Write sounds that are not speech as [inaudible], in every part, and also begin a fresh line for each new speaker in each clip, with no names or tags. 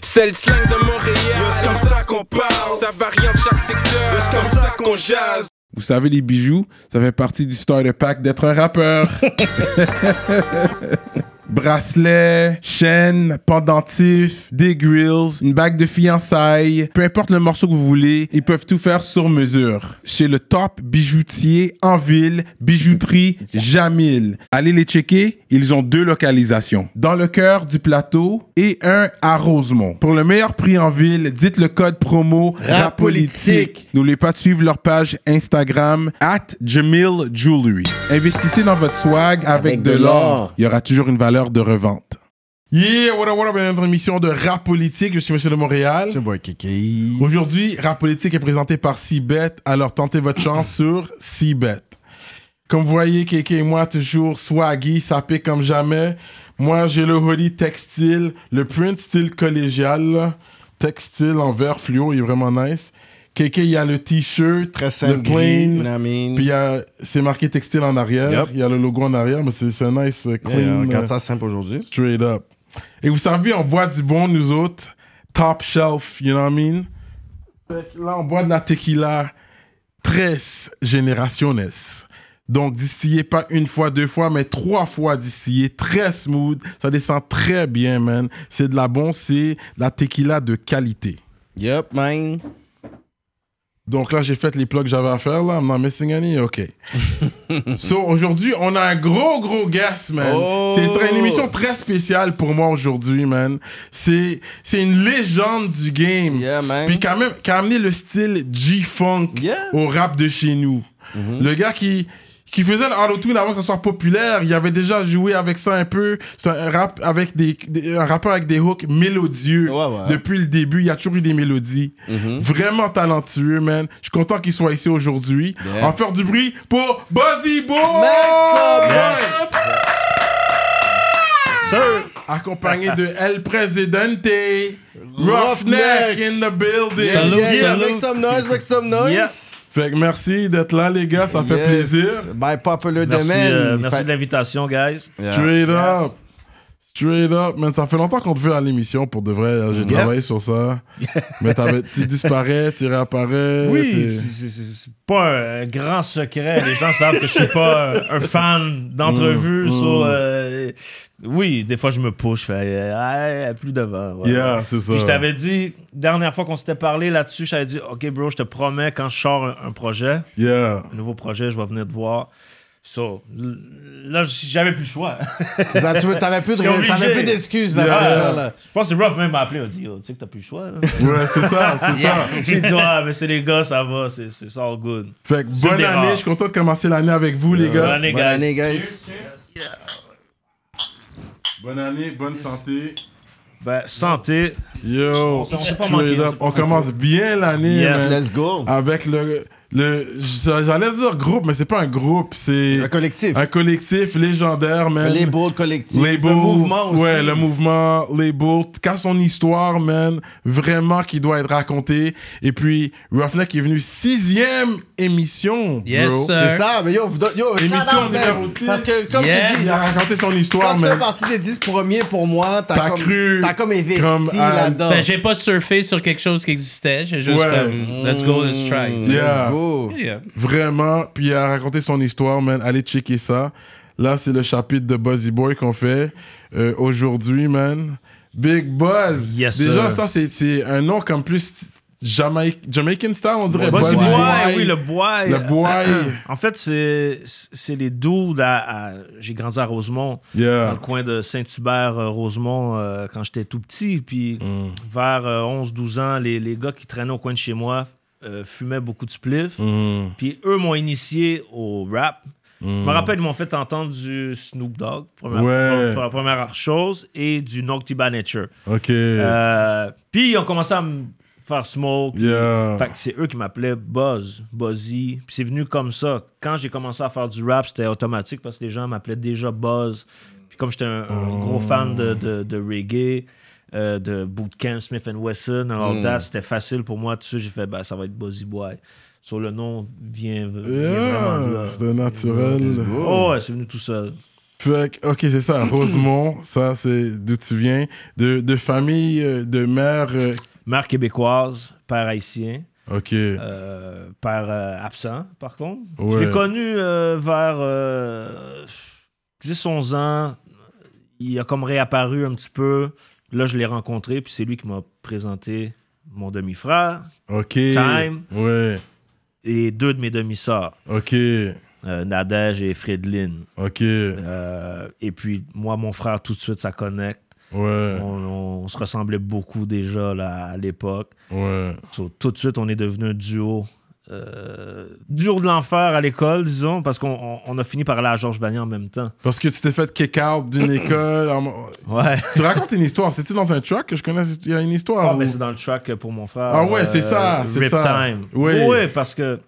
C'est le slang de Montréal.
C'est comme ça qu'on parle.
Ça varie en chaque secteur.
C'est comme ça qu'on jase.
Vous savez, les bijoux, ça fait partie du starter pack d'être un rappeur. Bracelets, chaînes, pendentifs, des grills, une bague de fiançailles, peu importe le morceau que vous voulez, ils peuvent tout faire sur mesure. Chez le top bijoutier en ville, bijouterie Jamil. Allez les checker, ils ont deux localisations, dans le cœur du plateau et un à Rosemont. Pour le meilleur prix en ville, dites le code promo RAPOLITIQUE. N'oubliez pas de suivre leur page Instagram at Jamil Jewelry. Investissez dans votre swag avec,
Avec
de
de
l'or
l'or.
il y aura toujours une valeur de revente. Yeah, voilà, voilà, bienvenue à notre émission de Rap Politique. Je suis Monsieur de Montréal. Aujourd'hui, Rap Politique est présenté par Cibet. Alors, tentez
[clears throat]
votre chance sur Cibet. Comme vous voyez, KK et moi, toujours swaggy, sapé comme jamais. Moi, j'ai le hoodie textile, le print style collégial, là. textile en vert fluo, il est vraiment nice. KK, il y a le t-shirt,
Très simple,
le
gris, you know what
plain,
I mean?
puis il y a- c'est marqué textile en arrière.
Yup.
Il y a le logo en arrière, mais c'est c'est un nice euh,
Yeah,
clean.
on
euh,
regarde ça simple aujourd'hui.
Straight up. Et vous savez, on boit du bon, nous autres. Top shelf, you know what I mean? Fait que Là, on boit de la tequila 13 générationnes. Donc, distillé pas une fois, deux fois, mais trois fois distillé, très smooth. Ça descend très bien, man. C'est de la bonne, c'est de la tequila de qualité.
Yup, man.
Donc là, j'ai fait les plugs que j'avais à faire, là. I'm not missing any. OK. so, aujourd'hui, on a un gros, gros guest, man.
Oh!
C'est très- une émission très spéciale pour moi aujourd'hui, man. C'est c'est une légende du game.
Yeah, man.
Puis quand même, qui a amené le style G-Funk
Hein? Yeah. Mm-hmm.
au rap de chez nous. Le gars qui, qui faisait le auto avant que ça soit populaire, il avait déjà joué avec ça un peu. C'est un, rap avec des, des- un rappeur avec des hooks mélodieux.
Ouais, ouais. Mm-hmm.
Depuis le début, il a toujours eu des mélodies. Vraiment talentueux, man. Je suis content qu'il soit ici aujourd'hui.
Yeah.
En faire du bruit pour Buzzy Boy!
Max,
Ouais.
Sir.
Accompagné de El Presidente, Roughneck
Roughneck.
in the building.
Salut,
Salute,
yeah,
salute.
Make some noise, make some noise.
Yes.
Fait que merci d'être là, les gars, ça fait
Yes.
plaisir.
By popular
Merci,
demand.
euh,
Il
merci
fait-
de l'invitation, guys.
Yeah.
Straight up. Straight up, man. Ça fait longtemps qu'on te veut à l'émission, pour de vrai. J'ai travaillé sur
[laughs]
ça. Mais t'avais- tu disparais, tu réapparais.
Oui,
t'es-
c'est- c'est c'est- c'est pas un grand secret. Les gens savent que je suis pas un, un fan d'entrevues. so, euh, oui, des fois je me push, je fais euh, Hey, plus devant. voilà.
Yeah, c'est ça.
Puis je t'avais dit, dernière fois qu'on s'était parlé là-dessus, j'avais dit Ok, bro, je te promets, quand je sors un, un projet,
Yeah.
un nouveau projet, je vais venir te voir. So, l- là, j'avais plus le choix.
[laughs]
[laughs]
Ça, tu veux- T'avais plus de-
T'es obligé.
t'avais plus d'excuses là.
Yeah.
là, là.
je pense que Ruff même m'a appelé, il a dit Yo, Tu sais que t'as plus le choix. là.
Ouais, c'est ça, c'est
[laughs]
ça.
J'ai dit, ah, mais c'est les gars, ça va, c'est c'est ça, all good.
Fait que
C'est
bonne
des
année,
rares.
je suis content de commencer l'année avec vous, les
Bonne
gars.
année,
Bonne
guys.
année, guys.
Bonne année, bonne santé.
Ben, santé.
Yo,
s'est- on s'est pas
straight
manqué,
up.
ça.
On commence bien l'année,
Yes.
man.
Let's go.
Avec le. le J'allais dire groupe, mais c'est pas un groupe, c'est
Le collectif.
[laughs] un collectif légendaire, man.
Les beaux collectifs.
Label,
Le mouvement aussi.
Ouais, le mouvement, Label, qu'a son histoire, man, vraiment qui doit être racontée. Et puis, Roughneck est venu sixième émission,
Yes,
bro.
sir.
C'est ça, mais yo, vous don- yo,
Émission
shout out,
numéro
man.
six.
Parce que, comme
Yes.
tu dis,
Il a raconté son histoire,
quand tu fais
man.
partie des 10 premiers pour moi,
T'as
t'as comme,
cru
t'as comme investi
comme, euh,
là-dedans.
Ben, j'ai pas surfé sur quelque chose qui existait. J'ai juste
Ouais.
comme, let's go, let's try. tu sais.
Yeah.
Let's go.
Yeah.
Vraiment. Puis, il a raconté son histoire, man. Allez checker ça. Là, c'est le chapitre de Buzzy Boy qu'on fait euh, aujourd'hui, man. Big Buzz.
Yes,
Déjà,
sir.
ça, c'est- c'est un nom comme plus Jamaï- Jamaican style, on dirait.
Boy,
Buzzy Boy.
oui, le boy.
Le boy.
En fait, c'est c'est les dudes à- à- J'ai grandi à Rosemont,
[coughs]
dans
Yeah.
le coin de Saint-Hubert, euh, Rosemont, euh, quand j'étais tout petit. Puis
Mm.
vers 11-12 ans, les, les gars qui traînaient au coin de chez moi euh, fumaient beaucoup de
Mm.
spliff.
Mm.
Puis eux m'ont initié au rap. Je me rappelle, ils m'ont fait entendre du Snoop Dogg, première,
Ouais.
pour la première chose, et du Naughty by Nature.
OK.
Euh, puis ils ont commencé à me faire smoke.
yeah.
Fait que c'est eux qui m'appelaient Buzz, Buzzy. Puis c'est venu comme ça. Quand j'ai commencé à faire du rap, c'était automatique parce que les gens m'appelaient déjà Buzz. Puis comme j'étais un, un gros fan de, de, de reggae, euh, de Bootcamp, Smith Wesson, alors that, c'était facile pour moi. Tout de suite, j'ai fait, ben, ça va être Buzzy Boy. Sur le nom vient, vient vraiment de là.
Yeah, c'était naturel.
Oh, ouais, c'est venu tout seul.
Fait que, ok, c'est
[coughs]
ça, Rosemont, ça c'est d'où tu viens, de, de famille, euh, de mère, euh,
Mère québécoise, père haïtien,
ok,
euh, père euh, absent, par contre. Je
Ouais.
l'ai connu euh, vers euh, 10-11 ans. Il a comme réapparu un petit peu. Là, je l'ai rencontré, puis c'est lui qui m'a présenté mon demi-frère
ok,
Time.
ouais,
et deux de mes demi-sœurs,
ok,
euh, Nadège et Frédeline.
ok,
Euh, et puis, moi, mon frère, tout de suite, ça connecte.
ouais,
On, on- on se ressemblait beaucoup déjà là, à l'époque.
ouais,
So, tout de suite, on est devenu un duo. euh, duo de l'enfer à l'école, disons, parce qu'on on- on a fini par aller à Georges Vanier en même temps.
parce que tu t'es fait kick out
[coughs]
d'une école, en-
Ouais.
tu racontes une histoire, c'est-tu dans un truck que je connais, il y a une histoire,
Ah, mais
où-
c'est dans le track pour mon frère. euh,
Ah ouais, c'est ça, c'est
Rip
ça.
Time.
Oui.
Oui, parce que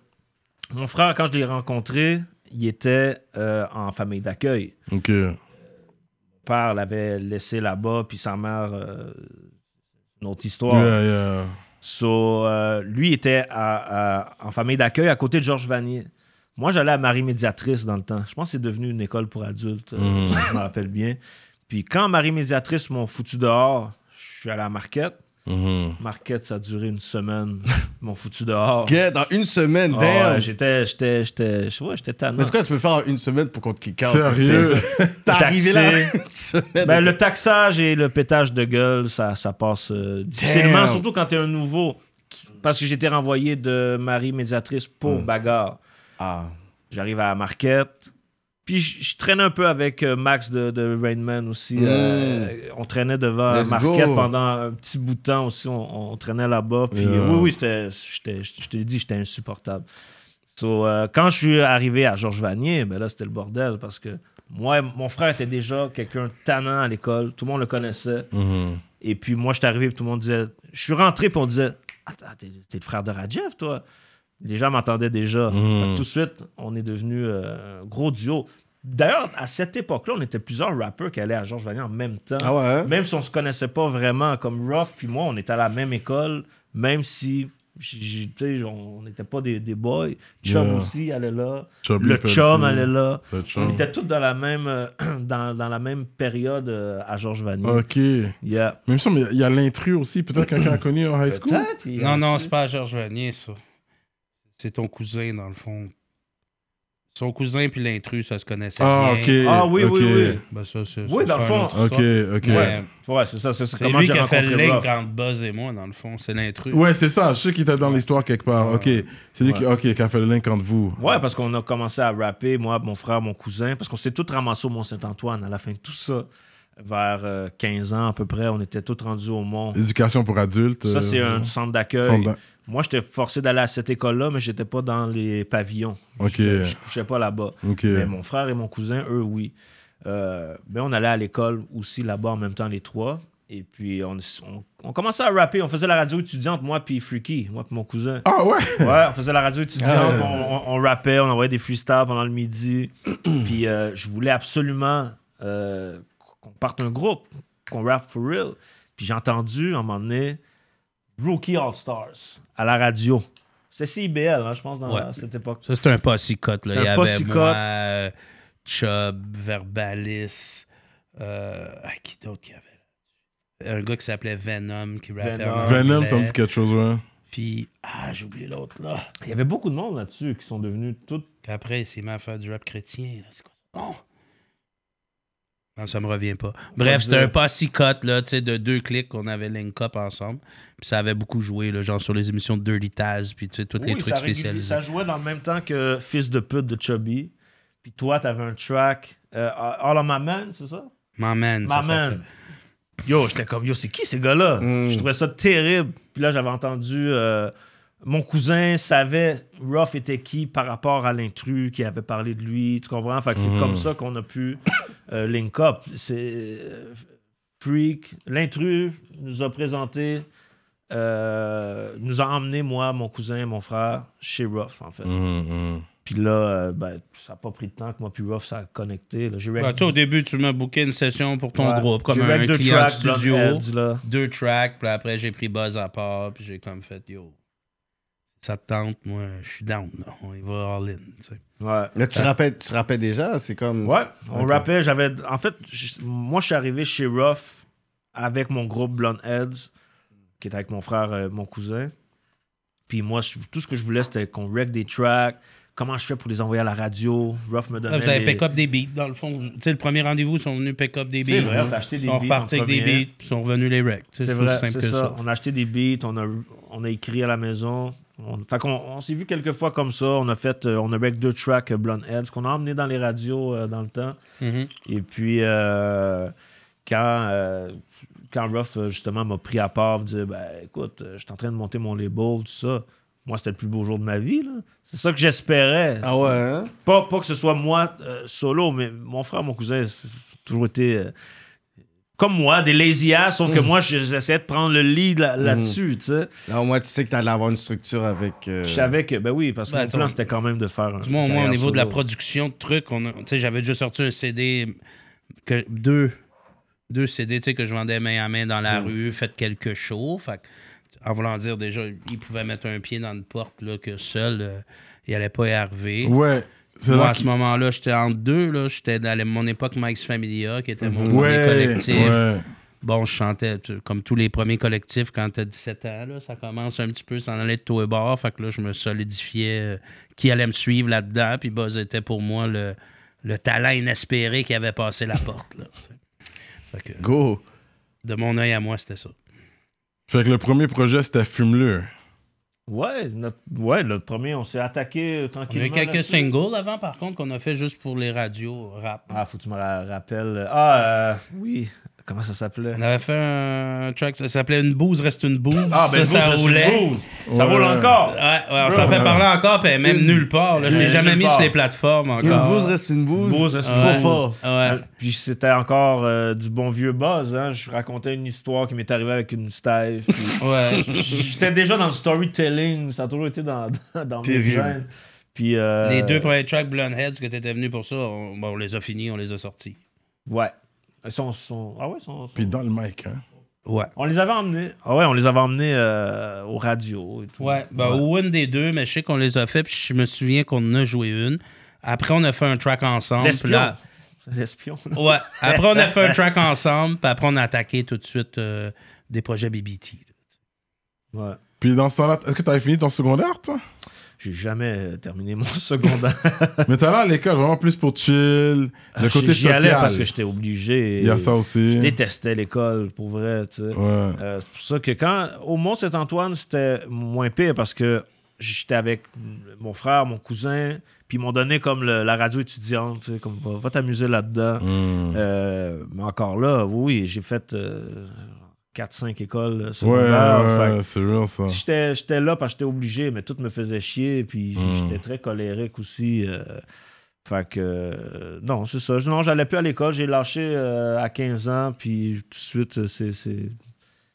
mon frère, quand je l'ai rencontré, il était euh, en famille d'accueil.
ok,
Mon père l'avait laissé là-bas, puis sa mère, euh, une autre histoire.
yeah, yeah,
So, euh, lui était à- à- en famille d'accueil à côté de Georges Vanier. Moi, j'allais à Marie-Médiatrice dans le temps. Je pense que c'est devenu une école pour adultes, euh,
Mm.
je me rappelle bien. Puis quand Marie-Médiatrice m'ont foutu dehors, je suis allé à Marquette.
Mhm.
Marquette, ça a duré une semaine. Ils m'ont foutu dehors.
Ok, dans une semaine,
Ah
damn.
ouais, j'étais, j'étais, j'étais, je- ouais, j'étais tannant.
Mais c'est quoi, tu peux faire en une semaine pour qu'on te kick out?
sérieux,
[laughs] T'es arrivé là
Taxé.
une semaine.
[laughs] Ben, le taxage et le pétage de gueule, ça, ça passe euh, difficilement,
Damn.
surtout quand t'es un nouveau. Parce que j'étais renvoyé de Marie médiatrice
Mm.
pour bagarre.
Ah.
J'arrive à Marquette. Puis je je traînais un peu avec euh, Max de, de Rainman aussi. euh, on traînait devant
Mm. Let's
Marquette
go.
pendant un petit bout de temps aussi. On, on traînait là-bas. Puis
Yeah.
euh, oui, oui, c'était- j'étais- je te l'ai dit, j'étais insupportable. So, euh, quand je suis arrivé à Georges Vanier, ben là, c'était le bordel parce que moi, mon frère était déjà quelqu'un de tannant à l'école. Tout le monde le
Mm.
connaissait.
Mhm.
Et puis moi, je suis arrivé, puis tout le monde disait. Je suis rentré, puis on disait Attends, t'es, t'es le frère de Rajev, toi. Les gens m'entendaient déjà.
Mm.
Fait que tout de suite, on est devenu euh, un gros duo. D'ailleurs, à cette époque-là, on était plusieurs rappeurs qui allaient à Georges Vanier en même temps.
Ah ouais, hein?
Même si on se connaissait pas vraiment, comme Ruff, puis moi, on était à la même école, même si. j- j- tu sais, on on n'était pas des, des boys. Chum
Yeah.
aussi allait là.
Chubby
le chum
Pelsey.
allait là.
Le chum.
On était tous dans la même, euh, [clears throat] dans, dans la même période euh, à Georges Vanier.
ok.
Yeah.
Mais il me semble il y a l'intrus aussi. Peut-être quelqu'un a connu en high school.
Peut-être, il y a
Non,
un
non,
petit-
c'est pas Georges Vanier, ça. C'est ton cousin, dans le fond. Son cousin puis l'intrus, ça se connaissait
Ah,
bien.
ok.
Ah oui, oui,
ok.
oui,
Ben, ça, c'est-
Oui, dans
ça, c'est
le
un
fond.
autre
Ok,
histoire.
ok.
Ouais.
Ouais,
oui. Ouais, c'est ça, c'est ça.
C'est
Comment
lui
j'ai
qui a fait
rencontré
le link
Ruff.
entre Buzz et moi, dans le fond. C'est l'intrus.
c'est ça. Je sais qu'il était dans l'histoire quelque part. Ok. C'est lui qui, ok, qui a fait le link entre vous.
Ouais, parce qu'on a commencé à rapper, moi, mon frère, mon cousin, parce qu'on s'est tous ramassés au Mont-Saint-Antoine à la fin de tout ça. Vers euh, 15 ans à peu près, on était tous rendus au Mont.
Éducation pour adultes.
Ça,
euh,
c'est un centre d'accueil.
centre d'a-
Moi, j'étais forcé d'aller à cette école-là, mais j'étais pas dans les pavillons.
Ok.
Je, je couchais pas là-bas.
Ok.
Mais mon frère et mon cousin, eux, oui. Euh, mais on allait à l'école aussi là-bas en même temps, les trois. Et puis, on, on, on commençait à rapper. On faisait la radio étudiante, moi puis Freaky, moi puis mon cousin.
Ah ouais.
Ouais, on faisait la radio étudiante,
Ah.
on, on, on rappait, on envoyait des freestyles pendant le midi. [clears throat] puis euh, je voulais absolument euh, qu'on parte un groupe, qu'on rappe for real. Puis j'ai entendu, à un moment donné, Rookie All Stars à la radio. C'était CIBL, hein, je pense, dans
Ouais.
à cette époque.
Ça, c'était un possicote. là.
C'était
Il y
un
avait
possicote.
moi, euh, Chubb, Verbalis, euh, ah, qui d'autre qu'il y avait? Un gars qui s'appelait Venom, qui rappelait en anglais.
Venom, ça me dit quelque chose, ouais.
Puis, ah, j'ai oublié l'autre, là.
Il y avait beaucoup de monde là-dessus qui sont devenus tous.
Puis après, il s'est mis à faire du rap chrétien. là. C'est quoi ça? Non. Non, ça me revient pas. Bref, c'était un possicote, là, tu sais, de deux clics qu'on avait link up ensemble. Puis ça avait beaucoup joué, là, genre sur les émissions de Dirty Taz, puis tu sais, tous les
Oui,
trucs
ça, régulait-
spécialisés.
ça jouait dans le même temps que Fils de pute de Chubby. Puis toi, t'avais un track, euh, All on My Man, c'est ça?
My man, ça
Ma man. Yo, j'étais comme, yo, c'est qui ces gars-là? Je trouvais ça terrible. Puis là, j'avais entendu, euh, mon cousin savait Ruff était qui par rapport à l'intrus qui avait parlé de lui. Tu comprends? Fait que c'est comme ça qu'on a pu euh, link up. C'est euh, Freak. L'intrus nous a présenté, euh, nous a emmené, moi, mon cousin, mon frère, chez Ruff, en fait.
Mhm, mhm.
Puis là, euh, ben, ça n'a pas pris de temps que moi, puis Ruff, ça a connecté. là. J'ai
Bah, tu sais, au début, tu m'as booké une session pour ton
Ouais.
groupe, comme
J'ai
un
rec deux
client
tracks,
de studio.
Bluntheads, là.
Deux tracks, puis après, j'ai pris Buzz à part, puis j'ai comme fait, yo, ça te tente, moi, je suis down. là. On y va all in. tu sais.
Ouais.
Là, tu rappelles, tu rappelles déjà, c'est comme.
Ouais, on
Ok.
rappelait, j'avais. En fait, je- moi, je suis arrivé chez Ruff avec mon groupe Blonde Heads, qui était avec mon frère, euh, mon cousin. Puis moi, je- tout ce que je voulais, c'était qu'on rec des tracks. Comment je fais pour les envoyer à la radio? Ruff me donnait.
Là, Ah, vous avez
les-
pick up des beats, dans le fond. Tu sais, le premier rendez-vous, ils sont venus pick up des beats.
C'est vrai, on t'a acheté des
Ils sont
beats
repartis
en
avec des
premier.
beats, puis ils sont revenus les rec. Tu sais,
C'est
aussi
vrai,
simple
c'est
que
ça. On a acheté des beats, on a, on a écrit à la maison. On, fait qu'on on s'est vu quelques fois comme ça. On a fait, euh, on a break deux tracks euh, Blonde Heads qu'on a emmené dans les radios euh, dans le temps.
Mhm.
Et puis, euh, quand, euh, quand Ruff, euh, justement, m'a pris à part, me dit ben, écoute, euh, je suis en train de monter mon label, tout ça. Moi, c'était le plus beau jour de ma vie. là. C'est ça que j'espérais.
Ah ouais, hein?
Pas, pas que ce soit moi euh, solo, mais mon frère, mon cousin, c'est toujours été euh, comme moi, des lazy ass, sauf que moi, je- j'essayais de prendre le lead là- là-dessus, tu sais.
Là, au moins, tu sais que t'allais avoir une structure avec. euh,
Je savais que, ben oui, parce que
Ben,
mon plan,
attends.
c'était quand même de faire un.
Du moins, au moins, au
carrière
niveau de la
solo.
production de trucs, on a- tu sais, j'avais déjà sorti un CD, que, deux, deux CD tu sais, que je vendais main à main dans
Mm.
la rue, faites quelques shows. Fait que, en voulant dire déjà, ils pouvaient mettre un pied dans une porte là, que seul, euh, il n'allait pas y arriver.
Ouais. C'est
Moi,
là
à
qu'il-
ce moment-là, j'étais en deux. là. J'étais dans la- mon époque Mike's Familia, qui était mon premier
Ouais.
collectif.
Ouais.
Bon, je chantais tu- comme tous les premiers collectifs quand t'as 17 ans. Là, ça commence un petit peu, s'en allait de tout et bord. Fait que là, je me solidifiais euh, qui allait me suivre là-dedans. Puis Buzz était pour moi le, le talent inespéré qui avait passé la porte. Là, tu sais. Fait que,
Go.
de mon œil à moi, c'était ça.
Fait que le premier projet, c'était Fumeleur.
Ouais, notre, ouais, le premier, on s'est attaqué euh,
On a
tranquillement.
eu quelques
là-dessus.
singles avant, par contre, qu'on a fait juste pour les radios rap.
Ah, faut que tu me ra- rappelles. Ah, euh, oui. Comment ça s'appelait?
On avait fait un track, ça s'appelait Une bouse reste une bouse.
Ah, ben,
ça,
vous,
ça
vous,
roulait.
vous. Ça roule encore.
Ouais, ouais, on s'en fait parler encore, puis même nulle part. Là. Je l'ai
Nulle
jamais mis
part.
sur les plateformes encore.
Une bouse reste une bouse.
Bouse reste
C'est
une
trop
bouse.
fort.
Ouais.
Euh, Puis c'était encore euh, du bon vieux buzz. Hein? Je racontais une histoire qui m'est arrivée avec une stève. puis [laughs]
Ouais.
J'étais déjà dans le storytelling. Ça a toujours été dans, dans, dans mes
Terrible.
gènes. Puis, euh,
Les deux premiers tracks Blonde Heads que t'étais venu pour ça, on, bon, on les a finis, on les a sortis.
Ouais. Ils sont, sont- Ah ouais, ils sont, sont-
Puis dans le mic, hein.
Ouais.
On les avait emmenés. Ah ouais, on les avait emmenés euh, aux radios et tout.
Ouais, ben, ou une des deux, mais je sais qu'on les a fait, puis je me souviens qu'on en a joué une. Après, on a fait un track ensemble.
L'espion.
puis
[laughs]
là-
L'espion. là.
Ouais, après, on a fait
[laughs]
un track ensemble, puis après, on a attaqué tout de suite euh, des projets BBT. là.
Ouais.
Puis dans ce temps-là, est-ce que t'avais fini ton secondaire, toi?
J'ai jamais euh, terminé mon [laughs] secondaire.
Mais t'allais à l'école vraiment plus pour chill, le côté
Ah, J'y allais
social.
parce que j'étais obligé. et
Il y a ça
Je
aussi. hein.
détestais l'école, pour vrai. tu sais.
Ouais.
Euh, c'est pour ça que quand au Mont-Saint-Antoine, c'était moins pire parce que j'étais avec mon frère, mon cousin, puis ils m'ont donné comme le- la radio étudiante, tu sais, comme va, va t'amuser là-dedans.
Mm.
Euh, mais encore là, oui, oui, j'ai fait euh, 4-5 écoles euh,
Ouais,
secondaires.
ouais,
Fait que
c'est real ça.
J'étais, j'étais là parce que j'étais obligé, mais tout me faisait chier. Puis j-
Mm.
j'étais très colérique aussi. euh, fait que, euh, non, c'est ça. Non, j'allais plus à l'école. J'ai lâché euh, à 15 ans. Puis tout de suite, euh, c'est. c'est-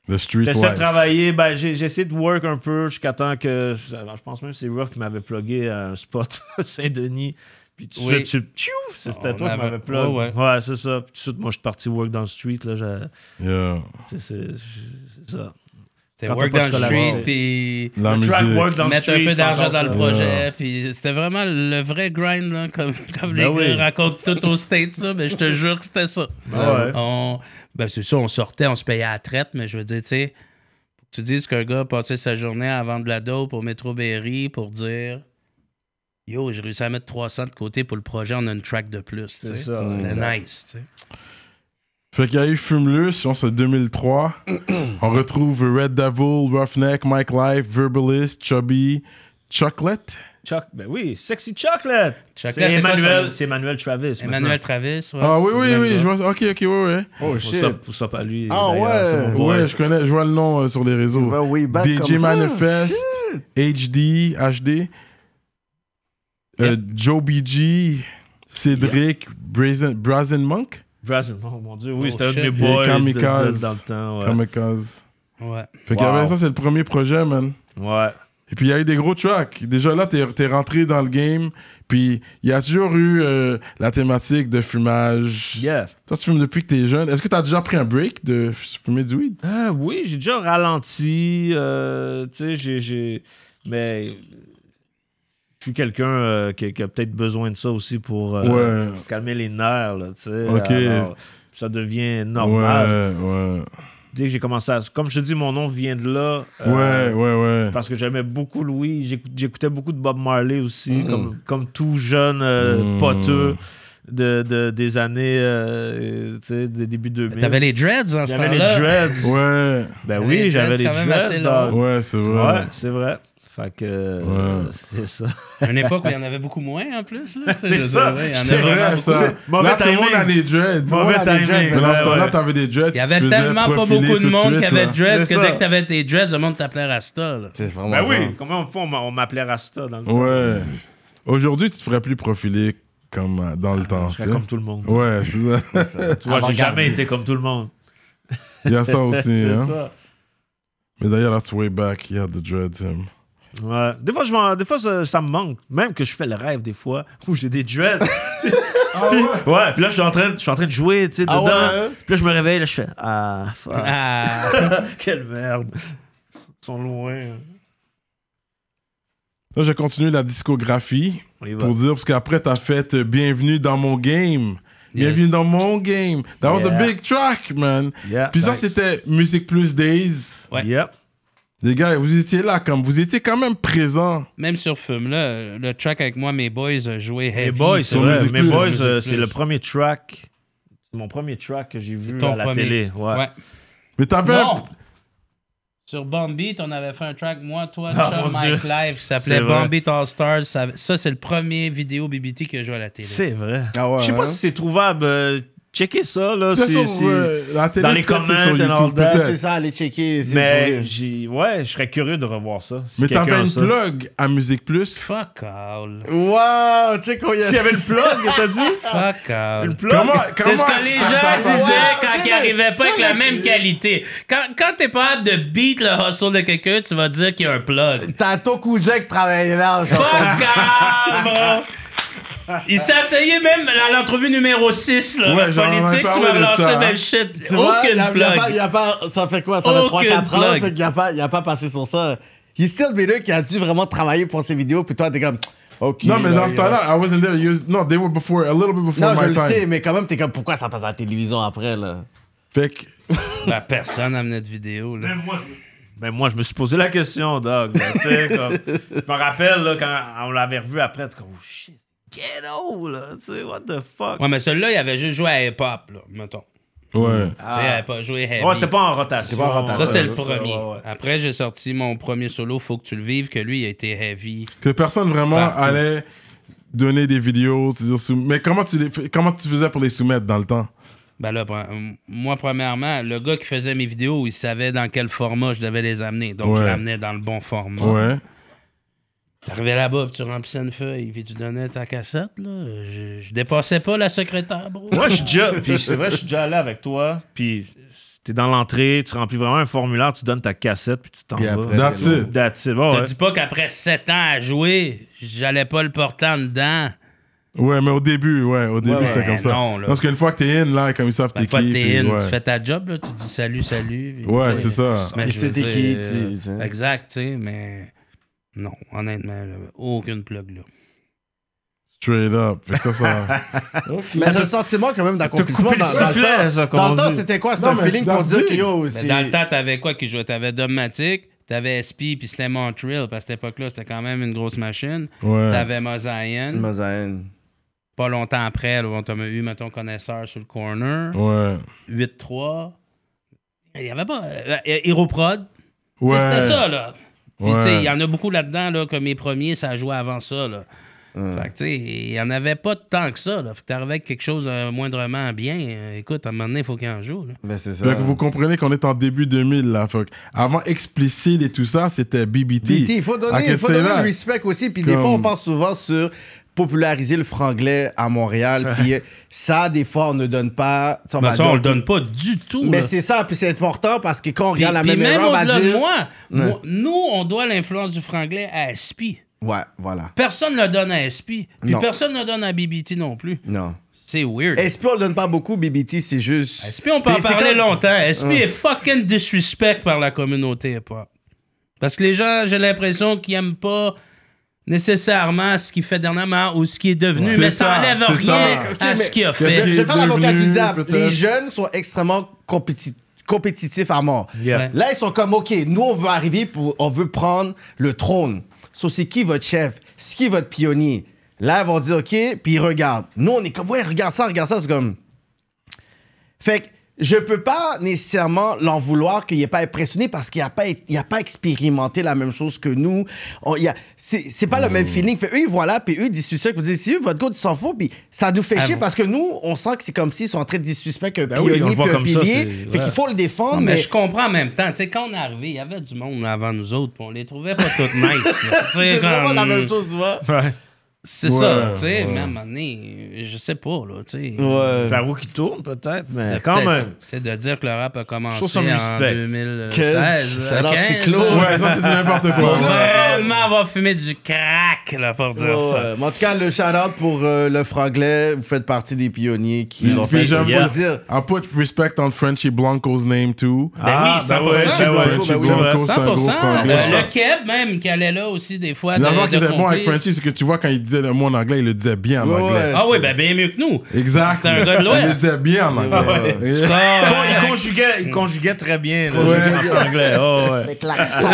The street
J'essaie de
life.
travailler. Ben, j'ai, j'ai essayé de work un peu jusqu'à temps que. Je pense même que c'est Ruff qui m'avait plugué à un spot [laughs] Saint-Denis. Puis tout de
Oui.
suite, tu- tchou, c'est- c'était
On
toi qui
avait-
m'avais plug.
Ouais, ouais.
c'est ça. Puis tout de suite, moi, je suis parti work dans le street. Là, j'ai-
Yeah.
c'est, c'est- c'est ça.
C'était
Quand
work
t'as pas
dans
de
le
scolarité.
street, puis
La
Track work
musique.
dans le
mettre un
street,
peu
c'est
d'argent
encore
dans
ça.
le projet. Puis c'était vraiment le vrai grind, là, comme, comme les
Ben oui.
gars racontent tout aux States, ça, mais je te jure que c'était ça.
Ah ouais.
On- ben c'est ça, on sortait, on se payait à la traite, mais je veux dire, tu sais, faut que tu dises qu'un gars passait sa journée à vendre de la dope au métro Berry pour dire Yo, j'ai réussi à mettre 300 de côté pour le projet, on a une track de plus. tu sais.
ça,
C'était
exact.
nice. tu sais.
Fait qu'il y a eu Fumeleux, sinon c'est 2003. On retrouve Red Devil, Roughneck, Mike Life, Verbalist, Chubby, Chocolate.
Choc, ben oui, Sexy Chocolate.
Chocolate,
c'est
c'est quoi
Emmanuel,
son-
c'est Emmanuel Travis.
Emmanuel Travis. ouais,
Ah oui,
c'est le
oui,
même
oui,
gars.
je vois ça. Ok, ok, ouais, ouais.
Oh
Pour
shit.
ça, pour ça, pas lui.
Ah
d'ailleurs, c'est
ouais.
mon boy.
Ouais, je connais, je vois le nom euh, sur les réseaux.
Well, we back comme
DJ
ça. Ah,
Manifest, HD, HD, euh, Joe BG, Cédric, Brazen, Brazen Monk,
Brazen, oh mon dieu, oui,
Oh,
c'était un de
shit.
mes
Et
boys. de-
Kamikaze.
de- dans le temps, ouais.
Kamikaze.
Ouais.
Fait qu'il y
Wow.
avait ça, c'est le premier projet, man.
Ouais.
Et puis il y a eu des gros tracks. Déjà là, t'es es rentré dans le game. Puis il y a toujours eu euh, la thématique de fumage.
Yeah.
Toi, tu fumes depuis que t'es jeune. Est-ce que t'as déjà pris un break de f- fumer du weed?
Ah oui, j'ai déjà ralenti. euh, tu sais, j'ai- j'ai. Mais je suis quelqu'un euh, qui, qui a peut-être besoin de ça aussi pour euh,
Ouais.
se calmer les nerfs. Là, tu sais.
Ok.
Alors, ça devient normal. Euh,
Ouais, ouais.
Dès que j'ai commencé à. Comme je te dis, mon nom vient de là.
Ouais,
euh,
ouais, ouais.
Parce que j'aimais beaucoup Louis. J'écou- J'écoutais beaucoup de Bob Marley aussi, comme, comme tout jeune euh,
Mm.
poteux de, de- des années, euh, tu sais, des débuts 2000.
T'avais les dreads en ce
J'avais
temps-là.
les dreads.
Ouais,
Ben
T'avais les
oui, j'avais
dreads
les
quand même assez
dreads. dog.
ouais, c'est vrai.
Ouais, c'est vrai. Fait que euh,
Ouais.
c'est ça.
Une époque où il y en avait beaucoup moins en plus.
[laughs]
là.
C'est
Je veux
ça,
dire, ouais, il y en
c'est
avait
vrai,
vraiment beaucoup.
ça.
C'est- mauvais
Là, tout le monde
timing.
a des dreads.
Mauvais
Ouais, les
timing.
dreads.
Mais dans ce
ouais,
temps-là,
ouais.
t'avais des dreads.
Il y
tu te
avait
faisais
tellement pas
profiler
beaucoup
tout
de monde
suite,
qui avait
là.
dreads
C'est
que
ça.
dès que t'avais tes dreads, le monde t'appelait Rasta. Là.
C'est vraiment
Ben
ça.
oui, comment on fait, on m'a- on m'appelait Rasta dans le temps.
Ouais. Aujourd'hui, tu te ferais plus profiler comme euh, dans le temps.
Ah, Je serais
tu sais.
comme tout le monde.
Ouais, c'est ça.
Tu vois, j'ai jamais été comme tout le monde.
Il y a ça aussi.
[laughs] C'est
hein.
ça.
Mais d'ailleurs, that's way back. He had the dreads, hein. him.
Ouais. Des fois, je m'en- des fois ça, ça me manque. Même que je fais le rêve des fois où j'ai des [laughs] dreads. Ah ouais. hein. puis là, je suis en train, de- je suis en train de jouer, tu sais,
Ah
dedans.
ouais?
Puis là, je me réveille, là, je fais Ah, fuck. [laughs]
Ah,
Quelle merde. Ils sont loin.
Là, je continue la discographie
On y va.
pour dire, parce qu'après, t'as fait euh, Bienvenue dans mon game. Bienvenue dans mon game. That was a
Yeah.
big track, man.
Yeah.
Puis ça,
Nice.
c'était Music Plus Days.
Ouais.
Yep.
Les gars, vous étiez là, comme vous étiez quand même présents.
même sur film, là, le track avec moi, mes boys a joué
Mes
heavy.
boys, c'est
sur
vrai.
Musique
Mes
Plus.
boys,
Musique
euh, c'est
Plus.
le premier track. C'est mon premier track que j'ai vu
ton
à la
premier.
télé. Ouais.
Ouais.
Mais t'avais.
Non. Sur Bomb Beat, on avait fait un track, moi, toi,
Ah, mon
Chum, Mike
Dieu.
Live, qui
C'est
s'appelait
vrai.
Bomb Beat All Stars. Ça, ça, c'est le premier vidéo BBT que je joue à la télé.
C'est vrai.
Ah ouais,
Je sais pas
hein?
si c'est trouvable. euh, Checkez ça, là.
C'est
[laughs] c'est-
sur,
c'est-
euh, la télé,
dans les
peut-être, c'est
comments and all that,
Ouais,
peut-être.
C'est ça, allez checker. essayez de
Mais
trouver.
j'ai- ouais, je serais curieux de revoir ça. si
Mais
quelqu'un
t'avais
a
une
ça.
plug à Musique Plus.
Fuck all.
Wow, check oh, où il y a
S'il y avait le plug, t'as dit?
Fuck all.
Le plug?
Comment,
C'est
comment
ce que les
ça- ça-
gens
ça-
disaient
Ouais,
quand
c'est
ils
le-
arrivaient pas
c'est
avec la
le-
même qualité. Quand, quand t'es pas capable de beat le hustle de quelqu'un, tu vas dire qu'il y a un plug.
T'as ton cousin qui travaillait là, genre.
Fuck all, bro. Il s'est essayé même à l'entrevue numéro 6, là,
Ouais,
la
j'en ai
politique, tu
parlé
m'as
de
lancé
ça,
le
hein.
même shit.
Tu vois, y a-
Aucune
y a pas-
plug.
y a pas- ça fait quoi? Ça fait
Aucune
3-4 ans,
plug.
fait qu'il y a pas, il a pas passé sur ça. Il still be là qui a dû vraiment travailler pour ses vidéos, puis toi, t'es comme, OK.
Non, mais
là,
dans ce
il-
temps-là, I wasn't there. You- no, they were before, a little bit before
Non, je
my
le
time.
sais, mais quand même, t'es comme, pourquoi ça passe à la télévision après, là?
Fait que,
Ben, personne n'a amené de vidéo. Là.
Même moi, je... Ben moi, je me suis posé la question, Doc. Ben, tu sais, comme, je me rappelle là, quand on l'avait revu après, t'es comme, oh shit, get old, là, tu sais, what the fuck.
Ouais, mais celui-là, il avait juste joué à hip-hop, là, mettons.
ouais.
Tu sais, il avait Ah. pas joué heavy.
Ouais, c'était pas en rotation.
C'était pas en rotation.
Ça, c'est
Ouais,
le premier.
ouais, ouais.
Après, j'ai sorti mon premier solo, Faut que tu le vives, que lui, il a été heavy.
Que personne vraiment
Partout.
allait donner des vidéos. tu dis, sou- Mais comment tu, les, fais- comment tu faisais pour les soumettre dans le temps?
Ben là, pre- euh, moi, premièrement, le gars qui faisait mes vidéos, il savait dans quel format je devais les amener. Donc, je
Ouais.
l'amenais dans le bon format.
Ouais.
T'arrivais là-bas, puis tu remplissais une feuille, puis tu donnais ta cassette, là. Je, je dépassais pas la secrétaire, bro.
Moi, je suis déjà. Puis c'est vrai, je suis déjà allé avec toi. Puis t'es dans l'entrée, tu remplis vraiment un formulaire, tu donnes ta cassette, puis tu t'en
Puis
vas.
après,
That's
c'est
it.
That's it. Ouais,
Je
ouais.
te dis pas qu'après 7 ans à jouer, j'allais pas le porter en dedans.
Ouais, mais au début, ouais, au début,
ouais.
c'était comme ça.
Non, là.
Parce qu'une fois que t'es in, là, comme ils savent
Une
t'es
fois que
qui.
t'es
puis
in,
ouais.
tu fais ta job, là, tu dis salut, salut. puis,
Ouais,
tu
c'est
sais,
ça.
mais
Et
je veux
c'était
dire,
qui,
euh,
tu- tu sais.
Exact, tu sais, mais non, honnêtement, j'avais aucune plug, là.
Straight up. Fait que ça, ça.
Mais c'est le sentiment, quand même, d'accomplissement.
coupé le
Dans, dans le
soufflet,
temps,
ça, comme
Dans
on
le temps,
dit.
c'était quoi? C'était
Non,
un
mais
feeling pour
dans
dire
le
que yo,
Mais
c'est-
dans le temps, t'avais quoi qui jouait? T'avais Dogmatic, t'avais SP, puis c'était Montreal. Parce que cette époque-là, c'était quand même une grosse machine.
Ouais.
T'avais Mosaïen.
Mosaïne.
Pas longtemps après, là, on t'a eu, mettons, Connaisseur sur le corner.
Ouais.
8-3. Il y avait pas... euh, euh, Héroprod. Tu sais,
Ouais.
C'était ça, là. Puis,
Ouais.
tu sais, il y en a beaucoup là-dedans, là, que mes premiers, ça jouait avant ça, là. Fait que, tu sais, il n'y en avait pas tant que ça, là. Fait que t'arrivais avec quelque chose euh, moindrement bien. euh, écoute, à un moment donné, il faut qu'il en joue, là.
Mais Ben, c'est ça.
Fait que vous comprenez qu'on est en début 2000, là. Fait que avant explicite et tout ça, c'était BBT.
BT, il faut
Ah,
donner,
que
il faut
c'est
donner
là.
le respect aussi. Puis des
Comme-
fois, on pense souvent sur populariser le franglais à Montréal. Puis euh, ça, des fois, on ne donne pas. tu sais, on va
Mais Ben, ça,
dire,
on le
OK,
donne pas du tout,
Mais
là.
c'est ça, puis c'est important parce que quand on
Puis,
regarde la
puis
même
même
erreur, on va
au-delà de
dire...
moi, moi, nous, on doit l'influence du franglais à SP.
Ouais, voilà.
Personne ne le donne à SP. Puis
Non.
personne ne le donne à BBT non plus.
Non.
C'est weird.
SP, on le donne pas beaucoup, BBT, c'est juste...
SP, on peut en
Mais c'est
parler
comme- Ah.
longtemps. SP est fucking disrespect par la communauté hip-hop. Parce que les gens, j'ai l'impression qu'ils aiment pas nécessairement ce qu'il fait dernièrement ou ce qui est devenu,
C'est
mais
ça,
ça enlève
c'est
rien
ça.
à
Ok,
ce qu'il a
mais-
Je,
fait.
je vais faire l'avocat du
Devenu,
diable.
peut-être.
Les jeunes sont extrêmement compéti- compétitifs à mort.
Yeah.
Ouais.
Là, ils sont comme, OK, nous, on veut arriver, pour, on veut prendre le trône. So, c'est qui votre chef? C'est qui votre pionnier? Là, ils vont dire, OK, puis ils regardent. Nous, on est comme, ouais, regarde ça, regarde ça. C'est comme... Fait que je peux pas nécessairement l'en vouloir qu'il n'ait pas impressionné parce qu'il n'a pas, il a pas expérimenté la même chose que nous. On- il y a- C'est c'est pas le
Hmm.
même feeling. Fait, eux, ils voient là, puis eux, ils disent suspect, puis ils disent, si eux, votre goût, ils s'en foutent, puis ça nous fait
Ah
chier
bon.
parce que nous, on sent que c'est comme s'ils sont en train de dire suspect qu'un
Ben oui, on
pionnier,
le voit
puis un
comme ça,
pilier.
c'est-
fait
ouais.
qu'il faut le défendre,
Non, mais,
mais...
je comprends en même temps. Tu sais, quand on est arrivé, il y avait du monde avant nous autres, puis on les trouvait pas
[laughs]
toutes nice. là. Tu sais,
C'est vraiment
comme-
la même chose, tu vois.
Ouais.
C'est
Ouais,
ça, tu
ouais.
sais, même année, je sais pas, là, tu sais.
C'est la roue qui tourne, peut-être, mais
Mais
quand
peut-être,
même.
Tu sais, de dire que le rap a
Je
commencé
trouve ça me
en
respecte.
2016.
Shout out
à 15,
Ticlo.
là.
Ouais, ça, c'est n'importe quoi.
Faut vraiment avoir fumé du crack, là, pour dire
Ouais,
ça.
ouais. Mais En tout cas, le shout-out pour euh, le franglais, vous faites partie des pionniers qui l'ont fait.
Puis
Je
j'avoue-
veux dire,
I Ah, put respect on Frenchy Blanco's name too.
Ah,
oui,
ben
100%,
ouais, ben ouais,
Frenchy
bah
ben oui,
Blanco.
c'est vrai.
c'est un gros
100%.
franglais.
Ben, Le, le Keb, même, qui allait là aussi, des fois, de,
L'avant qui
de
était bon avec
complice.
Frenchy, c'est que tu vois quand il disait le mot en anglais, il le disait bien en
Ouais,
anglais.
ouais.
Ah oui, ben bien mieux que nous.
Exact.
C'était un gars de
Il le
l'Ouest. Ah,
disait bien en anglais.
Bon,
Ouais.
Bon, il conjuguait, il conjuguait très bien là,
Ouais.
en anglais. Oh, ouais.
avec l'accent.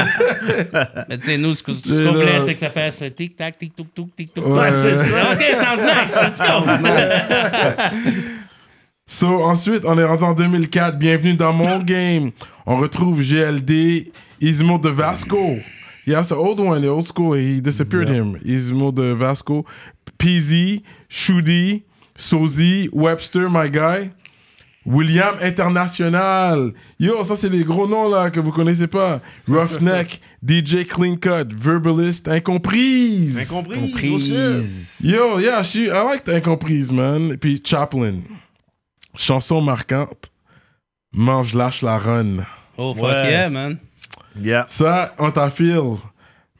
Mais tu sais, nous, ce que- ce
C'est
qu'on voulait,
là.
c'est que ça fasse tic-tac, tic-touc-touc, tic-touc.
Ouais.
Ouais, c'est ça.
Ok, sounds nice, let's go.
So, ensuite, on est rendu en 2004. Bienvenue dans mon game. On retrouve GLD, Ismo de Vasco. Yeah, it's the old one, the old school. He disappeared him. Ismo de Vasco. PZ, Shudi, Sozi, Webster, my guy. William International. Yo, ça, c'est des gros noms, là, que vous connaissez pas. Roughneck, DJ Clean Cut, Verbalist, Incomprise.
Incompris.
Comprise.
Yo, yeah, she, I like the incomprise, man. Puis Chaplin. Chanson marquante. Mange, lâche la run.
Oh, fuck
Ouais.
yeah, man.
Yeah.
Ça, on t'affile.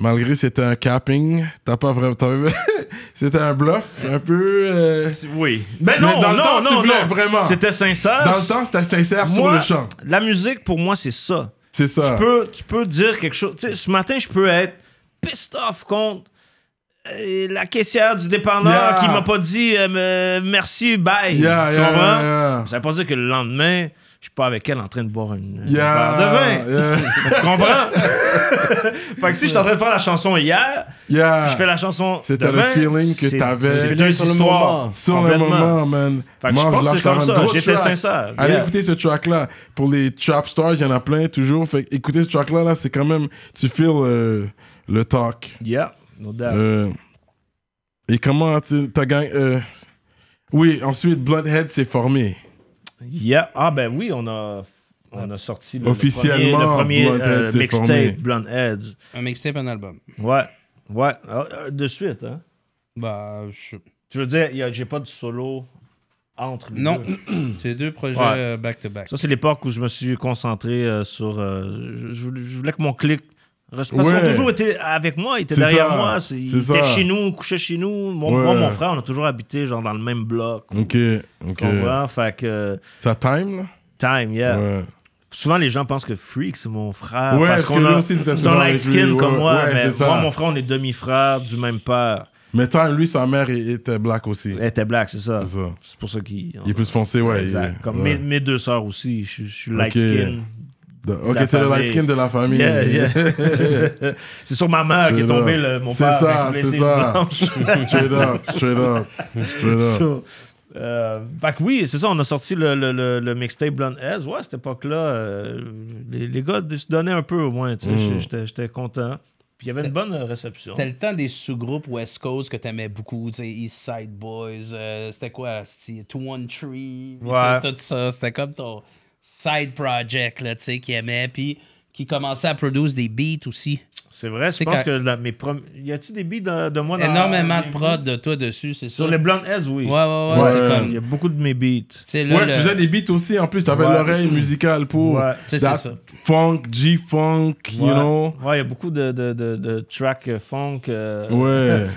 Malgré c'était un capping, t'as pas vraiment. t'as- [laughs] c'était un bluff, un peu. euh,
Oui. Mais non,
Mais dans le
non,
temps, tu
non,
voulais
non.
vraiment.
C'était sincère.
dans le temps, c'était sincère sur
Moi,
le champ.
La musique, pour moi, c'est ça.
C'est ça.
Tu peux, tu peux dire quelque chose. Tu sais, ce matin, je peux être pissed off contre euh, la caissière du dépanneur
Yeah.
qui m'a pas dit euh, me- merci, bye.
Yeah,
tu
yeah,
comprends?
yeah,
Ça veut pas dire que le lendemain, je suis pas avec elle en train de boire une,
yeah.
un verre de vin.
Yeah,
Tu comprends? [laughs] fait que si je suis en train de faire la chanson hier,
yeah.
[laughs] puis je fais la chanson
Ah. C'était
demain,
le feeling que
c'est-
t'avais.
C'est
Le
deux
feeling sur le
histoires.
moment.
Sur le
Complètement.
moment, man.
Fait que je
Mange,
pense que
lâche
c'est comme
la
ça.
main. Gros
J'étais
track.
sincère.
Allez
Yeah.
écouter ce track-là. Pour les trap stars, il y en a plein toujours. Fait que écouter ce track-là, là, c'est quand même. Tu feel euh, le talk.
Yeah, no doubt.
Euh, et comment tu- t'as gagné. euh, oui, ensuite, Blunthead s'est formé.
Yeah. Ah ben oui, on a, on a sorti le, le
Officiellement,
premier, le premier
Blunthead
euh,
s'est formé.
mixtape, Blonde Heads.
Un mixtape, un album.
Ouais, ouais. Ah, euh, De suite, hein?
Bah, je...
Tu veux dire, il y a- j'ai pas de solo entre les
Non, [clears throat]
deux.
c'est deux projets
Ouais.
euh, back-to-back.
Ça, c'est l'époque où je me suis concentré euh, sur... euh, je, je voulais- je voulais que mon clic... reste- Parce qu'ils
Ouais.
ont toujours été avec moi, ils étaient
C'est
derrière
ça.
moi, c'est- ils
C'est
étaient
ça.
chez nous, couchaient chez nous. Mon,
Ouais.
Moi, mon frère, on a toujours habité genre dans le même bloc.
Ok, ok.
Tu comprends? Fait que... euh,
Ça time, là?
Time, yeah.
Ouais.
Souvent, les gens pensent que Freak, c'est mon frère.
Ouais, parce
parce
que
qu'on
lui
a.
aussi, il était
C'est
souvent
un
avec
light skin
lui, ouais,
comme moi,
ouais,
mais
c'est ça.
moi, mon frère, on est demi-frère du même père.
Mais time, lui, sa mère est- était black aussi.
Elle était black, c'est ça.
C'est ça.
C'est pour ça qu'il.
Il est plus foncé, ouais.
Exact.
il-
Comme
ouais.
Mes, mes deux sœurs aussi, je, je suis light
Ok. Ah,
skin.
De-
la
Ok, t'es le light
famille.
skin de la famille.
Yeah, yeah.
[laughs]
c'est sur ma
Tu
mère Ah, qui
es
est tombée,
là.
le- mon
C'est
père.
ça,
avec les
c'est
cils
ça.
blanches.
[laughs] straight up, straight up. Straight up.
[laughs] So, euh, fait que oui, c'est ça, on a sorti le, le, le, le mixtape Blonde S. Ouais, à cette époque-là, euh, les, les gars se donnaient un peu au moins. tu sais,
Mm.
j'- J'étais j'étais content. Puis il y avait une bonne réception.
C'était le temps des sous-groupes West Coast que t'aimais beaucoup, tu sais, East Side Boys, euh, c'était quoi, c'était Two One Tree, puis tu sais,
Ouais.
tout ça, c'était comme ton side project, là, tu sais, qui aimait, puis qui commençait à produire des beats aussi.
C'est vrai, je
C'est
pense
quand-
que dans mes premiers. Y a-t-il des beats de, de moi dans
Énormément de prod de toi dessus, c'est
Ah, Sur
ça.
les Blonde Heads, oui.
Ouais, ouais, ouais,
Ouais.
c'est
Il y a
comme...
beaucoup de mes beats.
tu sais, là,
Ouais,
le-
tu faisais des beats aussi, en plus, t'avais
Ouais.
l'oreille musicale pour.
Ouais.
Tu sais,
that
c'est ça.
Funk, G-Funk, you
Ouais.
know.
Ouais, il y a beaucoup de, de, de, de tracks euh, funk. euh,
Ouais.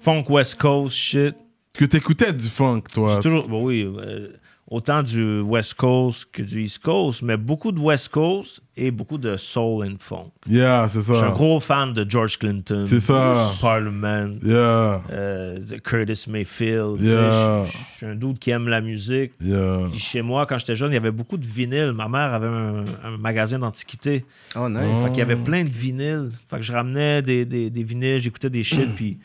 Funk West Coast, shit.
Parce que t'écoutais du funk, toi.
J'ai toujours. Bah oui. euh, autant du West Coast que du East Coast, mais beaucoup de West Coast et beaucoup de soul and funk.
Yeah, c'est
Je suis un
ça.
gros fan de George Clinton.
C'est ça.
Parliament.
Yeah,
euh, de Curtis Mayfield. Tu sais,
Yeah.
Je je- je suis un dude qui aime la musique.
yeah.
Puis chez moi, quand j'étais jeune, il y avait beaucoup de vinyles. Ma mère avait un, un magasin d'antiquités.
Oh, nice.
Fait qu'il y avait plein de vinyles. Fait que je ramenais des, des, des vinyles, j'écoutais des shit, puis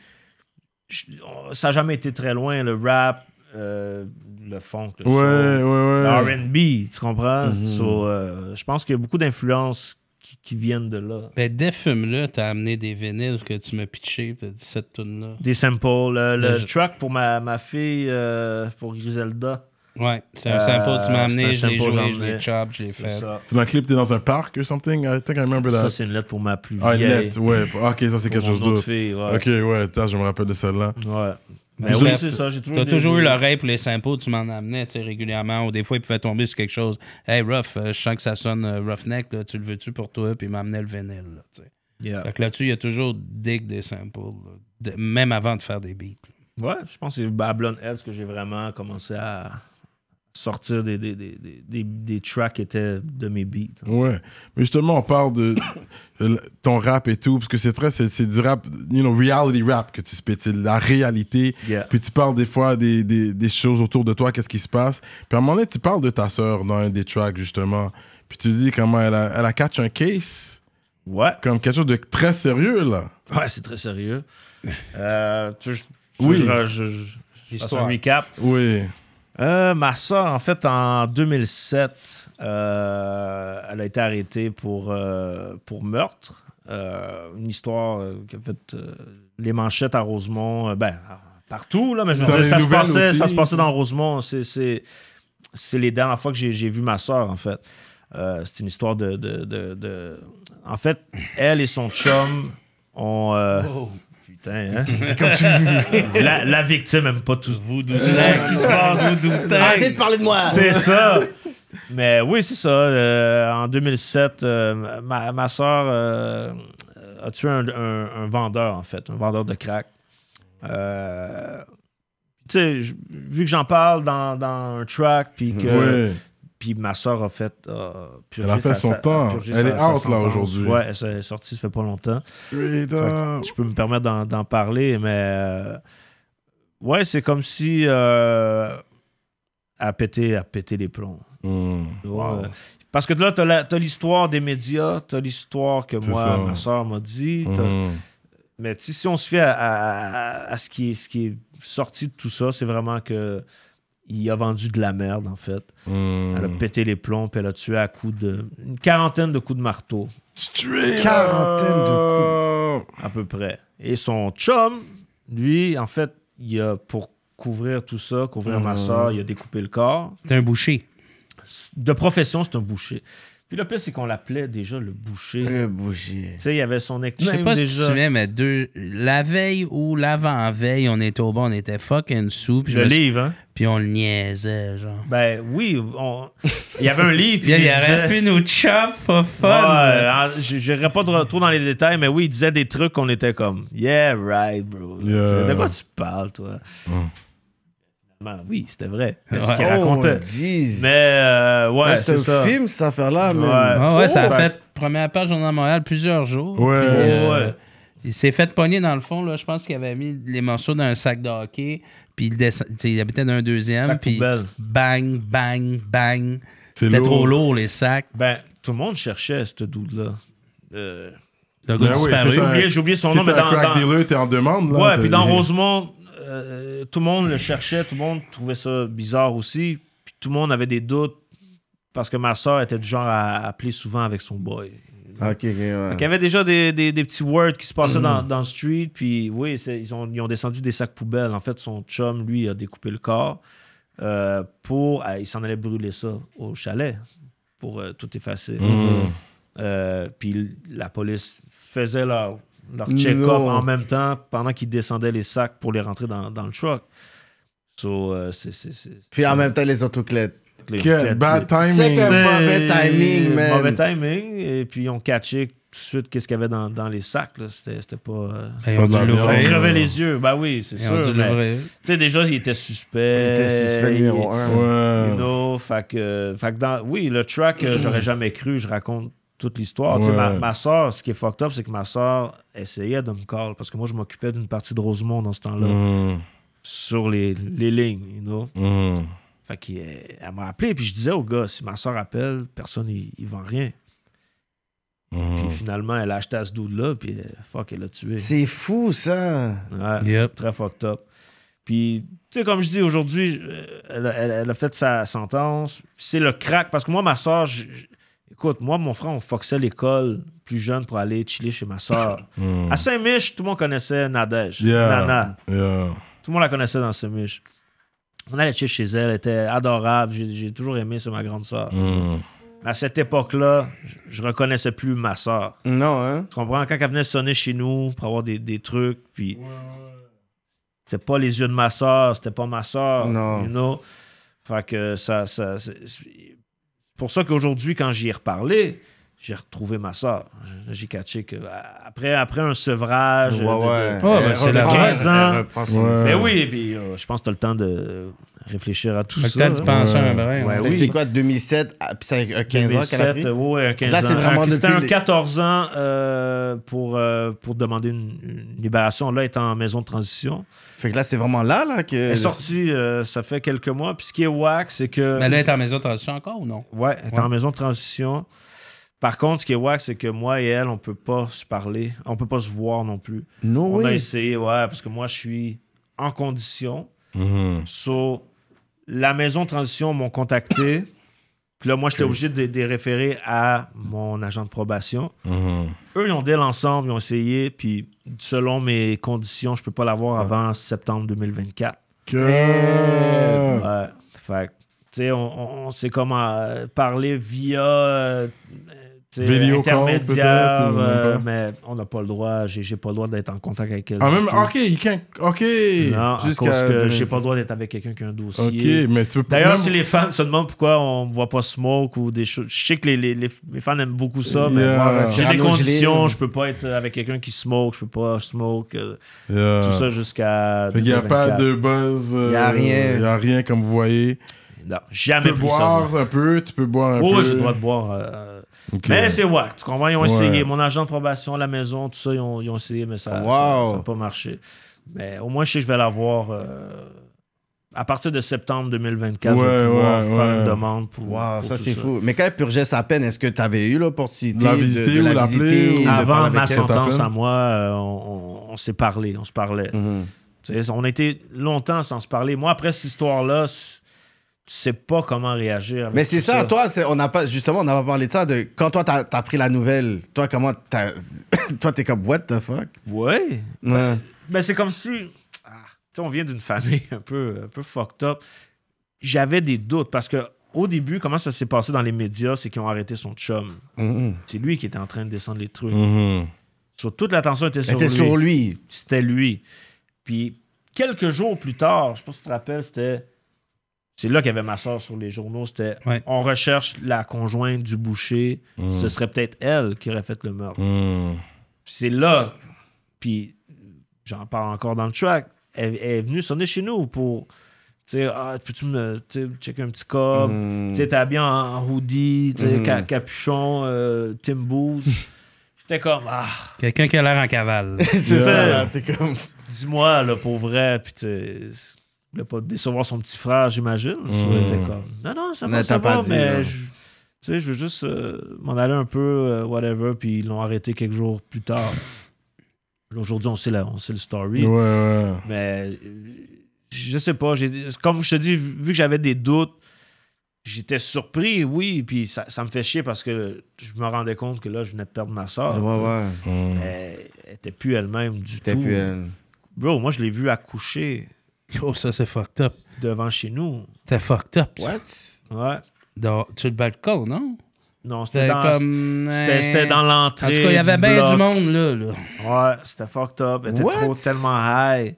je- on- ça n'a jamais été très loin. Le rap, euh, le funk, le
Ouais, ouais, Mm-hmm.
soul,
ouais.
le R&B, tu comprends? So, euh, je pense qu'il y a beaucoup d'influences qui, qui viennent de là.
Ben, défume-le, t'as amené des vinyles que tu m'as pitché, t'as dit cette tune-là.
Des samples, le, le
Je-
track pour ma, ma fille, euh, pour Griselda.
Ouais, c'est
Euh,
un sample, tu m'as amené,
c'est
je
un
l'ai
sample,
joué,
j'en
je l'ai
ai.
chop, je l'ai
C'est
fait.
ça.
C'est dans le clip, t'es dans un parc or something? I think I remember that.
Ça, c'est une lettre pour ma plus
Ah, une
vieille.
lettre, ouais. Ok, ça, c'est
pour
quelque
mon
chose
autre
d'autre.
fille, ouais.
Ok, ouais, putain, je me rappelle de celle-là.
Ouais. Mais
Mais
oui,
bref,
c'est ça, j'ai toujours,
T'as
des-
toujours eu
des-
l'oreille pour les samples, tu m'en amenais tu sais, régulièrement, ou des fois il pouvait tomber sur quelque chose. Hey, rough, euh, je sens que ça sonne euh, roughneck, là, tu le veux-tu pour toi, puis il m'amenait le vinyle. Là, tu sais.
Yeah.
Fait que là-dessus, il y a toujours dig des samples, là, de- même avant de faire des beats. là.
Ouais, je pense que c'est à Blonde Heads que j'ai vraiment commencé à sortir des, des, des, des, des, des tracks qui étaient de mes beats.
Ouais. Mais justement, on parle de [coughs] de ton rap et tout, parce que c'est très, c'est c'est du rap, you know, reality rap que tu spits, c'est la réalité.
Yeah.
Puis tu parles des fois des, des, des choses autour de toi, qu'est-ce qui se passe. Puis à un moment donné, tu parles de ta sœur dans un des tracks, justement. Puis tu dis comment elle a, elle a catch un case,
Ouais.
comme quelque chose de très sérieux, là.
Ouais, c'est très sérieux. Euh, tu, veux- je- tu
Oui.
veux que Je, je, je, je fasse un
L'histoire.
recap.
Oui.
Euh, ma soeur, en fait, en 2007, euh, elle a été arrêtée pour, euh, pour meurtre. Euh, une histoire euh, qui a fait euh, les manchettes à Rosemont, euh, ben, partout, là, mais je veux
Dans
dire,
les
ça se,
nouvelles
passait,
aussi.
ça se passait dans Rosemont. C'est- C'est c'est les dernières fois que j'ai j'ai vu ma soeur, en fait. Euh, c'est une histoire de, de, de- de- En fait, elle et son chum ont... euh, Putain, [laughs] hein? la, la victime aime pas tout, tout ce qui se passe.
Arrêtez de parler de moi.
C'est ça. Mais oui, c'est ça. Euh, en 2007, euh, ma, ma soeur a tué un, un- un vendeur, en fait, un vendeur de crack. Euh, tu sais, j- vu que j'en parle dans, dans un track, puis que
Mhm. Ouais.
puis ma soeur a fait. a purgé
Elle a fait
sa-
son
sa-
temps.
a purgé
Elle
sa-
est
sa
out, là,
sentence.
aujourd'hui.
Ouais, elle s- elle est sortie, ça fait pas longtemps.
Freedom.
Je peux me permettre d'en- d'en parler, mais euh, ouais, c'est comme si euh, à péter, à péter les plombs.
Mm.
Ouais. Parce que là, t'as la- t'as l'histoire des médias, t'as l'histoire que
C'est
moi,
ça.
ma soeur m'a dit. t'as-
Mm.
Mais tu sais, si on se fait à, à- à- à ce, qui est, ce qui est sorti de tout ça, c'est vraiment que il a vendu de la merde, en fait.
Mm.
Elle a pété les plombs, puis elle a tué à coups de... Une quarantaine de coups de marteau,
Straight
Quarantaine
de coups.
à peu près. Et son chum, lui, en fait, il a, pour couvrir tout ça, couvrir ma soeur, il a découpé le corps.
T'es un boucher.
De profession, c'est un boucher. Puis le pire, c'est qu'on l'appelait déjà le boucher.
Le bouger.
Tu sais, il y avait son
Je
nickname
sais pas si tu te
déjà.
souviens, mais deux, la veille ou l'avant-veille, on était au bon, on était fucking sous, puis, je
le
me suis-
livre, hein?
puis on le niaisait, genre.
Ben oui, on- il y avait un livre. puis
Puis là, il
disait-
aurait pu nous chop for
Ouais,
fun.
alors, je n'irai pas trop- trop dans les détails, mais oui, il disait des trucs qu'on était comme Yeah, right, bro. Tu sais, De quoi tu parles, toi? Finalement, oui, c'était vrai. C'est ce qu'il
Oh,
racontait.
jeez.
Mais euh, ouais,
Ouais, c'est
c'est ça.
un film, cette affaire-là,
Ouais.
man.
Ah ouais, ça a
Oh!
fait première page Journal de Montréal plusieurs jours.
Ouais.
Puis, euh,
Ouais.
Il s'est fait pogner dans le fond, là. Je pense qu'il avait mis les morceaux dans un sac de hockey, puis il, descend- tu sais, il habitait dans un deuxième,
Sac
puis
poubelle.
bang, bang, bang.
C'est
C'était
lourd.
trop lourd, les sacs.
Ben, tout le monde cherchait ce dude-là. Euh,
Le
Ben
gars
oui,
disparu.
c'est un-
oublié- j'ai oublié son
Si
nom, mais
t'es un
dans,
crack
dans,
dealer, t'es en demande, là.
Ouais,
t'es-
puis dans Rosemont, euh, tout le monde le cherchait, tout le monde trouvait ça bizarre aussi. Puis tout le monde avait des doutes parce que ma soeur était du genre à appeler souvent avec son boy.
Ok, ok, ouais. Mm.
Donc, il y avait déjà des, des- des petits words qui se passaient dans, dans le street. Puis oui, c'est- ils ont, ils ont descendu des sacs poubelles. En fait, son chum, lui, a découpé le corps euh, pour. ah, il s'en allait brûler ça au chalet pour euh, tout effacer.
Mm.
Euh, puis la police faisait leur, leur check-up
Non.
en même temps pendant qu'ils descendaient les sacs pour les rentrer dans, dans le truck. So, euh, c'est- c'est- c'est-
Puis en
c'est-
même temps, les autoclettes.
les- les-
Quel bad
C'est
timing.
que-
T'sais,
Mauvais timing, man.
Mauvais timing. Et puis, ils ont catché tout de suite qu'est-ce qu'il y avait dans, dans les sacs. là. C'était c'était pas. euh,
Ben, ils ont
Pas de
dû
la
Ils ont
Ouais.
l'ouvrir.
crevé les yeux. Ben oui, c'est
Ils ont
sûr.
dû
mais,
l'ouvrir.
Tu sais, déjà, ils étaient suspects.
C'était suspect numéro
Ils-
un.
you
Ouais.
know, Fait que, euh, fait que dans, oui, le track, euh, j'aurais jamais cru, je raconte toute l'histoire. Tu sais,
Ouais.
Ma, ma soeur, ce qui est fucked up, c'est que ma soeur essayait de me call parce que moi, je m'occupais d'une partie de Rosemont dans ce temps-là,
Mm.
sur les, les lignes, you know.
Mm,
Fait qu'elle elle m'a appelé, puis je disais au gars, si ma soeur appelle, personne, il, il vend rien.
mm.
Puis finalement, elle a acheté à ce dude-là, puis euh, fuck, elle l'a tué.
C'est fou, ça.
Ouais,
Yep.
c'est très fucked up. Puis, tu sais, comme je dis, aujourd'hui, je- euh, elle, a- elle- elle a fait sa sentence. C'est le crack. Parce que moi, ma soeur, je- je- écoute, moi, mon frère, on foxait l'école plus jeune pour aller chiller chez ma soeur. À Saint-Mich, tout le monde connaissait Nadège.
Yeah.
Nana.
Yeah.
Tout le monde la connaissait dans Saint-Mich. On allait chiller chez elle. Elle était adorable. J'ai j'ai toujours aimé, c'est ma grande soeur.
Mm.
Mais à cette époque-là, je, je reconnaissais plus ma soeur.
Non, hein?
Tu comprends? Quand elle venait sonner chez nous pour avoir des, des trucs, puis. C'était pas les yeux de ma soeur, c'était pas ma soeur.
Non.
you know? Fait que ça. ça c'est c'est pour ça qu'aujourd'hui, quand j'y ai reparlé, j'ai retrouvé ma soeur. J'ai catché que. Après, après un sevrage.
Ouais,
de- de-
ouais.
de-
Ouais, ben, c'est la
Reprends-
vraie, ça.
elle reprend son-
Ouais.
Mais oui, puis euh, je pense que t'as le temps de réfléchir à tout
Fait que
ça.
t'as dû penser à un
hein.
brin.
Ouais,
hein.
Fait que
oui.
C'est quoi, 2007, à- ah, puis c'est à 15 ans qu'elle a
2007,
pris?
euh, ouais, un 15
Là, c'est
ans.
vraiment
Un- C'était
depuis
un
les-
14 ans euh, pour, euh, pour demander une, une libération. Là, elle est en maison de transition.
Fait que là, c'est vraiment là, là, que...
Elle est sortie, euh, ça fait quelques mois. Puis ce qui est whack, c'est que.
Mais là, elle est en maison de transition encore ou non?
Ouais, elle est en maison de transition. Par contre, ce qui est whack, c'est que moi et elle, on peut pas se parler. On peut pas se voir non plus.
No
on a
way.
essayé, ouais, parce que moi, je suis en condition.
Mhm.
So, la maison de transition m'ont contacté. Puis là, moi, j'étais obligé de, de les référer à mon agent de probation.
Mhm.
Eux, ils ont deal ensemble, ils ont essayé. Puis, selon mes conditions, je peux pas l'avoir avant septembre 2024.
Que-
Ouais. Fait que, tu sais, on, on- on sait comment euh, parler via euh, tu sais,
Vidéo call,
intermédiaire,
peut-être, ou même
euh,
pas.
mais on n'a pas le droit, j'ai j'ai pas le droit d'être en contact avec elle.
Ah,
du
même,
tout.
ok, you can't- ok.
Non, à cause
Jusqu'à
que
2000.
j'ai pas le droit d'être avec quelqu'un qui a un dossier.
Ok, mais tu peux
D'ailleurs,
même-
si les fans se demandent pourquoi on ne voit pas Smoke ou des choses, je sais que les, les, les- les fans aiment beaucoup ça, mais
Yeah.
Ouais,
j'ai des
Cyrano
conditions,
Gelé.
je peux pas être avec quelqu'un qui smoke, je peux pas smoke, euh,
Yeah.
tout ça jusqu'à.
Fait qu'il n'y a pas
2024.
de buzz. Il
Y a rien.
Il n'y a rien, comme vous voyez.
Non,
Tu
jamais
peux
plus ça. moi.
boire un peu, tu peux boire un
Oui,
peu.
j'ai le droit de boire. euh,
Ok.
Mais c'est wack. Tu comprends? Ils ont
Ouais.
essayé. Mon agent de probation, la maison, tout ça, ils ont, ils ont essayé, mais ça n'a
Wow.
pas marché. Mais au moins, je sais que je vais l'avoir euh, à partir de septembre 2024. je
Ouais,
vais pouvoir
ouais,
faire
ouais.
une demande pour.
Wow,
pour
ça,
tout
c'est fou. Mais quand elle purgeait sa peine, est-ce que t'avais eu l'opportunité
La
de-
visiter
de
ou
la
l'appeler
visiter,
ou-
de parler
Avant
avec
ma
elle?
sentence
t'appelles?
à moi, euh, on, on- on s'est parlé, on se parlait.
Mhm.
Tu sais, on était longtemps sans se parler. Moi, après cette histoire-là, c- tu sais pas comment réagir. avec
Mais c'est
tout
ça, toi, c'est- on n'a pas, justement, on n'a pas parlé de ça, de quand toi, t'as as pris la nouvelle, toi, comment t'as, [coughs] toi, t'es comme, what the fuck?
Ouais.
Ouais.
Ben, c'est comme si. Ah, tu sais, on vient d'une famille [laughs] un peu, un peu fucked up. J'avais des doutes parce que au début, comment ça s'est passé dans les médias, c'est qu'ils ont arrêté son chum.
Mhm.
C'est lui qui était en train de descendre les trucs.
Mhm.
Sur toute l'attention était
Mm. Elle
sur
était
lui.
sur lui.
C'était lui. Puis quelques jours plus tard, je sais pas si tu te rappelles, c'était. C'est là qu'il y avait ma soeur sur les journaux. C'était
Ouais.
on recherche la conjointe du boucher. Ce serait peut-être elle qui aurait fait le meurtre.
Mhm.
Puis c'est là, puis j'en parle encore dans le track, elle, elle est venue sonner chez nous pour, tu sais, ah, peux-tu me tu sais, checker un petit cob? Tu sais, t'es habillé en, en hoodie, tu sais, ca- capuchon, euh, Timbooz. J'étais comme, ah,
Quelqu'un qui a l'air en cavale.
[laughs] c'est
Yeah.
ça, là, t'es comme.
dis-moi, là, pour vrai, puis tu sais, c'est- il voulait pas décevoir son petit frère, j'imagine. So, elle était comme, non, non, ça
Mais
va, ça
t'as pas
va,
dit, là.
mais je, tu sais, je veux juste euh, m'en aller un peu, euh, whatever, puis ils l'ont arrêté quelques jours plus tard. Là, Aujourd'hui, on sait, la, on sait le story.
Ouais, ouais.
Mais euh, je sais pas. j'ai- Comme je te dis, vu que j'avais des doutes, j'étais surpris, oui. Puis ça, ça me fait chier parce que je me rendais compte que là, je venais de perdre ma soeur.
Ouais, ouais.
Mhm.
Elle elle était plus elle-même du
T'es
tout.
plus elle.
Bro, moi, je l'ai vue accoucher
Oh, ça, c'est fucked up.
devant chez nous.
C'était fucked up. ça.
What?
Ouais.
Dans- sur le balcon, non?
Non, c'était
C'était
dans,
comme. euh,
c'était- c'était dans l'entrée.
En tout cas, il y avait
du
bien du
bloc.
monde, là. là.
Ouais, c'était fucked up. Elle était
What?
trop tellement high,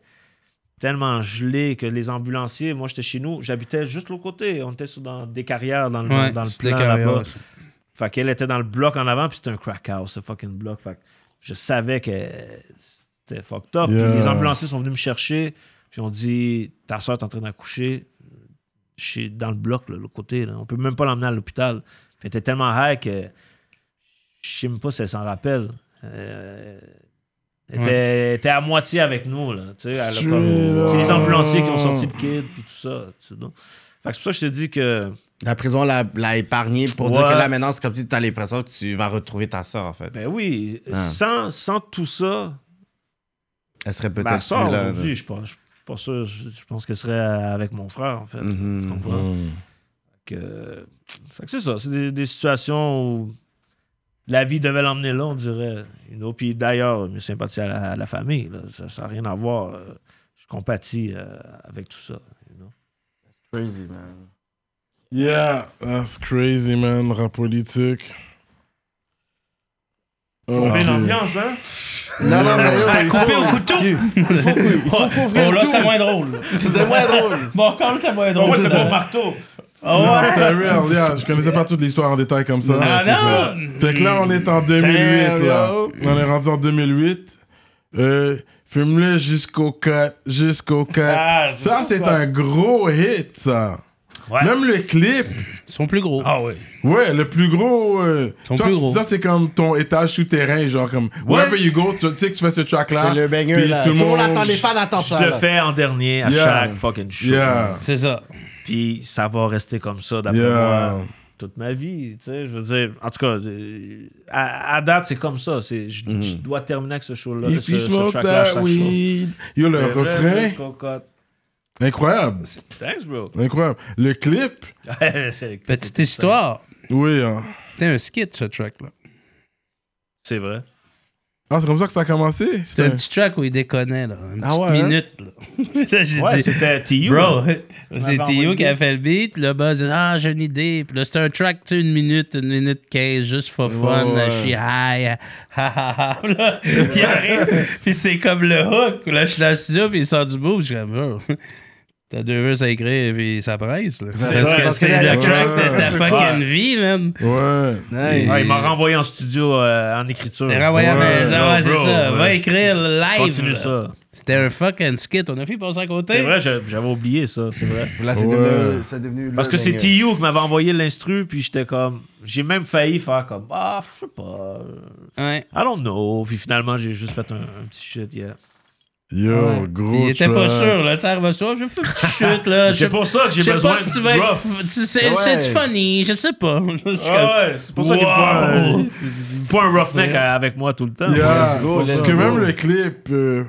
tellement gelée que les ambulanciers, moi j'étais chez nous, j'habitais juste l'autre côté. On était sur, dans des carrières dans le,
Ouais,
dans le
c'était
plan
carré,
là-bas.
ouais.
Fait qu'elle était dans le bloc en avant, puis c'était un crack house, ce fucking bloc. Fait que je savais que c'était fucked up. Puis
Yeah.
les ambulanciers sont venus me chercher, puis ont dit Ta soeur est en train d'accoucher. chez, dans le bloc, là, le côté. Là. On peut même pas l'emmener à l'hôpital. Puis elle était tellement high que je sais même pas si elle s'en rappelle. Euh, elle était, elle était à moitié avec nous. Là, tu sais, elle a
Tu-
comme- c'est les ambulanciers qui ont sorti le kid, puis tout ça. tu sais, donc. Fait que c'est pour ça que je te dis que.
La prison l'a, l'a épargné pour dire
Ouais.
que là, maintenant, c'est comme si tu as l'impression que tu vas retrouver ta soeur, en fait.
Ben oui,
Ah.
sans, sans tout ça,
Elle serait peut-être
ma soeur
plus là,
aujourd'hui, je pense. Je suis pas sûr, je je pense qu'elle serait avec mon frère, en fait.
Mhm.
Tu comprends?
Mm.
Fait que- fait que c'est ça. C'est des, des situations où la vie devait l'emmener là, on dirait. You know? Puis d'ailleurs, mes sympathies à la, à la famille, là, ça n'a rien à voir. euh, Je compatis euh, avec tout ça. you know.
là. Crazy, man.
Yeah, that's crazy, man, rap politique.
On met
Ok.
l'ambiance, hein?
Non, non, mais
Ça a
il faut-
coupé au couteau!
il faut couvrir
Bon, là,
tout.
c'était moins drôle. là.
[laughs] C'est moins drôle.
[laughs] Bon, quand même, c'était moins drôle.
Moi,
c'est
c'est mon
ça.
Non,
marteau!
c'était Ah real, yeah. Je connaissais pas toute l'histoire en détail comme ça.
Ah,
C'est
non.
vrai. Fait que là, on est en 2008,
Damn,
là.
yo.
On est rendu en 2008. Euh, Fume-le jusqu'au 4, jusqu'au 4.
Ah,
ça,
jusqu'au
c'est
cut.
un gros hit, ça.
Ouais.
Même le clip,
Ils sont plus gros.
Ah oui.
ouais, le plus gros. euh,
Son
toi,
plus gros.
Ça, c'est comme ton étage souterrain, genre comme.
Ouais.
Wherever you go, tu tu sais que tu fais ce track-là.
C'est le banger,
puis
là.
Tout le monde
attend, les fans attendent
Je
ça.
te
là.
fais en dernier à
Yeah.
chaque fucking show.
Yeah.
C'est ça.
Puis ça va rester comme ça, d'après
Yeah.
moi, toute ma vie. Tu sais, je veux dire, en tout cas, euh, à, à date, c'est comme ça. C'est, je, je
Mm-hmm.
dois terminer avec ce show-là.
If
ce,
you
ce
smoke
track-là,
that
chaque
weed. Yo, le
show.
refrain.
Let's go, cut.
Incroyable.
Thanks, bro. [laughs]
Incroyable. Le clip.
Petite histoire.
Oui. hein.
C'était un skit, ce track-là.
C'est vrai.
Ah, c'est comme ça que ça a commencé?
C'était un petit track où il déconnait, là. Une
Ah
petite
ouais, hein?
minute, là. [laughs] là j'ai
Ouais,
dit,
c'était hein. T.U.
Bro,
m'avait
[laughs] c'est
envoyé
Tio
le
qui a
beat.
fait le beat. Le buzz, ah, j'ai une idée. Puis là, c'était un track, tu sais, une minute, une minute quinze, juste for fun.
ouais.
Je suis high. Ha, ha, ha. Là, Puis
[laughs]
il arrive, puis c'est comme le hook. Là, je suis dans le studio, puis il sort du bout. Je suis comme, bro, [laughs] t'as deux verses à écrire, puis ça presse. là.
C'est
Parce
ça,
que
parce
c'est
que la
le track
culture,
de ta
c'est
fucking
clair.
vie, man.
Ouais.
Nice.
Ah, il m'a renvoyé en studio euh, en écriture.
T'es renvoyé à la
Ouais.
maison,
Non,
ouais, c'est
bro,
ça.
ouais.
Va écrire live.
Continue
là.
ça.
C'était un fucking skit. On a fait passer à côté.
C'est vrai, j'a- j'avais oublié ça, c'est vrai.
Là, c'est
Ouais.
devenu, c'est devenu.
Parce
le
que c'est
banger.
ben, euh,
T.U. qui m'avait envoyé l'instru, puis j'étais comme... J'ai même failli faire comme... Ah, je sais pas...
Ouais.
I don't know. Puis finalement, j'ai juste fait un, un petit shit,
Euh,
yeah.
Yo,
Ouais.
gros
Il était
track.
pas sûr, hein. là. Tu sais, arrive soir, je fais une petite chute, là.
C'est pour ça que [laughs]
Je
j'ai
sais
besoin
pas si tu vas être.
rough.
f- tu- C'est
Ouais.
c'est funny, je sais pas. [laughs] C'est comme-
Ah ouais, c'est pour ça qu'il me faut un-
Wow.
il me faut un roughneck à- avec moi tout le temps.
Yeah.
go,
Parce
let's
que
go.
même le clip. euh,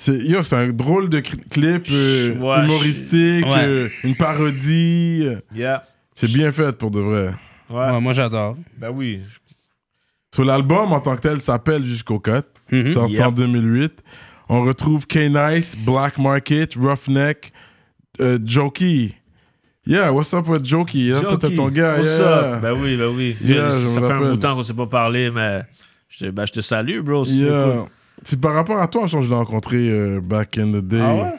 c'est, yo, c'est un drôle de cri- clip euh,
Ouais,
humoristique,
je- ouais.
euh, une parodie. euh,
Yeah.
C'est bien fait pour de vrai.
Ouais.
Ouais, moi, j'adore.
Ben oui.
Sur l'album en tant que tel s'appelle Jusqu'au Cut,
Mm-hmm.
sorti en 2008. On retrouve K-Nice, Black Market, Roughneck, euh, Jokey. Yeah, what's up with Jokey? Yeah, c'était ton gars.
What's
yeah.
up? Ben oui, ben oui.
Yeah, je me
ça fait un
rappelle.
bout de temps qu'on s'est pas parlé, mais je te, ben, je te salue, bro. si tu
Yeah.
m'écoutes.
C'est par rapport à toi, je pense que je l'ai rencontré euh, back in the day.
Ah ouais?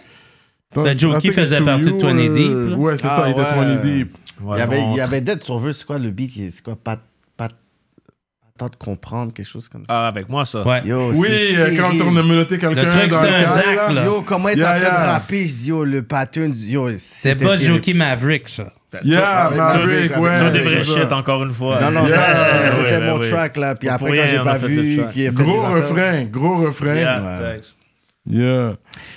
Attends,
Ben, Jokey
I think
faisait
it's to
partie
you,
de 20 Deep, là.
euh, Ouais, c'est
Ah
ça, il était
ouais.
20 Deep.
Ouais,
Il y avait,
on-
il y avait Dead Survey, c'est quoi le beat qui- C'est quoi Pas pas pas de comprendre quelque chose comme ça.
Ah, avec moi, ça.
Ouais.
Yo,
Oui,
c'est
euh, quand
terrible.
on a menotté quelqu'un
truc,
dans
c'était
le
un
cadre,
Zach,
là.
là.
Yo, comment il est
Yeah,
en train de
yeah.
rapper Je dis, yo, le pattern, du- yo,
C'est
c'était
pas
terrible.
Jockey Maverick, ça.
Yeah,
Avec
Maverick,
Maverick, avec
T'as
ouais.
des
Maverick.
vrais
c'est
shit,
ça.
encore une fois.
Non, non,
Yeah.
ça,
Ouais,
c'était
ouais, ben
mon
ouais.
track, là. Puis
Pas
après,
pour
quand
rien,
j'ai
on a
pas
fait
vu,
le track.
qui a fait
Gros
des affaires.
refrain, gros refrain. Yeah.
Yeah, thanks.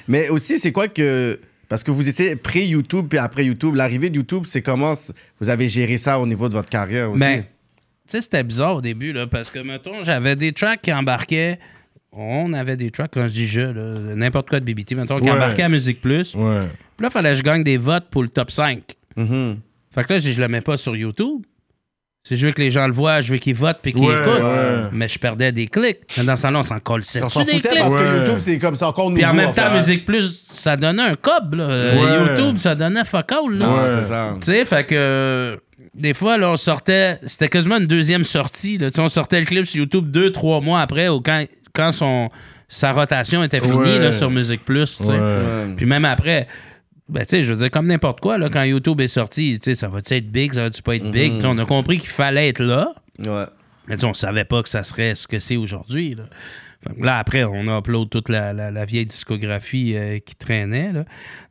Mais aussi, c'est quoi que. Parce que vous étiez pré-YouTube puis après YouTube. L'arrivée de YouTube, c'est comment c- vous avez géré ça au niveau de votre carrière aussi?
Mais, tu sais, c'était bizarre au début, là, parce que, mettons, j'avais des tracks qui embarquaient. On avait des tracks, quand je dis je, là, n'importe quoi de BBT, mettons, qui
Ouais.
embarquaient à Musique Plus.
Ouais.
Puis là, fallait que je gagne des votes pour le top 5.
Mhm.
Fait que là, je, je le mets pas sur YouTube. Si je veux que les gens le voient, je veux qu'ils votent puis qu'ils
Ouais,
écoutent.
ouais.
Mais je perdais des clics. Mais Dans ce temps-là, on s'en colle
Ça s'en
des
foutait
clics.
parce
Ouais.
que YouTube, c'est comme ça encore nouveau.
Puis en même temps,
enfin.
Musique Plus, ça donnait un cob. là. Euh,
Ouais.
YouTube, ça donnait fuck all. là.
Non,
Ouais.
c'est ça.
Tu sais, fait que euh, des fois, là, on sortait, c'était quasiment une deuxième sortie. Là. Tu sais, On sortait le clip sur YouTube deux, trois mois après, ou quand, quand son, sa rotation était finie
Ouais.
là, sur Musique Plus. tu sais.
Ouais.
Ouais.
Mm. Puis même après, ben, tu sais, je veux dire, comme n'importe quoi,
Mm.
là,
Mm-hmm.
quand YouTube est sorti, tu sais, ça va-tu être big, ça va-tu pas être big? Tu sais, On a compris qu'il fallait être là.
Ouais.
Mais tu sais, on savait pas que ça serait ce que c'est aujourd'hui. Là. Fait que là, après, on upload toute la, la- la vieille discographie euh, qui traînait. là.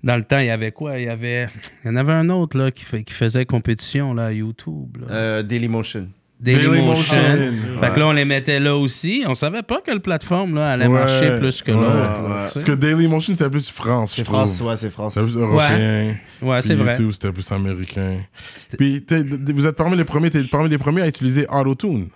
Dans le temps, il y avait quoi? Il y avait. Il y en avait un autre là, qui, fait- qui faisait compétition là, à YouTube. là.
Euh, Dailymotion.
Dailymotion.
Dailymotion.
Fait que là, on les mettait là aussi. On savait pas quelle plateforme là, allait
Ouais.
marcher plus que
Ouais,
l'autre. là,
ouais.
tu sais.
Parce que Dailymotion, c'est plus France.
C'est
je
France,
trouve.
ouais, c'est France.
C'était plus européen.
Ouais, c'est
Puis
vrai.
YouTube, c'était plus américain.
C'était-
Puis t'es- vous êtes parmi les premiers, t'es parmi les premiers à utiliser AutoTune.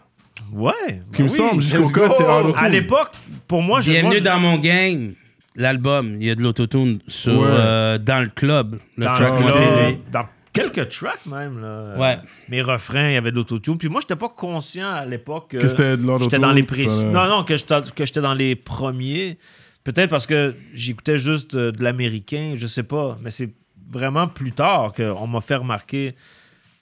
Ouais. bah
Qui me
oui.
semble, jusqu'au
let's
code,
go.
c'est AutoTune.
À l'époque, pour moi, je. moi,
Bienvenue
je-
dans mon game. L'album, il y a de l'autotune sur
Ouais.
euh, dans le club. Le
dans,
track
là,
listing.
dans quelques tracks même. Là,
Ouais.
Euh, Mes refrains, il y avait de l'autotune. Puis moi, j'étais pas conscient à l'époque
Que c'était de l'autotune,
J'étais dans les
ça,
précis.
là.
Non, non, que j'étais que j'étais dans les premiers. Peut-être parce que j'écoutais juste euh, de l'américain, je sais pas. Mais c'est vraiment plus tard qu'on m'a fait remarquer.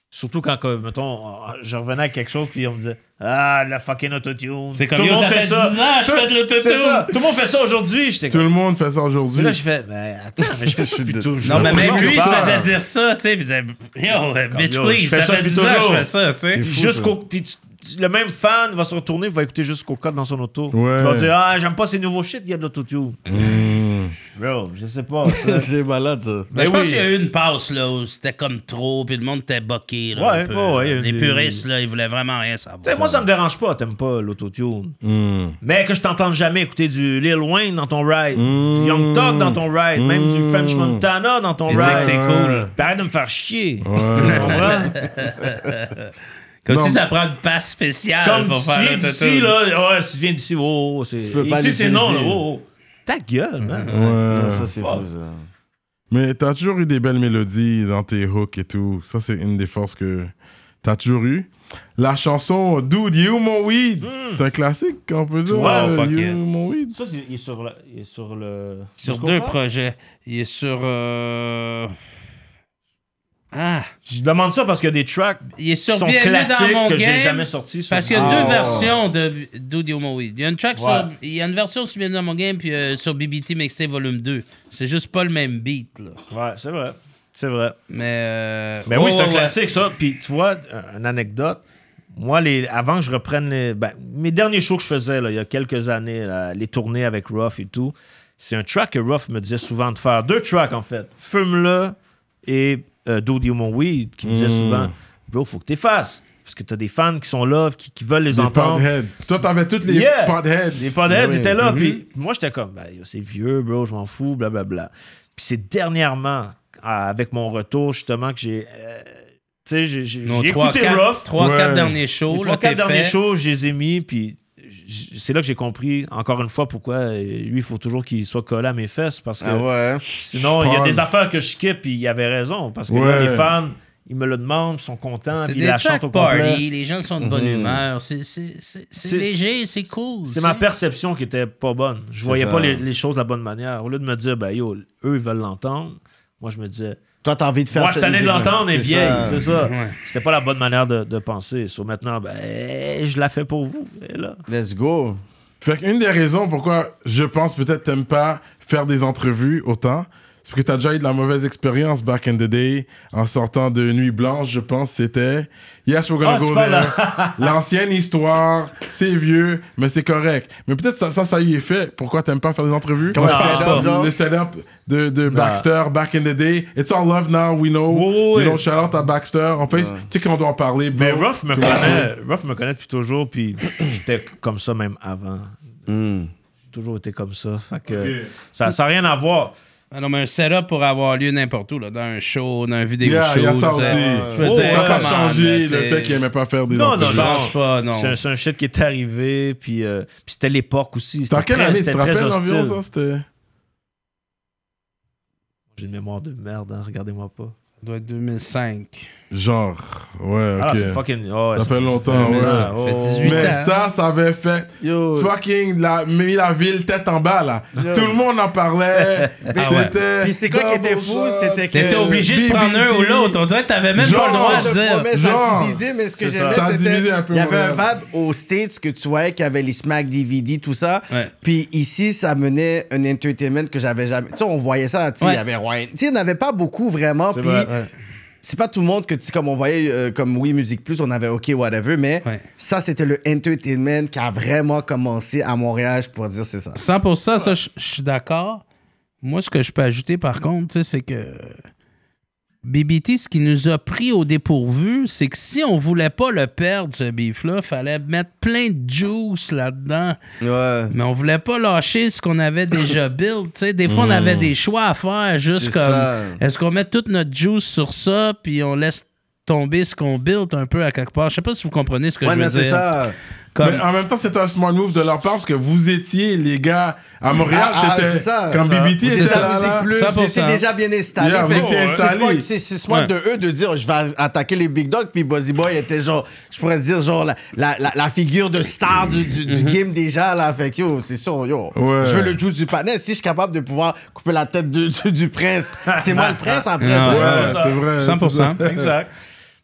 Surtout quand, que, mettons, je revenais à quelque chose, puis on me disait Ah, la fucking autotune.
C'est comme,
Tout le
yo,
monde
ça
fait
fait
ça.
10 ans, je fais de l'autotune.
C'est ça. Tout le monde fait ça aujourd'hui. J'étais
Tout
comme.
le monde fait ça
Puis
aujourd'hui.
là, je fais, mais attends, mais je fais ça
[laughs]
depuis toujours.
Non, mais même
Non,
lui, il se
non.
faisait dire ça, tu sais. Il disait, yo, euh, bitch,
yo,
please,
je fais
ça,
ça
fait
depuis
10 ans que
toujours.
je fais ça, tu sais.
Puis jusqu'au. Puis tu- tu- le même fan va se retourner, va écouter jusqu'au code dans son auto.
Ouais.
Il va dire, ah, j'aime pas ces nouveaux shit, il y a de l'autotune.
Mmh,
Bro, je sais pas.
[laughs]
[laughs]
ça.
c'est malade, ça.
Mais je
Ben
pense
oui.
qu'il y a eu une passe là, où c'était comme trop, puis le monde était boqué. Là,
Ouais,
un peu,
ouais, ouais,
là.
il y a eu
Les
des-
puristes, là, ils voulaient vraiment rien
Tu sais,
savoir.
moi, ça me dérange pas, t'aimes pas l'autotune.
mmh,
Mais que je t'entende jamais écouter du Lil Wayne dans ton ride, du Young Thug dans ton ride, même du French Montana dans ton
Mm. Il dit
ride.
que c'est cool.
Puis Arrête de me faire chier.
Ouais.
Tu comprends?
Comme
Non,
si
mais-
ça prend une passe spéciale
Comme
pour
tu
Ah, faire
viens
l'autotune.
d'ici, là. Ouais, si tu viens d'ici, oh, oh, c'est.
peux pas
Ici,
l'utiliser.
c'est non, là. Oh, oh. Ta gueule, man.
Mm-hmm.
Ouais.
Ça, c'est fou, ça.
Mais t'as toujours eu des belles mélodies dans tes hooks et tout. Ça, c'est une des forces que t'as toujours eu. La chanson Dude, You Mon Weed, c'est un classique, on peut dire.
Wow,
euh,
Mmh. fuck
you
yeah.
Mon Weed.
Ça, c'est- il est sur, la- il est sur le.
Sur
Disco
deux
Park?
projets. Il est sur. euh, Ah!
Je demande ça parce qu'il y a des tracks
Il est
qui
sur
sont
Bienvenue
classiques
dans mon
que j'ai
game.
jamais sortis. Sur...
Parce qu'il y a
Ah,
deux
ouais.
versions de d'Audio Moïse. Il y a une track
Ouais.
sur. Il y a une version sur Bienvenue dans mon game, puis euh, sur BBT Mixtape Volume 2. C'est juste pas le même beat, là.
Ouais, c'est vrai. C'est vrai.
Mais. euh,
Mais
ouais,
Ben oui, c'est
ouais,
un
ouais.
classique, ça. Puis tu vois, un- une anecdote. Moi, les, avant que je reprenne les, ben, mes derniers shows que je faisais là, il y a quelques années, là, les tournées avec Ruff et tout, c'est un track que Ruff me disait souvent de faire. Deux tracks, en fait. Fume-le et euh, Do the Human Weed, qui me disait
Mm.
souvent Bro, faut que t'effaces. Parce que t'as des fans qui sont là, qui, qui veulent les
Des
entendre.
podheads. Toi, t'avais toutes les
Yeah.
podheads.
Les Podheads
Ouais.
étaient là.
Mhm.
Puis moi, j'étais comme, Ben, yo, c'est vieux, bro, je m'en fous, blablabla. Puis c'est dernièrement, à- avec mon retour, justement, que j'ai. euh, tu sais, j'ai j'ai-
Nos
j'ai
trois,
écouté
quatre,
Ruff.
trois,
Ouais.
quatre derniers shows.
Les
là,
trois, quatre
t'es
derniers
fait.
shows, je les ai mis. Puis j- c'est là que j'ai compris, encore une fois, pourquoi euh, lui, il faut toujours qu'il soit collé à mes fesses. Parce que
Ah ouais, hein?
sinon, il y a
pense.
des affaires que je kiffe, puis il avait raison. Parce que
Ouais.
là, les fans, ils me le demandent, ils sont contents,
C'est
hein, puis
des
ils la chantent
track
au complet.
party, les gens sont de
Mhm.
bonne humeur. C'est- c'est- C'est c'est
C'est-
léger, c'est cool.
C'est
tu
ma
sais.
perception qui était pas bonne. Je voyais
ça.
pas les, les choses de la bonne manière. Au lieu de me dire, ben yo, eux, ils veulent l'entendre, moi, je me disais,
Toi, t'as envie de faire
moi, je
cette
tenais de
musique-là.
l'entendre, et
C'est
vieille,
ça.
c'est ça.
Ouais.
C'était pas la bonne manière de, de penser. Sur maintenant, ben, je la fais pour vous. Et là.
Let's go.
Fait qu'une des raisons pourquoi je pense peut-être t'aimes pas faire des entrevues autant, c'est parce que t'as déjà eu de la mauvaise expérience back in the day en sortant de Nuit Blanche, je pense c'était Yes, we're gonna
Ah, tu
go
parles
there.
[laughs]
L'ancienne histoire, c'est vieux, mais c'est correct. Mais peut-être ça, ça, ça y est fait. Pourquoi t'aimes pas faire des entrevues
Comment
ça
Ah,
se
passe, genre?
Le setup de, de Baxter back in the day. It's all love now, we know.
Oui, oui, oui.
You know, shout out à Baxter. En fait, tu sais qu'on doit en parler.
Mais
bro.
Ruff me connaît, Ruff me connaît depuis toujours, puis j'étais comme ça même avant.
Hmm.
J'ai toujours été comme ça. Fait que ça n'a rien à voir.
Ah non, mais un setup pour avoir lieu n'importe où, là, dans un show, dans un vidéo
Yeah,
show.
il y a ça
tu sais.
aussi.
Je veux
Oh,
dire,
ouais.
Ça a pas
come on,
changé
là, tu
le
sais.
fait qu'il aimait pas faire des
Non, non,
entrevues.
Je pense pas, non.
C'est un, c'est un shit qui est arrivé, puis, euh, puis c'était l'époque aussi.
Dans
C'était
quelle
très-
année tu
c'était
te
très
rappelles environ
hostile.
ça C'était.
J'ai une mémoire de merde, hein, regardez-moi pas.
Ça doit être 2005.
Genre, ouais,
Ah, c'est
ok.
fucking. oh, ouais,
Ça
c'est-
fait longtemps,
fait
Ah ouais.
ça.
Ça fait
Oh.
18
Mais
ans.
ça, ça avait fait
Yo.
fucking la, mis la ville tête en bas là. Tout le monde
[laughs]
en parlait.
ouais.
C'était.
Ah, Puis c'est quoi qui était
double
fou,
shot.
c'était que-
T'étais
Euh,
obligé
BBT.
de prendre un ou l'autre. On dirait que t'avais même
Genre,
pas le droit de
Je
dire.
promets,
Genre.
ça a divisé, mais ce que
C'est
j'aimais,
ça.
Ça a divisé
c'était...
un peu,
Il y avait
ouais.
un vibe aux States que tu voyais qu'il y avait les Smack DVD, tout ça.
Ouais.
Puis ici, ça menait un entertainment que j'avais jamais... Tu sais, on voyait ça, tu sais,
Ouais.
il y avait Ryan... Tu sais, il n'y en avait pas beaucoup, vraiment, puis...
vrai, ouais.
c'est pas tout le monde que tu sais, comme on voyait euh, comme oui musique plus on avait ok whatever mais
Ouais.
ça c'était le entertainment qui a vraiment commencé à Montréal je pourrais dire c'est ça
100%, ça, je je suis d'accord. Moi, ce que je peux ajouter, par contre, tu sais, c'est que BBT, ce qui nous a pris au dépourvu, c'est que si on voulait pas le perdre, ce beef-là, fallait mettre plein de juice là-dedans.
ouais
Mais on voulait pas lâcher ce qu'on
[coughs]
avait déjà build. tu sais. Des fois, on avait des choix à faire, juste
Hmm. C'est
comme
ça.
est-ce qu'on met toute notre juice sur ça, puis on laisse tomber ce qu'on build un peu à quelque part. Je sais pas si vous comprenez ce que
ouais
je veux
mais
dire.
c'est ça
Comme-
Mais en même temps, c'était un smart move de leur part parce que vous étiez, les gars, à Montréal,
Ah, ah, c'est
c'était.
ça.
quand
Ça.
BBT
c'est
était
la
là. là.
musique plus
100%.
j'étais déjà bien installé
Yeah,
Fait
vous
que
étiez
c'est
installé.
smart- c'est c'est smart
Ouais.
de eux de dire je vais attaquer les big dogs puis Buzzy Boy était genre je pourrais dire genre la, la, la, la figure de star du, du, du game déjà là fait que yo c'est sûr yo
Ouais.
je veux le juice du panel si je suis capable de pouvoir couper la tête du, du, du prince c'est moi le prince après
Non,
tu sais.
Ouais,
ça.
c'est vrai.
100%.
c'est ça.
[laughs] Exact.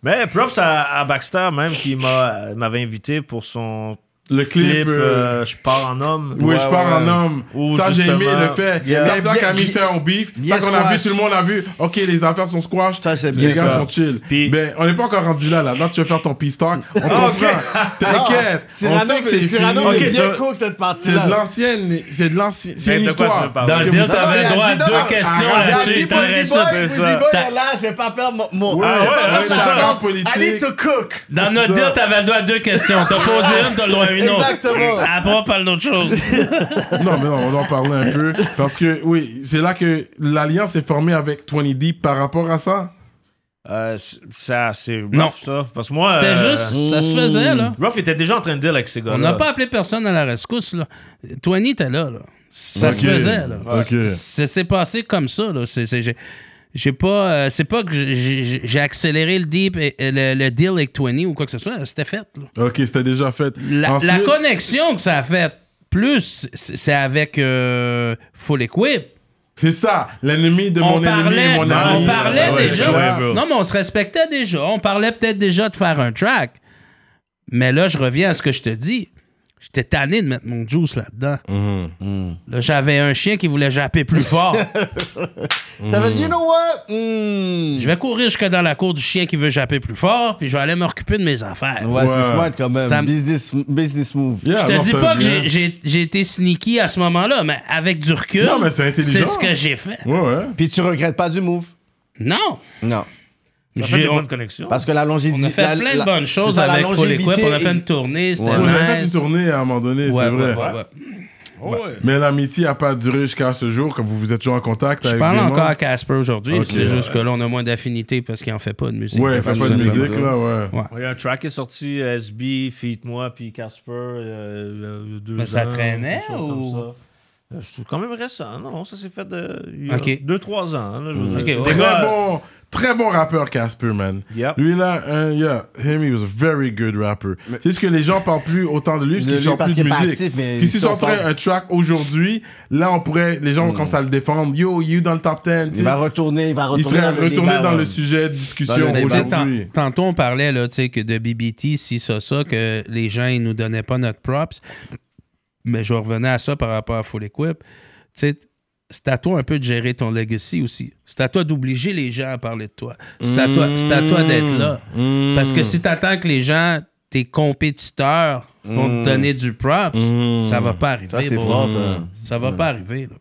Mais props à, à Baxter même qui m'a- euh, m'avait invité pour son
Le
clip,
clip. euh,
euh, Je pars en homme.
Oui, je
Ouais,
pars en
ouais.
homme.
Ou
ça, j'ai aimé
justement-
le fait.
Il y avait
C'est ça
bien-
qu'a mis
bi-
fin au beef.
bien
Ça qu'on a vu,
squash.
tout le monde a vu. OK, les affaires sont squash.
Ça, c'est bien
les gars
ça.
sont chill.
Puis-
Ben, on n'est pas encore rendu là, là. Là, tu veux faire ton peace talk. On comprend. T'inquiète.
Ah, Non,
On
Cyrano,
sait que
c'est
c'est
Cyrano,
fini.
il est
Ok,
bien
tu-
cool cette
C'est de
partie-là.
l'ancienne. C'est de l'ancienne. C'est
Ben,
une
de quoi
histoire.
tu me parles?
Parce
Dans
que
le
vous-
deal, ça- t'avais
il a
droit à
dit non,
deux
non,
questions
il a
là-dessus,
dit,
il
Buzzy
t'aurait
Boy,
ça, t'aurais
Buzzy
ça.
Boy,
T'as-
là, je vais pas perdre mon- mon.
Ouais,
je vais pas
ouais,
perdre
c'est
ma
ça.
chance.
Politique.
I need to cook.
Dans notre deal, t'avais le droit à deux questions.
[laughs]
T'as posé une, t'as le droit à une autre.
Exactement.
Après, on parle d'autre chose.
[laughs] Non, mais non, on va en parler un peu. Parce que, oui, c'est là que l'alliance est formée avec 20 Deep par rapport à ça.
Euh, c- ça, c'est rough,
Non.
ça. Parce que moi.
C'était
euh,
juste, ça se faisait, là.
Ruff était déjà en train de deal avec ces gars-là.
On n'a pas appelé personne à la rescousse, là. Tony était là, là. Ça se
Ok.
faisait, là.
Ok.
C'est- C'est c'est passé comme ça, là. C'est- c'est- j'ai- J'ai pas... euh, c'est pas que j'ai- j'ai j'ai accéléré le, deep et- et le, le deal avec Tony ou quoi que ce soit. C'était fait, là.
OK, c'était déjà fait.
La,
Ensuite-
la connexion que ça a faite, plus, c'est c'est avec euh, Full Equip.
C'est ça, l'ennemi de
on
mon ennemi,
parlait,
mon
on
ami.
parlait
Ah ouais,
déjà.
ouais, bro.
non, mais on se respectait déjà. On parlait peut-être déjà de faire un track. Mais là, je reviens à ce que je te dis. J'étais tanné de mettre mon juice là-dedans.
Mm-hmm.
Là, j'avais un chien qui voulait japper plus fort.
T'avais dit, you know what? Hmm.
je vais courir jusque dans la cour du chien qui veut japper plus fort, puis je vais aller m'occuper de mes affaires.
Ouais,
Ouais.
c'est smart quand même.
Ça me-
Business, business move.
Yeah,
Je
non,
te dis
ça
pas que
vient.
j'ai- j'ai j'ai été sneaky à ce moment-là, mais avec du recul,
Non, mais c'est intelligent.
c'est ce que j'ai fait.
Ouais, ouais.
Puis tu regrettes pas du move?
Non!
Non.
On a fait des
J'ai- on-
bonnes connexions.
Parce que la longévité.
on a fait
la-
plein
la-
de bonnes choses
c'est ça, la
avec Full Equip.
longévité
On a fait une
et-
tournée, c'était
Ouais.
On a fait une
nice.
tournée à un moment donné,
Ouais,
c'est vrai.
ouais, ouais.
Mais l'amitié a pas duré jusqu'à ce jour, comme vous vous êtes toujours en contact
Je
avec
parle
des
encore
membres.
à Casper aujourd'hui,
Ok.
c'est juste que là, on a moins d'affinité parce qu'il en fait pas de musique.
Ouais, fait
Tout
pas de
simplement.
musique, là, ouais.
Il y a un track qui est sorti, euh, SB, Feat Moi, puis Casper, euh, il y a deux
Mais ça
ans,
traînait
quelque chose
ou-
comme ça. Euh, Je trouve quand même récent, non? Ça s'est fait de, il y a
Ok.
deux, trois ans. hein, là, je veux
Ok,
dire. C'est
ouais.
des
Très
gars-
bon, très bon rappeur, Casper, man.
Yep.
Lui, là, euh, yeah, him, he was a very good rapper. C'est ce que les gens parlent plus autant de lui, parce
De
qu'ils
lui,
sortent
parce
plus de
qu'il est pas
musique.
actif, mais
Puis s'ils
il sort
sortaient
fort.
un track aujourd'hui, là, on pourrait, les gens vont commencer à le défendre. Yo, you dans le top 10. tu sais.
Il va retourner, il va
Il
retourner.
serait retourné
débat,
dans le
ouais.
sujet de
Dans
discussion
le
Mais tu sais, tan-
aujourd'hui.
tantôt, on parlait là, tu sais, que de BBT, si ça, ça, que les gens ils nous donnaient pas notre props. Mais je revenais à ça par rapport à Full Equip. Tu sais, c'est à toi un peu de gérer ton legacy aussi. C'est à toi d'obliger les gens à parler de toi. C'est à toi, c'est à toi d'être
Hmm.
là.
Mm.
Parce
Hmm.
que si tu attends que les gens, tes compétiteurs, vont
Hmm.
te donner du props, ça va pas arriver.
Ça, c'est
bro.
fort, ça.
Ça
Hmm.
va pas arriver. là.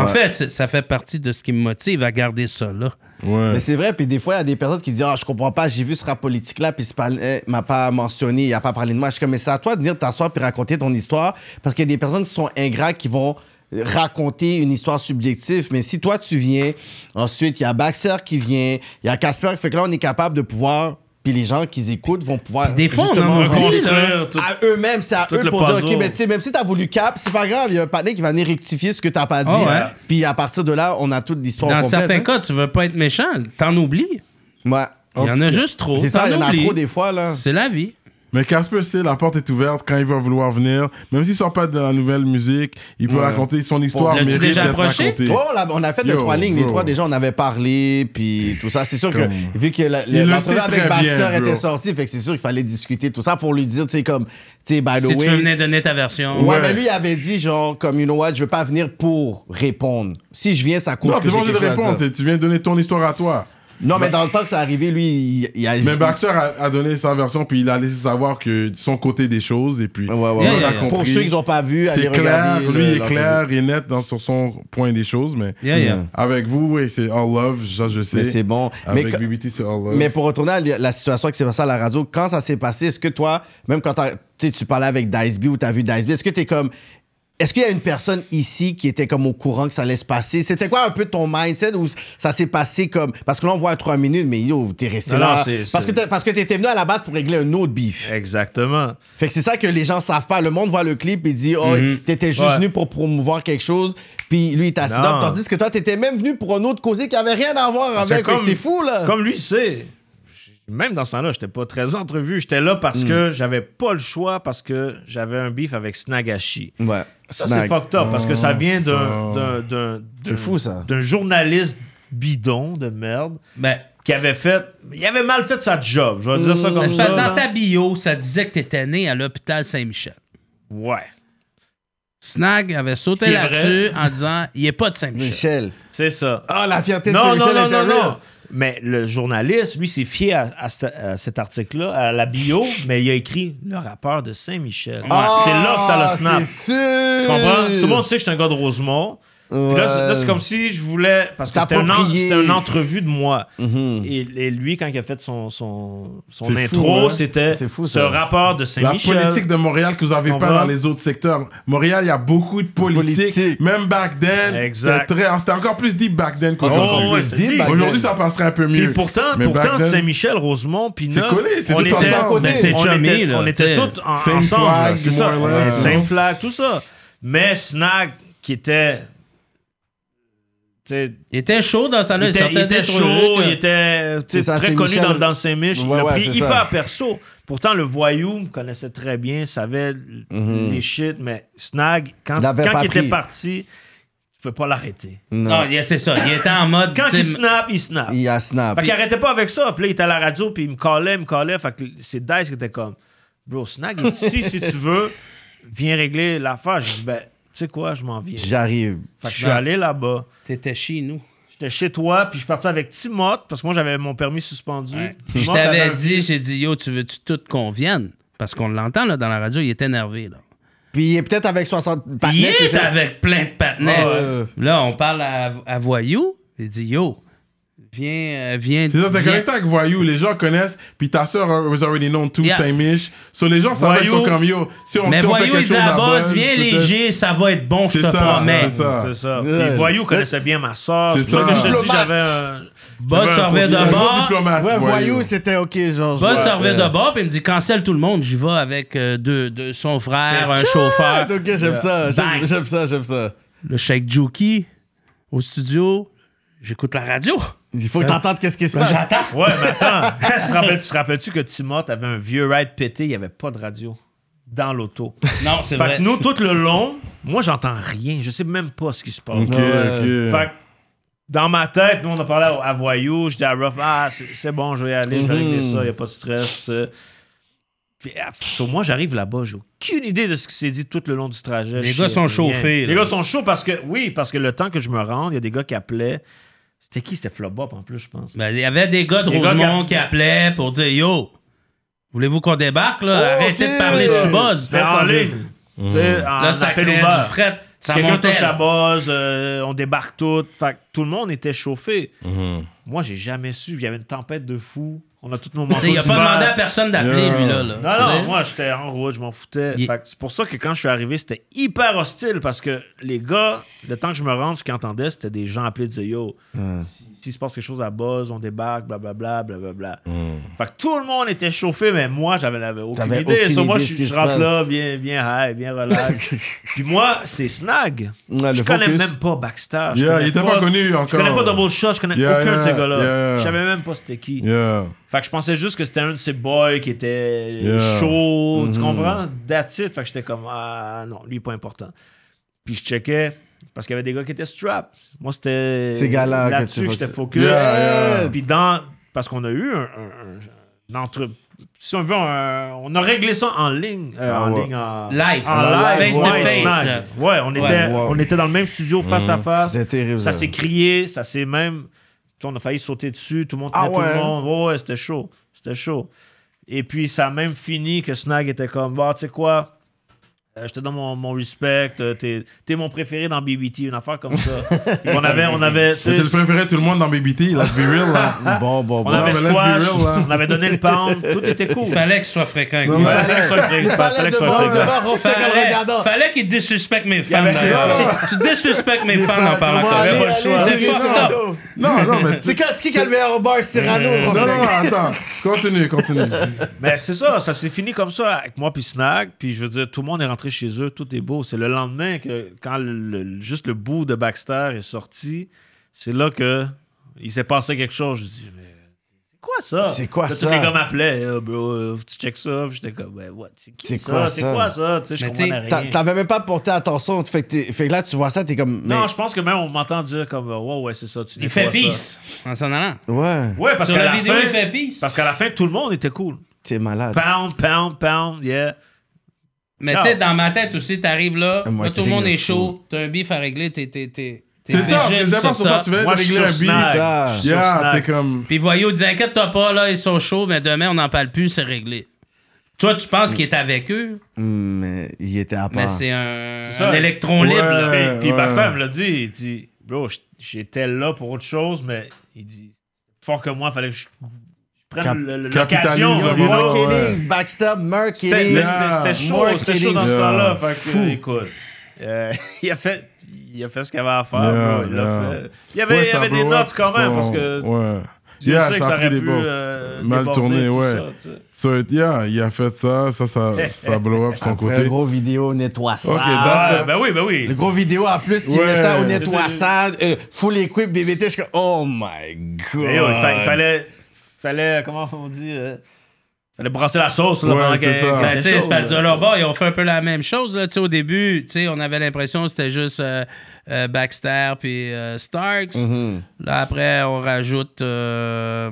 En
Ouais.
fait, c'est- ça fait partie de ce qui me motive à garder ça là.
Ouais.
Mais c'est vrai, puis des fois, il y a des personnes qui disent Ah, je comprends pas, j'ai vu ce rap politique-là, puis c'est pas- eh, il m'a pas mentionné, il a pas parlé de moi. Je suis comme Mais c'est à toi de venir t'asseoir puis raconter ton histoire, parce qu'il y a des personnes qui sont ingrates qui vont raconter une histoire subjective. Mais si toi, tu viens, ensuite, il y a Baxter qui vient, il y a Casper qui fait que là, on est capable de pouvoir. Puis les gens qui écoutent vont pouvoir.
Des fois, on en
justement
a
rendre-
Reconstruire tout-
à eux-mêmes, c'est à
tout
eux
le
de pour dire,
puzzle.
OK, mais tu sais, même si t'as voulu cap, c'est pas grave, il y a un panier qui va venir rectifier ce que t'as pas dit.
Ah ouais.
Puis à partir de là, on a toute l'histoire
Dans
complète.
certains
hein.
cas, tu veux pas être méchant, t'en oublies.
Ouais.
Il y en a juste trop.
C'est ça, il y en a
t'en oublies.
trop des fois, là.
C'est la vie.
Mais Casper, c'est la porte est ouverte quand il va vouloir venir. Même s'il sort pas de la nouvelle musique, il peut raconter son histoire.
L'as-tu
mérite
déjà
d'être
approché?
racontée.
Ouais, on, l'a- on a fait
Yo,
les trois lignes. Les
bro.
trois, déjà, on avait parlé, puis tout ça. C'est sûr que,
Comme-
vu que la-
Il le
l'entrevue
sait
avec
très
Baxter
bien, bro.
était sortie, fait que c'est sûr qu'il fallait discuter tout ça pour lui dire, tu sais, comme, tu sais, by the
Si
way.
tu venais donner ta version.
Ouais,
Ouais.
mais lui, il avait dit, genre, comme, you know what, je veux pas venir pour répondre. Si je viens, ça cause
Non,
que
t'es pas
j'ai
obligé de
quelque chose à
répondre.
dire. [laughs]
Tu viens de donner ton histoire à toi.
Non, mais dans le temps que ça arrivait, lui, il, il a.
Mais Baxter a, a donné sa version, puis il a laissé savoir que son côté des choses, et puis
Ouais, ouais, ouais.
Yeah, yeah,
on a
yeah.
compris.
Pour ceux qui n'ont pas vu, allez
c'est clair,
regarder. euh,
lui
le-
il est
leur-
clair et net dans, sur son point des choses, mais
Yeah, yeah.
avec vous, oui, c'est All Love, ça je
Mais
sais.
c'est bon. Mais,
Avec
que-
BBT, c'est All Love.
Euh.
mais pour retourner à la situation qui s'est passée à la radio, quand ça s'est passé, est-ce que toi, même quand t'as- tu sais, tu parlais avec Dice B ou t'as vu Dice B, est-ce que t'es comme. Est-ce qu'il y a une personne ici qui était comme au courant que ça allait se passer? C'était quoi un peu ton mindset ou ça s'est passé comme. Parce que là, on voit à trois minutes, mais yo, t'es resté
Non,
là.
non, c'est-
parce, que
c'est-
t'es- parce que t'étais venu à la base pour régler un autre beef.
Exactement.
Fait que c'est ça que les gens savent pas. Le monde voit le clip et dit Oh, t'étais juste
Mm-hmm. Ouais.
venu pour promouvoir quelque chose. Puis lui, il est assis
Non.
là. Tandis que toi, t'étais même venu pour un autre causé qui avait rien à voir
Parce que
avec. Fait que
comme-
C'est fou, là.
Comme lui sait, même dans ce temps-là, j'étais pas très entrevu. J'étais là parce
Hmm.
que j'avais pas le choix, parce que j'avais un beef avec Snagashi.
Ouais.
Ça,
Snack.
c'est fucked up, parce que ça vient d'un-
ça.
d'un- d'un.
Oh, C'est fou, ça.
D'un journaliste bidon de merde
Ben,
qui avait fait. Il avait mal fait sa job, je vais dire
Hmm.
ça comme
parce
ça.
que
là.
dans ta bio, ça disait que t'étais né à l'hôpital Saint-Michel.
Ouais.
Snag avait sauté
qui est vrai.
là-dessus en disant il est pas de Saint-Michel.
Michel.
C'est ça.
Ah, la fierté de
Non, non,
Saint-Michel
non,
était
non,
real.
non. Mais le journaliste, lui, s'est fié à, à ce- à cet article-là, à la bio, mais il a écrit le rappeur de Saint-Michel.
Ah,
c'est là que ça le snap.
C'est sûr.
Tu comprends? Tout le monde sait que je suis un gars de Rosemont. Puis là, c'est- là, c'est comme si je voulais. Parce que c'était un en-
T'approprier. Mhm.
c'était une entrevue de moi. et, et lui, quand il a fait son, son, son
C'est fou,
intro,
hein?
c'était
C'est fou,
ce
ça.
rapport de
La
Saint-Michel.
politique de Montréal que vous n'avez pas
comprends?
dans les autres secteurs. Montréal, il y a beaucoup de politique.
Politique.
Même back then,
Exact.
c'était très- c'était encore plus deep back then
Oh, ouais,
qu'aujourd'hui.
c'est
Dis,
deep.
back then.
Aujourd'hui, ça passerait un peu mieux.
Puis pourtant,
Mais
pourtant
back then,
Saint-Michel, Rosemont, puis
C'est
Neuf,
collé, c'est
on
tout ensemble.
était,
Ben,
on
c'est
était-
chummy, là,
on était
t'sais.
tous en-
Same
ensemble,
flag,
là, c'est ça.
more or less,
Ouais, Same
non?
flag, tout ça. Mais Snag, qui était, t'sais,
Il était chaud dans sa
il
là,
était, il
sortait
était
des trucs,
chaud,
là.
il était tu sais,
C'est ça,
très
c'est
connu
Michel-
dans, dans ses miches. il
Ouais,
l'a
ouais,
pris
c'est
hyper
ça.
perso. Pourtant, le voyou me connaissait très bien, savait les shit, mais Snag, quand,
Mhm. L'avait
quand
pas
il était
pris.
parti, tu peux pas l'arrêter.
Non, Ah, il- c'est ça. Il était en mode.
Quand
tu
il
sais,
snap, il snap.
Il a snap.
Fait qu'il arrêtait pas avec ça. Puis là, il était à la radio, puis il me callait, il me callait. Fait que c'est Dice qui était comme, bro, Snag est ici si tu veux, viens régler l'affaire. J'ai dit, ben, tu sais quoi, je m'en viens.
J'arrive.
Fait que je suis allé là-bas.
T'étais chez nous.
J'étais chez toi, puis je suis parti avec Timoth, parce que moi, j'avais mon permis suspendu.
Si je
Timoth avait
t'avais
un-
dit, j'ai dit yo, tu veux-tu tout qu'on vienne? Parce qu'on l'entend là dans la radio, il est énervé là.
Puis il est peut-être avec 60
Il
patinettes, tu
est
sais.
avec plein de patinets.
Ouais.
Là, on parle à, à Voyou. Il dit Yo, viens, euh, viens.
C'est ça, t'es
viens.
connecté avec Voyou, les gens connaissent, puis ta soeur was already known too,
Yeah.
Saint-Mich. So les gens savaient, ils sont
Voyou.
comme yo. Si on,
Mais
si on fait
Voyou,
quelque
il dit
chose
à
à
Boss,
Buzz,
viens
peut-être-
léger, ça va être bon, je
C'est
te
ça,
promets.
c'est ça.
C'est ça. Puis
Ouais.
Voyou connaissait bien ma soeur.
C'est
C'est pour ça
ça.
que je te dis,
Diplomate.
j'avais un.
Boss
j'avais un
s'en revient
côté-
Il est un
de
gros
bord.
diplomate,
Ouais, voyou, c'était OK, genre.
Boss
ouais,
s'en revient
ouais.
de bord, puis il me dit Cancelle tout le monde, j'y vais avec euh, deux, deux- son frère, un
Ah,
chauffeur.
OK, j'aime ça.
Bang.
j'aime- J'aime ça, j'aime ça.
Le Sheikh Juki au studio. J'écoute la radio.
Il faut que t'entendes qu'est-ce qui se passe.
Ouais, mais attends. [laughs] tu te rappelles- tu te rappelles-tu que Timoth avait un vieux ride pété, il n'y avait pas de radio dans l'auto.
Non, c'est
Fait
vrai.
que nous, tout le
[laughs]
long, moi, j'entends rien. Je sais même pas ce qui se passe.
Ok,
Ouais.
Fait
ok.
que dans ma tête, nous, on a parlé à, à Voyou. Je dis à Ruff, ah, c'est c'est bon, je vais y aller, je vais
Mhm.
régler ça, il a pas de stress. tu sais. Puis, ah, sur moi, j'arrive là-bas, j'ai aucune idée de ce qui s'est dit tout le long du trajet.
Les
Je
gars
sais
sont
rien.
chauffés, là.
Les gars sont chauds parce que, oui, parce que le temps que je me rende, il y a des gars qui appelaient. C'était qui C'était Flobop en plus, je pense.
Ben, il y avait des gars de
Des gars
Rosemont
qui-
qui appelaient pour dire Yo, voulez-vous qu'on débarque là?
Oh,
Arrêtez
ok.
de parler sous Buzz.
C'est en ligne. Tu sais, en
Là, ça
appel
crée
ouvert.
Mhm. du fret.
Si
Ça
quelqu'un
montait.
touche à
là.
base, euh, on débarque tout. Fait que tout le monde était chauffé. Moi, j'ai jamais su. Il y avait une tempête de fou. On a tous nos manteaux
T'sais, Il a pas
d'hiver.
demandé à personne d'appeler,
Yeah.
lui, là. là.
Non,
Tu
non,
sais?
moi, j'étais en route, je m'en foutais.
Il-
Fait que c'est pour ça que quand je suis arrivé, c'était hyper hostile parce que les gars, le temps que je me rende, ce qu'ils entendaient, c'était des gens appeler dire Yo, si- s'il se passe quelque chose à base, on débarque, blablabla, blablabla. Fait que tout le monde était chauffé, mais moi, j'avais j'avais aucune
Mm. T'avais
idée.
aucune
So, moi,
idée
je,
ce qui
je
se
rentre
passe.
là, bien, bien high, bien relax.
[laughs]
Puis moi, c'est Snag.
Ouais,
je
le
connais
focus.
même pas Backstage. Je
Yeah,
connais
il était pas connu
Je
encore.
connais pas Double Shot, je connais
Yeah,
aucun de ces
yeah,
gars-là.
yeah.
Je savais même pas c'était qui.
Yeah.
Fait que je pensais juste que c'était un de ces boys qui était
Yeah.
chaud,
Mm-hmm.
tu comprends? That's it. Fait que j'étais comme, ah non, lui, pas important. Puis je checkais, parce qu'il y avait des gars qui étaient strap. Moi, c'était.
Ces gars-là que
Là-dessus,
tu-
j'étais focus. Euh,
Yeah, yeah.
Puis dans. Parce qu'on a eu un. un- un- un entre- si on veut, un- on a réglé ça en ligne. euh,
Ah
en
ouais.
ligne, en
Live.
en
Live,
live,
face to
ouais,
face.
snag. Ouais, on,
Ouais.
Était,
Wow. Mm.
on était dans le même studio face à face.
Euh. C'était terrible,
Ça
ça.
s'est crié, ça s'est même Tu sais, on a failli sauter dessus, tout le monde
Ah
tenait tout le
ouais?
monde. Ouais, ouais, c'était chaud. C'était chaud. Et puis, ça a même fini que Snag était comme, bah, tu sais quoi, euh, je te donne mon, mon respect, euh, t'es t'es mon préféré dans BBT, une affaire comme ça.
[laughs]
Puis on avait, on avait, tu sais,
C'était le préféré de tout le monde dans BBT, let's be real, là.
[laughs]
Bon, bon,
on
bon.
mais
avait
let's be
squash,
real, hein. là.
on avait donné le pound, tout était cool.
Il fallait que ce soit fréquent. avec moi.
Ouais, fallait que ce soit le pré-
Il fallait
fallait que ce soit le
devant,
pré-
devant, Rof, t'es comme regardant.
Fallait, fallait qu'il disrespecte mes fans. d'ailleurs. Tu disrespectes mes fans en parlant
Bon,
comme
allez,
ça.
allez,
C'est
Cyrano.
fucked up.
Non, non, mais. [laughs]
C'est quand- c'est qui qui a le meilleur bar, Cyrano, Rof,
Non, non, non,
mec?
attends. Continue, continue.
Ben,
Mais Ben, c'est ça, ça s'est fini comme ça avec moi puis Snag. Puis je veux dire, tout le monde est rentré chez eux, tout est beau. C'est le lendemain que, quand le- le- juste le bout de Baxter est sorti, c'est là que il s'est passé quelque chose. Je dis, mais c'est quoi ça?
C'est quoi
Là,
ça?
Tous les gars m'appelaient, Eh, bro, euh, faut que tu check ça. Puis J'étais comme, ouais, what? C'est qui
C'est
ça?
quoi
c'est
ça?
quoi ça? Tu sais, je
Mais
comprenais
t'sais,
T'a-
rien.
T'avais même pas porté attention. Fait que, t'es- fait que là, tu vois ça, t'es comme. mais-
Non, je pense que même on m'entend dire comme, ouais, ouais, c'est ça. Tu
Il fait
nettoies ça.
peace en s'en allant.
Ouais,
Ouais, parce
Sur
qu'à
la
la,
vidéo, il
fin,
fait peace.
parce qu'à la fin, tout le monde était cool.
t'es malade.
Pound, pound, pound, yeah.
Mais
Ciao.
tu sais, dans ma tête aussi, t'arrives
Le
là, là, tout
marketing
le monde
est
est chaud, t'as un bif à régler, t'es. t'es- t'es- t'es
C'est ça,
vigile
c'est d'abord
sur
sur ça que tu venais de
Moi, je suis
régler un
sur Snag.
beat.
ça.
Je suis sur
Yeah,
Snag.
t'es comme.
Puis voyou dit inquiète-toi pas, là, ils sont chauds, mais demain, on n'en parle plus, c'est réglé. Toi, tu penses qu'il est avec eux,
Hum, Mais il était à
mais
part.
c'est un,
C'est ça.
un électron
Ouais,
libre. là.
Puis, puis
ouais.
Barça me l'a dit, il dit, bro, j- j'étais là pour autre chose, mais il dit, fort que moi, fallait que je prenne
Cap-
le- le-
capitalise,
l'occasion.
ouais,
you know.
ouais.
Marketing, backstab,
C'était
marketing.
mais c'était- c'était chaud,
Marketing.
c'était chaud dans ce
Yeah.
temps-là. Fait que,
Fou.
euh, écoute, euh, [laughs] il, a fait, il a fait ce qu'il avait à faire.
Yeah,
bro, il, l'a
yeah.
fait. il y avait, il y
ça
avait des
blow up,
notes quand même,
son-
parce que
Ouais.
tu
Yeah,
sais que
ça
ça
a pris
aurait
des
pu
bons.
euh,
Mal
déborder,
tourné,
tout
ouais.
ça, tu sais.
So, it- yeah, il a fait ça, ça, ça, [laughs] ça blow up son
Après,
côté.
gros vidéo, nettoie ça.
Ok,
Ah,
that's the-
ben oui, ben oui.
Le gros vidéo en plus qui
Ouais.
met ça au
Je
nettoie
sais.
ça, euh, full equip, BBT. Je suis comme, oh my
Eh
god.
Mais yo, il, Eh fa- il fallait, fallait, comment on dit, euh, fallait brasser la sauce là,
Ouais,
pendant
c'est
qu'elle-
ça.
qu'elle
Ben,
était
Mais tu sais,
chaude,
c'est parce que
là.
de leur bord, ils ont fait un peu la même chose. Là. Tu sais, Au début, tu sais, on avait l'impression que c'était juste euh, euh, Baxter puis euh, Starks.
Mm-hmm.
Là, après, on rajoute euh,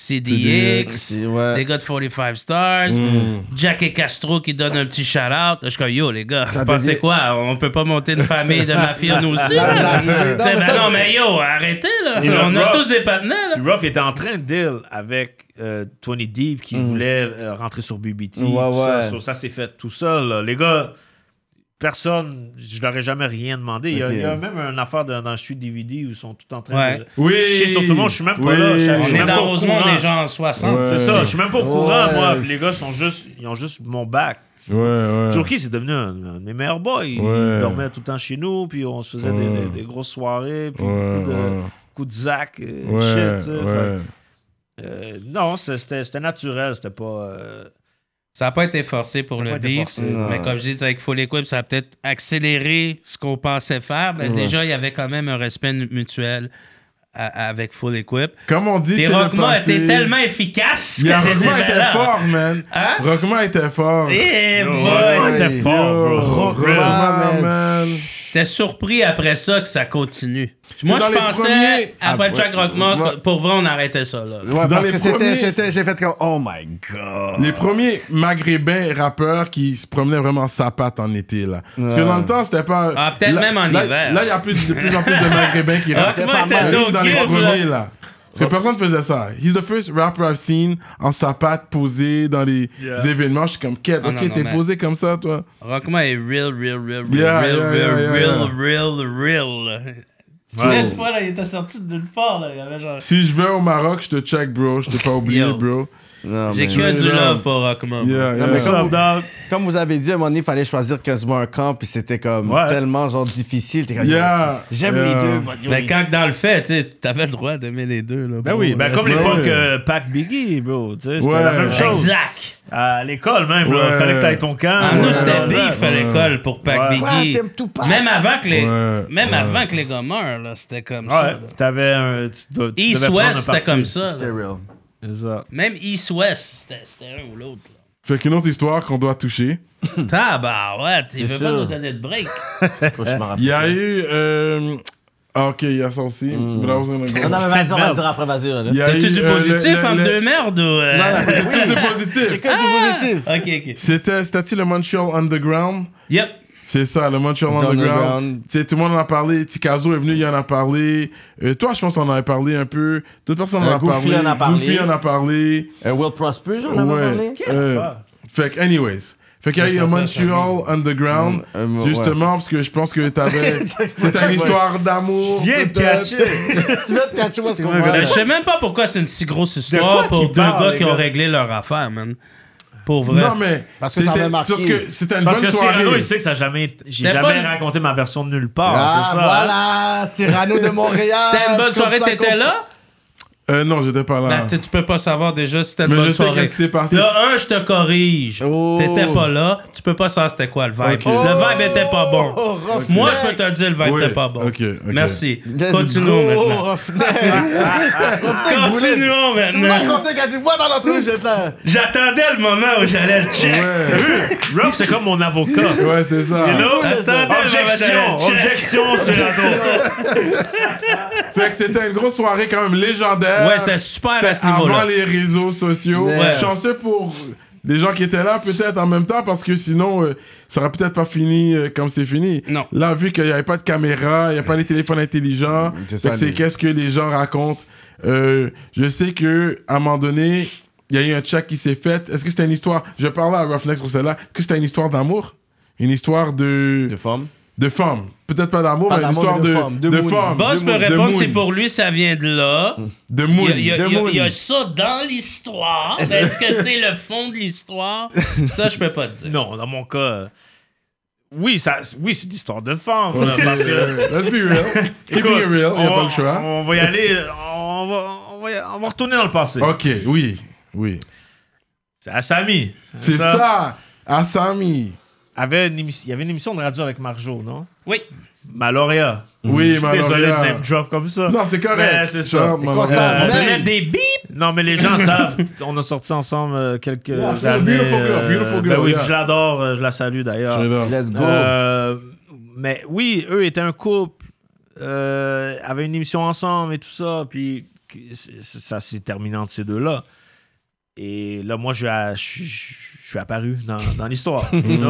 CDX,
CDX, ouais. Mm.
les gars de 45 Stars, Jack et Castro qui donnent un petit shout-out. Je suis comme, yo, les gars, vous pensez
devient-
quoi? On peut pas monter une famille de mafieux, nous aussi?
la- la-
là? Tu
la-
sais,
non, mais
ben
ça,
non,
je-
mais yo, arrêtez, là.
Et le
On a
rock.
tous des partenaires, là.
Puis Ruff était en train de deal avec euh, Tony Deep qui voulait euh, rentrer sur BBT.
Mhm. Ouais,
tout
ouais.
Ça, So, ça s'est fait tout seul. là. Les gars, personne, je leur ai jamais rien demandé. Il y a,
Ok.
il y a même une affaire dans, dans le studio DVD où ils sont tout en train
Ouais.
de
Oui.
chier sur tout le monde. Je suis même pas
Oui.
là. Je-
On
Je
On
suis
est
même pas
dans
au
Rosemont,
courant.
des gens en 60.
Ouais.
C'est ça, je suis même pas au courant,
Ouais.
moi. Puis Les gars sont juste, ils ont juste mon bac.
Ouais, ouais.
Turki, c'est devenu un, un de mes meilleurs boys. Il
Ouais.
dormait tout le temps chez nous, puis on se faisait des,
Ouais.
des- des grosses soirées, puis
Ouais,
beaucoup, de,
ouais.
beaucoup de Zach, euh,
Ouais,
shit. tu sais.
ouais.
Fait que, euh, non, c'était- c'était c'était naturel, c'était pas. euh,
Ça n'a pas été forcé pour
Ça a
le
pas été
beef.
forcé,
non.
mais comme je dis, avec Full Equip, ça a peut-être accéléré ce qu'on pensait faire. Mais déjà, il y avait quand même un respect mutuel à- avec Full Equip.
Comme on dit,
Puis
c'est le
Rockman
passé.
était tellement efficace que
Yeah,
j'ai dit,
Rockman
ben
était
là,
fort, man.
Hein?
Rockman était fort.
Eh
Yo,
boy!
Rockman était
Yo,
fort, Oh, bro.
Rockman,
Real.
man.
Rockman, man.
J'étais surpris après ça que ça continue. Moi,
dans
je
les
pensais,
premiers-
après
Ah,
Jack
ouais.
Rockman,
Ouais.
pour vrai, on arrêtait ça. Là.
Ouais, parce
les
que c'était,
premiers-
c'était, j'ai fait comme, oh my god.
Les premiers maghrébins rappeurs qui se promenaient vraiment sa patte en été, là. Parce que
Ouais.
dans le temps, c'était pas.
Ah, peut-être
Là-
même en
là-
hiver. Ah,
Là, il y a plus, de plus en plus de maghrébins qui rappent.
pas
Rockman
mal.
était
Lui, c'est
no
dans les
give, là.
premiers, là. Parce que personne faisait ça. He's the first rapper I've seen en sapate posé dans les
Yeah.
événements. Je suis comme, quête,
Ah, non,
ok,
non,
t'es
mais-
posé comme ça, toi.
Rockman est real, real, real, real,
Yeah,
real,
yeah,
real,
yeah,
real, real, real. Tu vois,
Ouais.
une fois, là, il était sorti de nulle part, là. Il y avait genre...
Si je vais au Maroc, je te check, bro. Je t'ai pas oublié,
Yo.
bro.
Non,
J'ai
mais-
que du
là.
love pour Rockman. bro.
Ah, Yeah, yeah.
mais
What's up, dog?
Comme vous avez dit, à un moment donné, il fallait choisir quasiment un camp, puis c'était comme
Ouais.
tellement genre difficile. T'es comme, Ah,
Yeah.
J'aime
Yeah.
les deux. moi, yo,
Mais
les-
quand que dans le fait, tu sais, t'avais le droit d'aimer les deux, là.
Ben oui, ben comme
Ouais.
l'époque euh, Pac Biggie, bro. tu sais, C'était
Ouais.
la même ben, chose.
Exact!
À l'école même, là,
Ouais.
fallait que t'ailles ton camp.
En nous, c'était
Ouais.
beef à l'école pour Pac
Ouais.
Ouais,
Biggie.
t'aimes tout pas.
Même avant que les...
Ouais,
Même
ouais.
avant que les gars meurent, là, c'était comme ça.
Ouais,
là.
t'avais un. tu dois- tu devais prendre un
East-West, c'était
parti.
comme ça.
C'était
là.
real.
C'est ça.
Même East-West, c'était- c'était un ou l'autre, là.
Fait qu'une autre histoire qu'on doit toucher.
Tabarouette, il
C'est
veut pas
sûr.
nous donner de break.
Hmm. Il y a eu. euh, ah, ok, il y a ça aussi. Bravo, on
Non,
a
non, mais vas-y, Mm. on va le dire après, vas-y. là.
Il y a
T'as-tu
eu,
du
euh, le-
positif
le-
entre
le-
deux merdes ou... euh, Ah!
Non, non, mais oui.
Tout est positif.
C'est que du positif.
Ok, ok.
C'était, c'était-tu le Montreal Underground?
Yep.
C'est ça, le Montreal
Underground.
Underground. Tu sais, tout le monde en a parlé. Tikazo est venu, il en a parlé. Euh, toi, je pense qu'on en a parlé un peu. D'autres personnes en
Euh,
ont
Goofy
parlé.
en a parlé.
Goofy en a parlé.
Euh, Will Prosper, j'en avais parlé.
euh, fait que, anyways. Fait qu'il y a eu un Montreal Underground,
Mm, euh, ouais.
justement, parce que je pense que
[laughs]
t'avais. C'était une histoire d'amour.
Viens de
peut-être.
catcher.
tu vas te catcher parce qu'on
Mais
va.
je sais même pas pourquoi c'est une si grosse histoire
quoi
pour
qu'il
deux
parle,
gars
les
qui
gars?
ont réglé leur affaire, man. Pour vrai.
Non, mais.
Parce que ça
t'étais-
m'a marqué.
Parce que c'était une
Parce
bonne
que
soirée.
Cyrano, il sait que ça a jamais, j'ai
C'était
jamais
pas-
raconté ma version de nulle part.
Ah,
c'est ça. hein.
voilà, Cyrano de Montréal.
C'était une bonne
Comme
soirée,
ça
t'étais
qu'on-
là?
Euh, non, j'étais pas là.
Ben, tu tu peux pas savoir déjà si c'était une
Mais je
bonne
sais
soirée.
qu'est-ce qui s'est passé.
Là, un, je te corrige.
Oh.
T'étais pas là. Tu peux pas savoir c'était quoi le vibe.
Ok.
Le vibe était pas bon.
Oh, Roughneck.
Moi, je peux te dire, le vibe
Oui,
était pas bon.
ok, ok.
Merci.
Let's
Continuons
go,
maintenant.
Roughneck.
[laughs]
Roughneck voulait- C'est pour
Continuons
ça que
maintenant.
Roughneck a dit Moi dans l'entrevue, je vais être là.
J'attendais le moment où j'allais le check.
Ruff, c'est comme mon avocat.
Ah,
Ouais, c'est ça.
Attendez,
Objection,
je vais aller check.
objection, Cyrano.
Fait que c'était une grosse soirée quand même légendaire.
Ouais, c'était super à
Euh, C'était
ce niveau-là.
avant les réseaux sociaux.
Ouais.
Chanceux pour les gens qui étaient là, peut-être en même temps, parce que sinon, euh, ça aurait peut-être pas fini euh, comme c'est fini.
Non.
Là, vu qu'il n'y avait pas de caméra, il n'y a pas les téléphones intelligents,
C'est
fait
ça,
que c'est
les-
qu'est-ce que les gens racontent. Euh, je sais que à un moment donné, il y a eu un check qui s'est fait. Est-ce que c'était une histoire Je parlais à Roughneck sur celle-là. Est-ce que c'était une histoire d'amour Une histoire de,
De forme.
de femme. Peut-être pas d'amour,
Pas
mais une
d'amour,
histoire
mais de
de,
femme, de
de
moon.
femme.
Boss
De
me
moon.
répond que
De
c'est
moon.
pour lui, ça vient de là.
De moon.
Il y, a- il y a-
De
il y a- il y a
Moon.
ça dans
[laughs]
l'histoire. Est-ce que c'est le fond de l'histoire? Ça, je peux pas te dire.
Non, dans mon cas, euh, oui, ça, oui c'est une histoire de femme. là, parce que-
Let's be
[laughs]
real. Keeping
Écoute,
it real,
on,
il a
va-
pas le choix.
on va y aller, on va, on va, y- on va retourner dans le passé.
Ok, oui, oui.
C'est à Samy.
C'est ça, Asami.
Avait une émission- il y avait une émission de radio avec Marjo, non?
Oui.
Maloria.
Oui,
Désolé de
Maloria.
name drop comme ça.
Non, c'est
Mais
correct.
c'est ça.
Maloria.
quoi ça,
Euh,
On
Hey.
Ben,
met des bips.
Non, mais les gens savent. On a sorti ensemble euh, quelques
Ouais, c'est
années.
un beautiful girl,
euh,
beautiful
ben
girl,
oui,
yeah.
je l'adore, euh, je la salue d'ailleurs.
Straight up.
Let's go.
Euh, mais oui, eux étaient un couple, euh, avaient une émission ensemble et tout ça, puis c- c- ça s'est terminé entre ces deux-là. Et là, moi, je, je- je- je suis apparu dans, dans l'histoire. you know?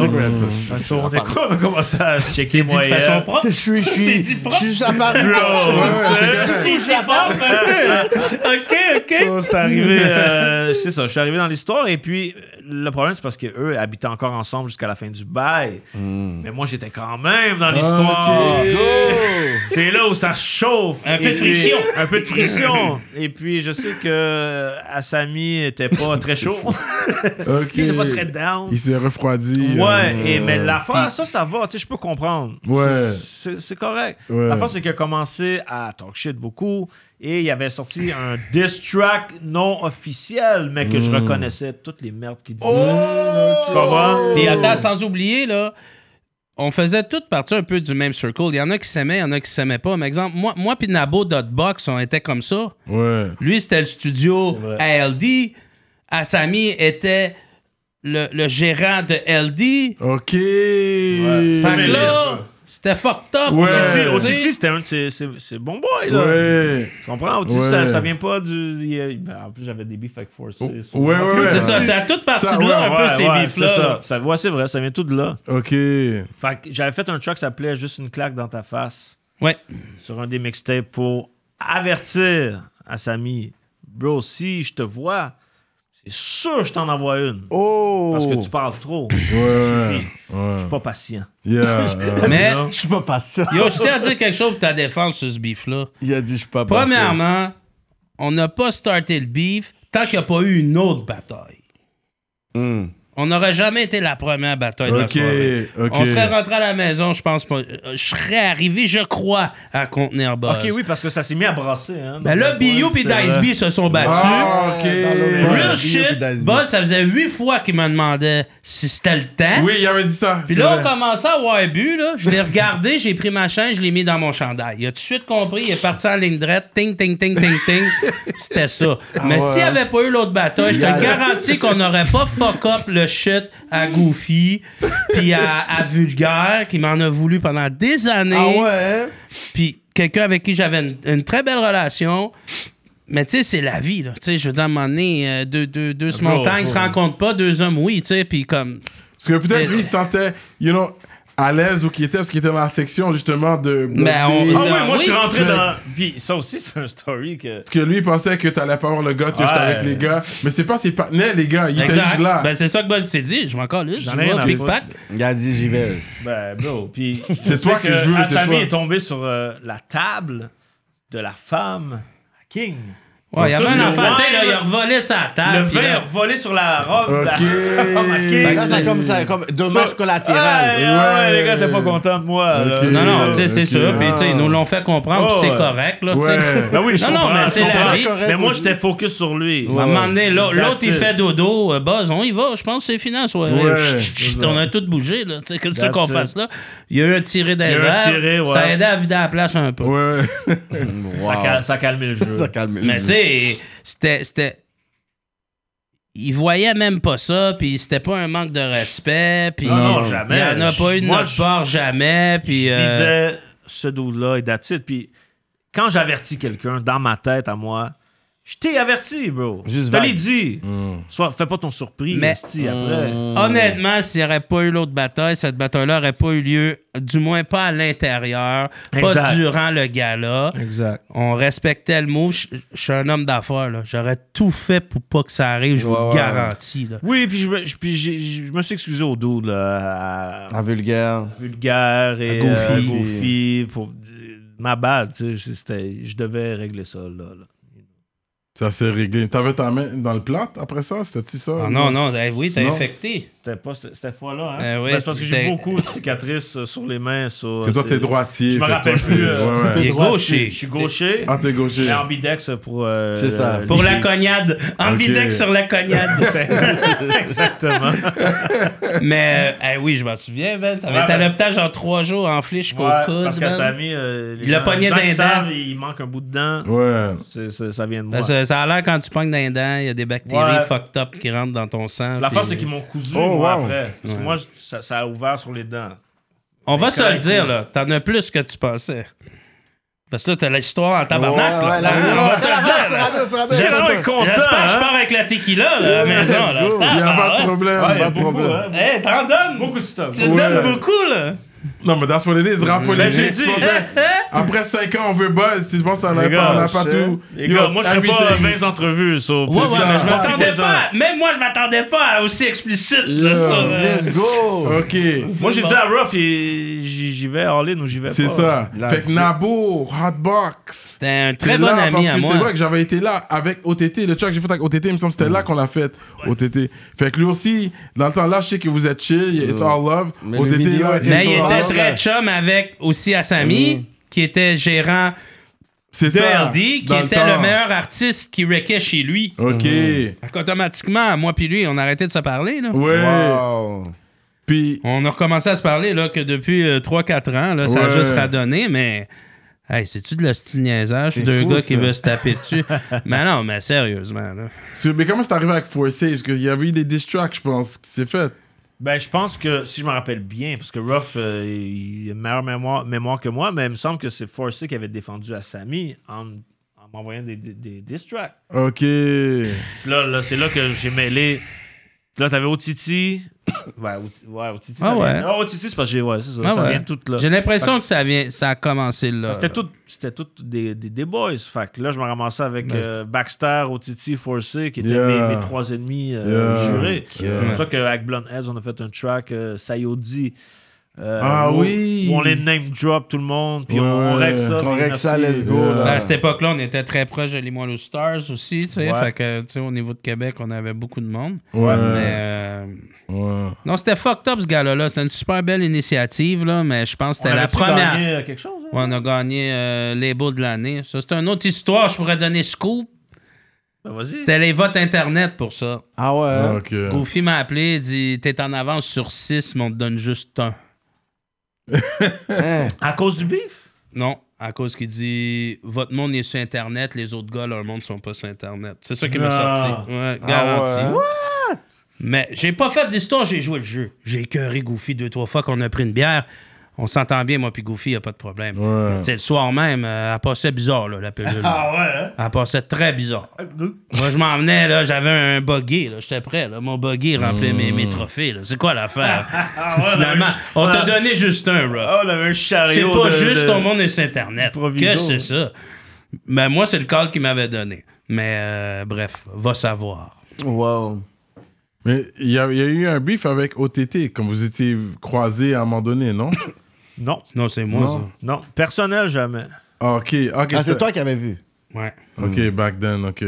Parce qu'on est quoi? On a commencé à checker
[laughs] C'est dit de
moi et
façon
elle.
propre.
Je suis, je suis.
dit
Je suis apparu.
Bro.
Ouais, ouais, ben, c'est
Euh,
correct.
C'est
[laughs]
dit propre. [laughs] OK, OK.
So, c'est arrivé, euh, [laughs] c'est ça, je suis arrivé dans l'histoire et puis le problème c'est parce que eux habitaient encore ensemble jusqu'à la fin du bail. Mais moi j'étais quand même dans l'histoire.
Ok.
[laughs] C'est là où ça chauffe.
Un peu
Et
de
puis-
friction.
Un peu de friction. Et puis je sais que euh, Asami était pas très chaud.
Ok.
[laughs] Il était pas très down.
Il s'est refroidi.
Ouais,
euh,
et, mais la fin, ça, ça va, tu sais, je peux comprendre.
Ouais.
C'est- C'est c'est correct.
Ouais.
La fin, c'est qu'il a commencé à talk shit beaucoup et il avait sorti un diss track non officiel, mais que je
Hmm.
reconnaissais toutes les merdes qu'il disait.
Oh!
tu comprends?
Puis attends, sans oublier, là, on faisait toutes partie un peu du même circle. Il y en a qui s'aimaient, il y en a qui s'aimaient pas. Mais exemple, moi, moi puis Nabo Dotbox, on était comme ça.
Ouais.
Lui, c'était le studio ALD. Asami était le, le gérant de LD.
Ok.
Fait que
Mais-
là, c'était fucked up.
Ouais.
Tu dis-
Au
tu dis-
Titi, c'était un de ses, ses- ses bons boys, là.
Ouais.
Tu comprends? Au Titi,
Ouais.
ça, ça vient pas du. il y a- ben, en plus, j'avais des beefs avec Force.
Oh, ouais, ouais, ouais.
C'est ça, c'est à toute partie
Ça,
de là
ouais,
un peu ces
c'est
bifs-là.
ça. ça ouais, c'est vrai, ça vient tout de là.
Ok.
Fait que j'avais fait un track qui s'appelait Juste une claque dans ta face.
Ouais.
sur un des mixtapes pour avertir à Samy Bro, si je te vois, c'est sûr que je t'en envoie une.
Oh.
Parce que tu parles trop. Ça
Ouais.
suffit. Je
Ouais.
suis pas patient. [laughs]
Yeah. euh,
Mais
Non.
Je suis pas patient.
yo, je tiens à dire quelque chose pour ta défense sur ce beef-là.
Il a dit je suis pas patient.
Premièrement, on n'a pas starté le beef tant qu'il n'y a pas eu une autre bataille.
Hmm.
On n'aurait jamais été la première bataille de la
Ok,
soirée.
ok.
On serait rentré à la maison, je pense pas. Euh, Je serais arrivé, je crois, à contenir Buzz.
Ok, oui, parce que ça s'est mis à brasser. Hein,
Ben là, Biou et Dice B se sont battus.
Ah, ok.
Ouais, dans le-
Real
Ouais, Biou
shit,
puis Dice B.
Buzz, ça faisait huit fois qu'il me demandait si c'était le temps.
Oui, il avait dit ça.
Puis
c'est
là, on
vrai.
commençait à avoir bu, là. Je l'ai regardé, j'ai pris ma chaîne, je l'ai mis dans mon chandail. Il a tout de suite compris, il est parti en ligne droite, ting, ting, ting, ting, ting. C'était ça.
Ah
Mais s'il n'y avait pas eu l'autre bataille, je te
Yeah.
garantis qu'on n'aurait pas fuck up le shit à Goofy, puis à, à Vulgaire, qui m'en a voulu pendant des années.
Ah ouais. hein?
Puis quelqu'un avec qui j'avais une, une très belle relation. Mais tu sais, c'est la vie, là. Tu sais, je veux dire, à un moment donné, euh, deux, deux, deux se
Bro,
montagnes se
bro.
rencontrent pas, deux hommes, oui, tu sais, puis comme...
Parce que peut-être
Mais-
lui, il sentait, you know, à l'aise où qu'il était, parce qu'il était dans la section justement de.
Mais
Blondie.
on-
Ah
oui,
oui, moi je suis
oui.
rentré
Je-
dans. Puis ça aussi, c'est un story que.
Parce que lui, il pensait que t'allais pas voir le gars, tu vois, j'étais
Ouais.
avec les gars. Mais c'est pas ses partenaires, les gars. Il était juste là.
Ben, c'est ça que Buzz s'est dit. Je m'en calisse.
J'en
Je
ai rien
vois
à
Big
foutre.
Pack.
Il a dit j'y vais.
Ben, bro. Puis.
[laughs] C'est toi que je veux, c'est
Asami
toi.
est tombé sur euh, la table de la femme à King.
Ouais, il y avait
Tout
un
le
enfant, tu sais, là,
wine,
il a revolé sa
Le
table. puis là-
verre volé sur la robe.
Ah,
[laughs]
Ok. Ben,
de La... femme à
Fait
King.
que Ben, là, c'est comme, ça, comme dommage
Ça-
collatéral.
Ah, Ouais, ouais,
Ouais.
les gars, t'es pas content de moi. là.
Ok.
Non, non,
Euh,
tu sais, c'est
ok.
sûr. Puis, tu sais, ils nous l'ont fait comprendre,
Oh,
puis c'est
ouais.
correct, là, tu sais.
Ouais.
Ben oui, je
Non, non,
comprends,
mais
je
c'est la
comprends.
vie.
Mais moi, j'étais focus sur lui.
À un moment donné, l'au-
That's
l'autre, il
it.
fait dodo. euh, Buzz, on y va. Je pense que c'est fini, soit. euh,
Ouais,
On a tout bougé, là. Tu sais, qu'est-ce
That's
qu'on
it.
fasse là? Il y a eu un tiré des
Il y a eu un
airs.
tiré, ouais.
Ça a aidé à vider la place un peu.
Ouais. [laughs]
Ça, cal- [laughs] ça calme le jeu.
Ça calme.
Mm.
Mais tu sais, c'était. c'était... Il voyait même pas ça, puis c'était pas un manque de respect, puis.
Non, non, jamais.
Il n'y en a pas eu de
Moi,
notre
je-
part jamais, puis.
je
euh,
disais ce dude-là et that's it. Puis quand j'avertis quelqu'un dans ma tête à moi, je t'ai averti, bro.
Juste
je te l'ai
vague.
dit. Sois- fais pas ton surprise,
Mais-
esti, après.
Honnêtement, s'il n'y aurait pas eu l'autre bataille, cette bataille-là n'aurait pas eu lieu, du moins pas à l'intérieur, pas
Exact.
durant le gala.
Exact.
On respectait le move. Je je suis un homme d'affaires. là. J'aurais tout fait pour pas que ça arrive, je vous
Ouais,
le
ouais.
garantis. là.
Oui, puis je me, je- puis j'ai- je me suis excusé au dude, là, à-
En vulgaire.
vulgaire et
À Goofy.
euh, Goofy pour euh, ma bad, tu sais, c'était- je devais régler ça là. là.
Ça s'est réglé. T'avais ta main dans le plat après ça? C'était-tu ça?
Ah non, non, eh oui, t'as
Non.
infecté.
C'était pas cette, cette fois-là, hein.
Eh oui,
Ben, c'est parce que j'ai
t'es-
beaucoup de cicatrices euh, sur les mains, sur.
Que toi,
c'est-
t'es droitier.
Je me
fait que
rappelle
toi,
plus,
c'est-
euh,
ouais, ouais.
[laughs] Il est gaucher.
Je suis gaucher.
Ah, t'es gaucher.
Mais ambidex pour. euh,
C'est ça.
le-
Pour la cognade. Ambidex sur la
[laughs]
cognade.
Exactement.
Mais, euh, eh oui, je m'en souviens, Ben. T'avais
Ouais,
ta
parce-
leptage en trois jours en fliche jusqu'au
[laughs] Ouais,
coude.
parce qu'à
Ben.
Samy, euh, les
Il l'a
gens-
pogné
les gens
d'un
qui
dent. Ben,
savent, il manque un bout de dent.
Ouais.
C'est- c'est- ça vient de moi.
Parce que ça a l'air quand tu pognes dans les dents, il y a des bactéries
Ouais.
fucked up qui rentrent dans ton sang.
L'affaire,
puis-
c'est qu'ils m'ont cousu
Oh,
moi,
wow.
après. Parce que moi, je- ça, ça a ouvert sur les dents.
Ah, On va se le
correct,
dire,
oui.
là. T'en as plus que tu pensais. Parce que là, t'as l'histoire en tabarnak,
Ah,
là.
là,
Hein, on va se le dire, là.
J'ai vraiment
là.
été content.
J'espère que je
hein.
pars avec la tequila, là, à la
Ouais,
maison,
let's
là.
go.
Il n'y a pas de
Tabarouette.
problème.
Ouais, il y a
Pas de
beaucoup,
problème.
hein.
Hey, t'en donnes!
Beaucoup de stock.
Tu donnes beaucoup, là! Hein?
Non, mais dans ce it is, rap
Ben, j'ai
politique.
dit,
tu pensais, Après 5 ans, on veut buzz. Tu penses qu'on n'a
Les gars,
pas, on a pas
je
tout.
Les
Yo,
gars, moi, je ferais pas
everything.
20 entrevues sur.
Ouais, ouais, mais je
ça.
m'attendais
hein.
pas! Même moi, je m'attendais pas à aussi explicite, là, sur, euh,
Let's go.
Ok.
Moi, j'ai
bon.
dit à Ruff, il- j'y j'y vais all-in ou j'y vais pas.
C'est ça.
La-
Fait que Nabo, Hotbox.
C'était un très
C'est
bon
là,
ami
parce
à
que C'est
moi.
vrai que j'avais été là avec OTT. Le track que j'ai fait avec OTT, il me semble que c'était là qu'on l'a fait. OTT. Fait que lui aussi, dans le temps là, je sais que vous êtes chill. It's all love.
Mais le
OTT,
vidéo
là,
était
Mais
Ils
il
sont
était
en
très
ordre.
chum avec aussi Asami, qui était gérant
C'est
de
ça.
LD, qui
dans
était le
temps.
meilleur artiste qui wreckait chez lui.
Ok.
Fait qu'automatiquement, moi puis lui, on a arrêté de se parler, là.
Ouais.
Mhm.
hein.
Wow.
Puis,
On a recommencé à se parler, là, que depuis euh, 3-4 ans, là, ça a
Ouais.
juste radonné, mais... Hey, c'est-tu de l'ostinaisage d'un
fou,
gars
ça.
qui veut se taper dessus? mais non, mais sérieusement, là.
sur- mais comment c'est arrivé avec 4 Saves? Parce qu'il y avait eu des diss tracks, je pense, qui s'est fait.
Ben, je pense que, si je me rappelle bien, parce que Ruff, euh, il a une meilleure mémoire, mémoire que moi, mais il me semble que c'est Forcé qui avait défendu à Samy en, en m'envoyant des, des, des diss tracks.
Ok.
Puis Là, là, c'est là que j'ai mêlé. Puis Là, t'avais Otiti. [coughs] Ouais, Ot- ouais Otiti. ça
Ah ouais.
vient- Ah, Otiti, c'est parce que j'ai. Ouais, c'est ça.
Ah
ça
ouais.
vient tout là.
J'ai l'impression que ça, vient, ça a commencé
Ah,
là.
C'était
là.
tout, c'était tout des, des, des boys. Fait que là, je me ramassais avec
Ben,
euh, Baxter, Otiti, Forcé, qui étaient
Yeah.
mes, mes trois ennemis euh,
Yeah.
jurés.
Yeah.
C'est pour ça qu'avec Blonde Heads, on a fait un track, euh, Sayodi. euh,
Ah
où-
oui.
où on les name drop tout le monde, puis on, on
Ouais.
règle ça.
On
puis
règle ça,
merci.
let's go.
Yeah.
Ben,
là.
à cette époque-là, on était très proche de Les Moineaux Stars aussi, tu sais.
Ouais.
Fait que, tu sais, au niveau de Québec, on avait beaucoup de monde.
Ouais.
Mais, euh,
Ouais.
Non, c'était fucked up ce gars-là. C'était une super belle initiative, là, mais je pense que
On
c'était la
avait-tu
première.
gagné, euh, quelque chose. hein?
Ouais, on a gagné euh, les beaux de l'année. Ça, c'est une autre histoire. Je pourrais donner scoop.
Ben, vas-y.
C'était les votes Internet pour ça.
Ah ouais.
Ok.
Goofy m'a appelé, il dit T'es en avance sur 6, mais on te donne juste un.
Hein.
À cause du beef?
Non, à cause qu'il dit votre monde est sur Internet, les autres gars, leur monde sont pas sur Internet. C'est ça qui m'a
Non.
sorti. Ouais,
Ah,
garanti. Mais j'ai pas fait d'histoire, j'ai joué le jeu. J'ai écœuré Goofy deux, trois fois qu'on a pris une bière. On s'entend bien, moi, puis Goofy, y a pas de problème.
Ouais.
Mais, tu sais, le soir même, euh, elle passait bizarre, là, la pilule.
Ah ouais,
Elle passait très bizarre.
Ah,
Moi, je m'en venais, là, j'avais un buggy, là, j'étais prêt, là. Mon buggy remplit mes, mes trophées, là. C'est quoi [laughs] l'affaire?
Ah
Finalement, on t'a donné juste un, Ruff.
Oh, Ah, on avait un
C'est
chariot.
pas
de-
juste
de-
ton monde et cet internet.
du Provigo.
Que c'est ça? Ben, moi, c'est le call qu'il m'avait donné. Mais euh, bref, va savoir.
Wow. Ah,
Mais il y, a il y a eu un beef avec OTT, comme vous étiez croisés à un moment donné, non?
Non,
Non, c'est moi,
Non.
non. Personnel, jamais.
Ah, ok, ok.
Ah,
ça-
c'est toi qui avais vu.
ça. Ouais.
Ok, back then, ok.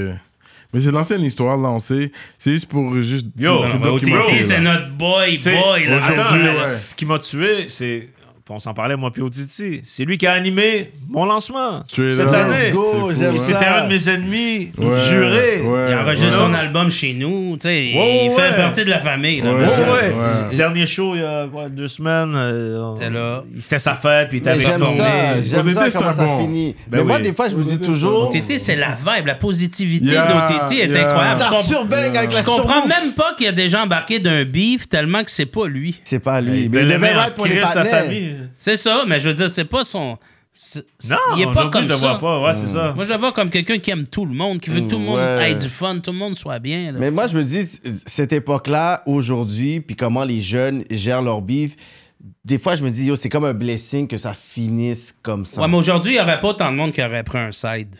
Mais c'est l'ancienne histoire, là, on sait. C'est juste pour juste.
Yo,
Bah,
c'est- c'est
ben,
documenté,
OTT, c'est
là.
notre boy,
C'est-
boy. Là.
Aujourd'hui,
Attends,
ouais.
mais ce qui m'a tué, c'est. On s'en parlait, moi, puis Oditi. C'est lui qui a animé mon lancement
Straight
cette
up.
année.
Let's go,
c'est fou,
j'aime
hein.
ça.
C'était un de mes ennemis
Ouais,
jurés.
ouais,
Il enregistre
ouais.
son album chez nous, tu sais.
Ouais,
il
ouais, ouais.
fait partie de la famille. Là,
Ouais,
Ouais,
Monsieur.
ouais.
Ouais.
Dernier show, il y a quoi, deux semaines. euh, on-
T'es là.
C'était sa fête, puis il
Mais
t'avait
Ben, J'aime ça,
informé.
j'aime
OTT,
ça
c'est
comment
un
ça
bon.
finit.
Ben
Mais moi,
oui.
des fois, je me dis toujours,
OTT, c'est la vibe, la positivité
Yeah,
d'OTT est
yeah.
incroyable.
ça
Je, comp-
surbengue avec la
je comprends
surbouffe.
même pas qu'il y a des gens embarqués d'un beef tellement que c'est pas lui.
C'est pas lui,
Il
mais il devait
devait mettre en
être pour les
crise à sa
partenaires.
vie.
C'est ça, mais je veux dire, c'est pas son. c'est- c'est-
Non,
il est pas
aujourd'hui,
comme
je le
ça.
vois pas. Ouais, c'est ça.
Moi, je le vois comme quelqu'un qui aime tout le monde, qui veut que tout le monde
Ouais.
ait du fun, tout le monde soit bien. là.
Mais moi, je me dis, cette époque-là, aujourd'hui, puis comment les jeunes gèrent leur bif, des fois, je me dis, yo, c'est comme un blessing que ça finisse comme ça.
Ouais, mais aujourd'hui, il n'y aurait pas tant de monde qui aurait pris un side.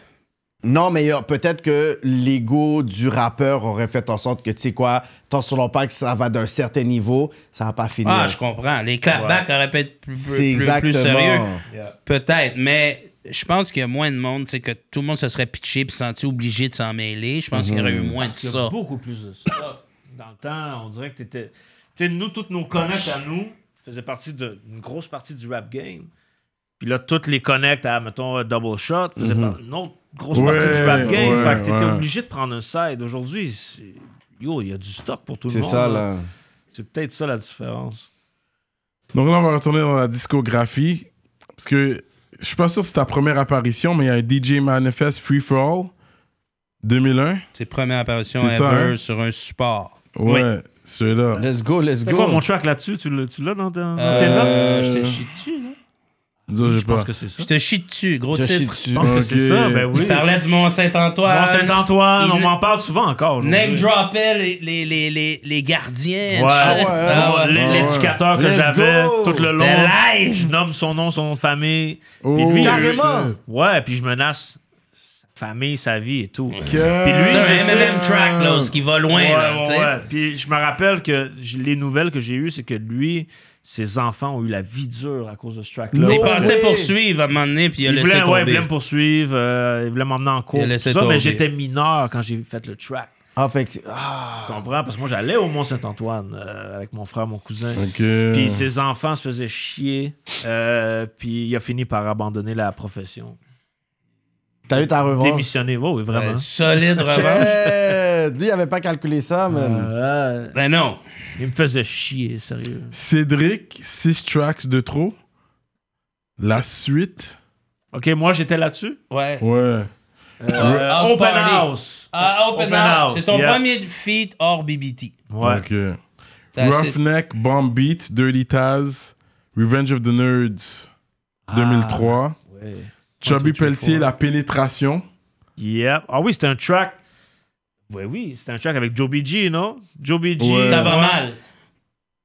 Non, mais il y a- peut-être que l'ego du rappeur aurait fait en sorte que, tu sais quoi, tant sur pas que ça va d'un certain niveau, ça va pas finir.
Ah, je comprends. Les clapbacks auraient pu être plus, plus-
C'est
plus- plus
exactement.
sérieux. Peut-être, mais je pense qu'il y a moins de monde, c'est que tout le monde se serait pitché puis senti obligé de s'en mêler. Je pense qu'il y aurait eu
Mhm.
moins de
Il y a
ça.
beaucoup plus de ça. Dans le temps, on dirait que t'étais. Tu sais, nous, toutes nos connects à nous faisaient partie de- d'une grosse partie du rap game. Puis là, toutes les connects à, mettons, euh, Double Shot faisaient par- une autre grosse
Ouais,
partie du rap game.
ouais,
fait que t'étais
ouais.
obligé de prendre un side. Aujourd'hui, c'est- yo, il y a du stock pour tout le
C'est
monde.
ça,
là.
là.
C'est peut-être ça la différence.
Donc là, on va retourner dans la discographie. Parce que je suis pas sûr si c'est ta première apparition, mais il y a un DJ Manifest Free For All 2001.
C'est première apparition
C'est
ever
ça, hein?
sur un support.
Ouais, celui-là.
Let's go, let's
C'est
go.
quoi mon track là-dessus? Tu l'as tu l'as dans ta- dans
Ah,
tes notes?
Euh,
notes?
je te chie dessus, là.
Je,
Je pense que c'est ça.
Je te chie dessus, gros
Je chie
titre.
dessus.
Je pense que
Ok.
c'est ça, ben oui.
Il parlait du Mont-Saint-Antoine.
Mon Saint-Antoine,
Il-
on m'en parle souvent encore. aujourd'hui.
Name dropait les, les, les, les, les gardiens.
Ouais. hein?
and shit.
ouais,
Ah ouais,
L-
c'était-
L'éducateur que
Let's
j'avais
go.
tout le long.
C'était live.
Je nomme son nom, son nom de famille. Puis
Oh,
lui,
Carrément.
shit.
Ouais, puis je menace sa famille, sa vie et tout.
C'est
lui,
un
je sais.
M&M track, là, ce qui va loin,
Ouais,
là,
ouais,
tu sais.
ouais. Puis je me rappelle que j- les nouvelles que j'ai eues, c'est que lui, ses enfants ont eu la vie dure à cause de ce track-là.
No
Il
Oh,
pensait
ouais.
poursuivre à un moment donné, puis il a
Il
laissé
voulait, ouais, il
tomber.
voulait me poursuivre, euh, il voulait m'emmener en cours.
Il a
tout
laissé
ça, mais
tomber.
j'étais mineur quand j'ai fait le track.
Ah, fait que- ah.
Tu comprends? Parce que moi, j'allais au Mont-Saint-Antoine euh, avec mon frère, mon cousin.
Ok.
Puis ses enfants se faisaient chier. euh, puis il a fini par abandonner la profession.
T'as eu ta revanche.
Démissionner, oh, oui, vraiment. [laughs]
Ouais, solide revanche.
Shit. Lui, il avait pas calculé ça, man.
Euh,
Ben non.
il me faisait chier, sérieux.
Cédric, 6 tracks de trop. La suite.
OK, moi, j'étais là-dessus.
Ouais.
Ouais.
Euh,
House
open
Party.
House.
Ah, Open,
Open
House.
House,
C'est son
yeah.
premier feat hors BBT.
Ouais.
Ok.
C'est assez-
Roughneck, Bomb Beat, Dirty Taz, Revenge of the Nerds, 2003.
Ah. Ouais.
Chubby
One, two, three,
Pelletier,
four.
La Pénétration.
Yeah. Ah oui, c'était un track. Ouais, oui, c'était un track avec Joe BG, non? Joe BG.
Ouais.
Ça va
Ouais.
mal.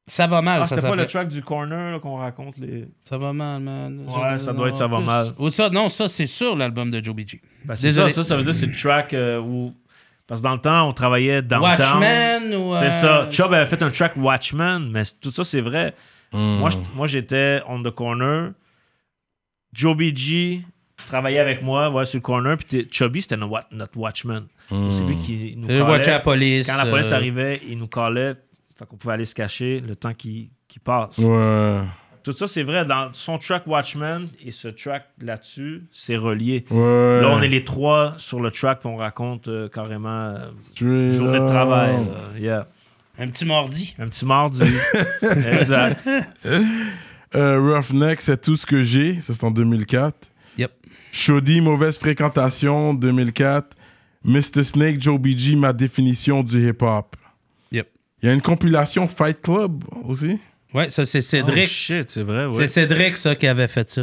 Ça va
Ah,
mal, ça
c'était pas
s'appelle.
le track du corner là, qu'on raconte les.
Ça va mal, man.
Ouais, ça
Non,
doit être Ça va
plus.
mal.
Ou ça, non, ça, c'est sur l'album de Joe BG.
Ben, c'est
Désolé.
Ça, ça, ça veut dire que c'est le track euh, où. Parce que dans le temps, on travaillait dans
Watchmen ou...
C'est
euh,
ça. Chubb avait fait un track Watchman, mais c- tout ça, c'est vrai.
Hmm.
Moi, je- moi, j'étais on the corner. Joe BG travaillait avec moi ouais, sur le corner. Puis t'es- Chubby, c'était notre, wa- notre Watchman. So, C'est lui qui nous
Le
callait.
Euh, Watch Hmm. à la police.
Quand la police
euh,
arrivait, il nous callait. Fait qu'on pouvait aller se cacher le temps qui, qui passe.
Ouais.
Tout ça, c'est vrai. Dans son track Watchman et ce track là-dessus, c'est relié.
Ouais.
Là, on est les trois sur le track, puis on raconte euh, carrément euh,
Straight
journée de
up.
travail. là. Yeah.
Un petit mordi.
Un petit mardi. [laughs] exact.
Euh, Roughneck, c'est tout ce que j'ai. Ça, c'est en 2004.
Yep.
Shoddy, mauvaise fréquentation, 2004. Mr. Snake, Joe BG, ma définition du hip-hop.
Yep.
Il y a une compilation Fight Club aussi.
Ouais, ça, c'est
Oh,
Cédric.
shit, c'est vrai,
c'est
ouais.
Cédric, ça, qui avait fait ça.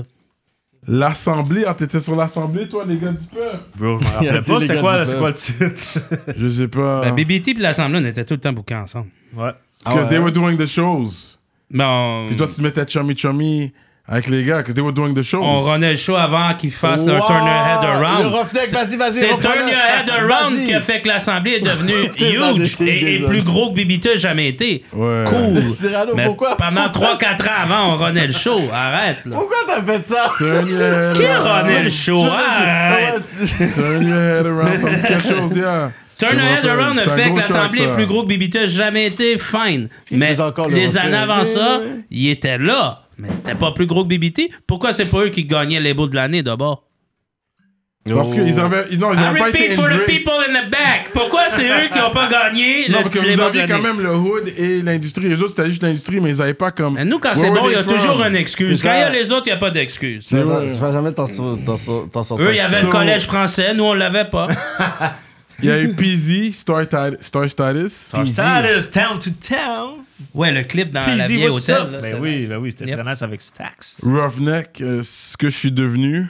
L'Assemblée, ah, t'étais sur l'Assemblée, toi, les gars du peuple?
Bro, je m'en [laughs]
Il a
rappelais
dit
pas,
les
c'est
gars
quoi,
du
c'est quoi le titre?
Je sais pas.
Ah.
Ben, BBT et l'Assemblée, on était tout le temps bouqués ensemble.
ouais.
Because
Ah
they
ouais.
were doing the shows.
Mais on,
Puis toi, tu te mettais chummy chummy avec les gars, because they were doing the shows.
on runnait le show avant qu'il fasse un
Wow!
Turn Your Head Around.
Le Roughneck, vas-y, vas-y,
C'est
reprends-le.
Turn Your Head Around
Vas-y.
qui a fait que l'Assemblée est devenue
[laughs]
T'es dans des
huge
trucs,
et, et
désolé.
plus gros que BBT a jamais été.
Ouais. [laughs]
Cool.
Cyrano,
Mais
pourquoi-
pendant
pourquoi-
3-4 ans avant, on runnait le show. Arrête,
[laughs]
là.
Pourquoi t'as fait ça? Ah,
Turn your head
Qui
around.
runnait le
Tu
show?
vois,
Arrête.
j'ai- ouais, tu-
Turn your head
[laughs]
around, ça me dit quelque chose, yeah.
Turn
Je
your
me
head
rappelle,
around a
c'est un
fait
gros
que
track,
l'Assemblée
ça.
est plus gros que BBT a jamais été, fine.
qu'il
Mais
faisait encore le
des
refrain.
années avant ça,
Ouais, ouais.
il était là. Mais t'es pas plus gros que BBT. Pourquoi c'est pas eux qui gagnaient les bouts de l'année d'abord?
Parce qu'ils avaient. ils- Non, ils
I
n'avaient pas
repeat
été
for the
embraced.
people in the back. Pourquoi c'est eux qui ont pas gagné
Non,
le-
parce que
les
vous
bouts de
aviez quand
l'année?
même le hood et l'industrie. Les autres, c'était juste l'industrie, mais ils n'avaient pas comme.
Mais nous, quand
Where
c'est
were
bon, il y
they
a
from?
toujours une excuse.
C'est
Quand il y a
ça.
les autres, il n'y a pas d'excuse.
Tu
C'est
vas-
vrai.
tu vas jamais t'en sor- t'en sor- t'en sortir.
Eux, il y avait
So-
le collège français, nous, on l'avait pas.
Il y a eu PZ, Star, Tat- Star Status.
Easy.
Status, town to town.
[laughs] Ouais, le clip dans Ah, la
PZ,
vieille
what's
hôtel.
up?
là,
Ben
c'était
oui,
nice.
ben oui, c'était
Yep.
très nice avec Stax.
Roughneck, euh, ce que je suis devenu.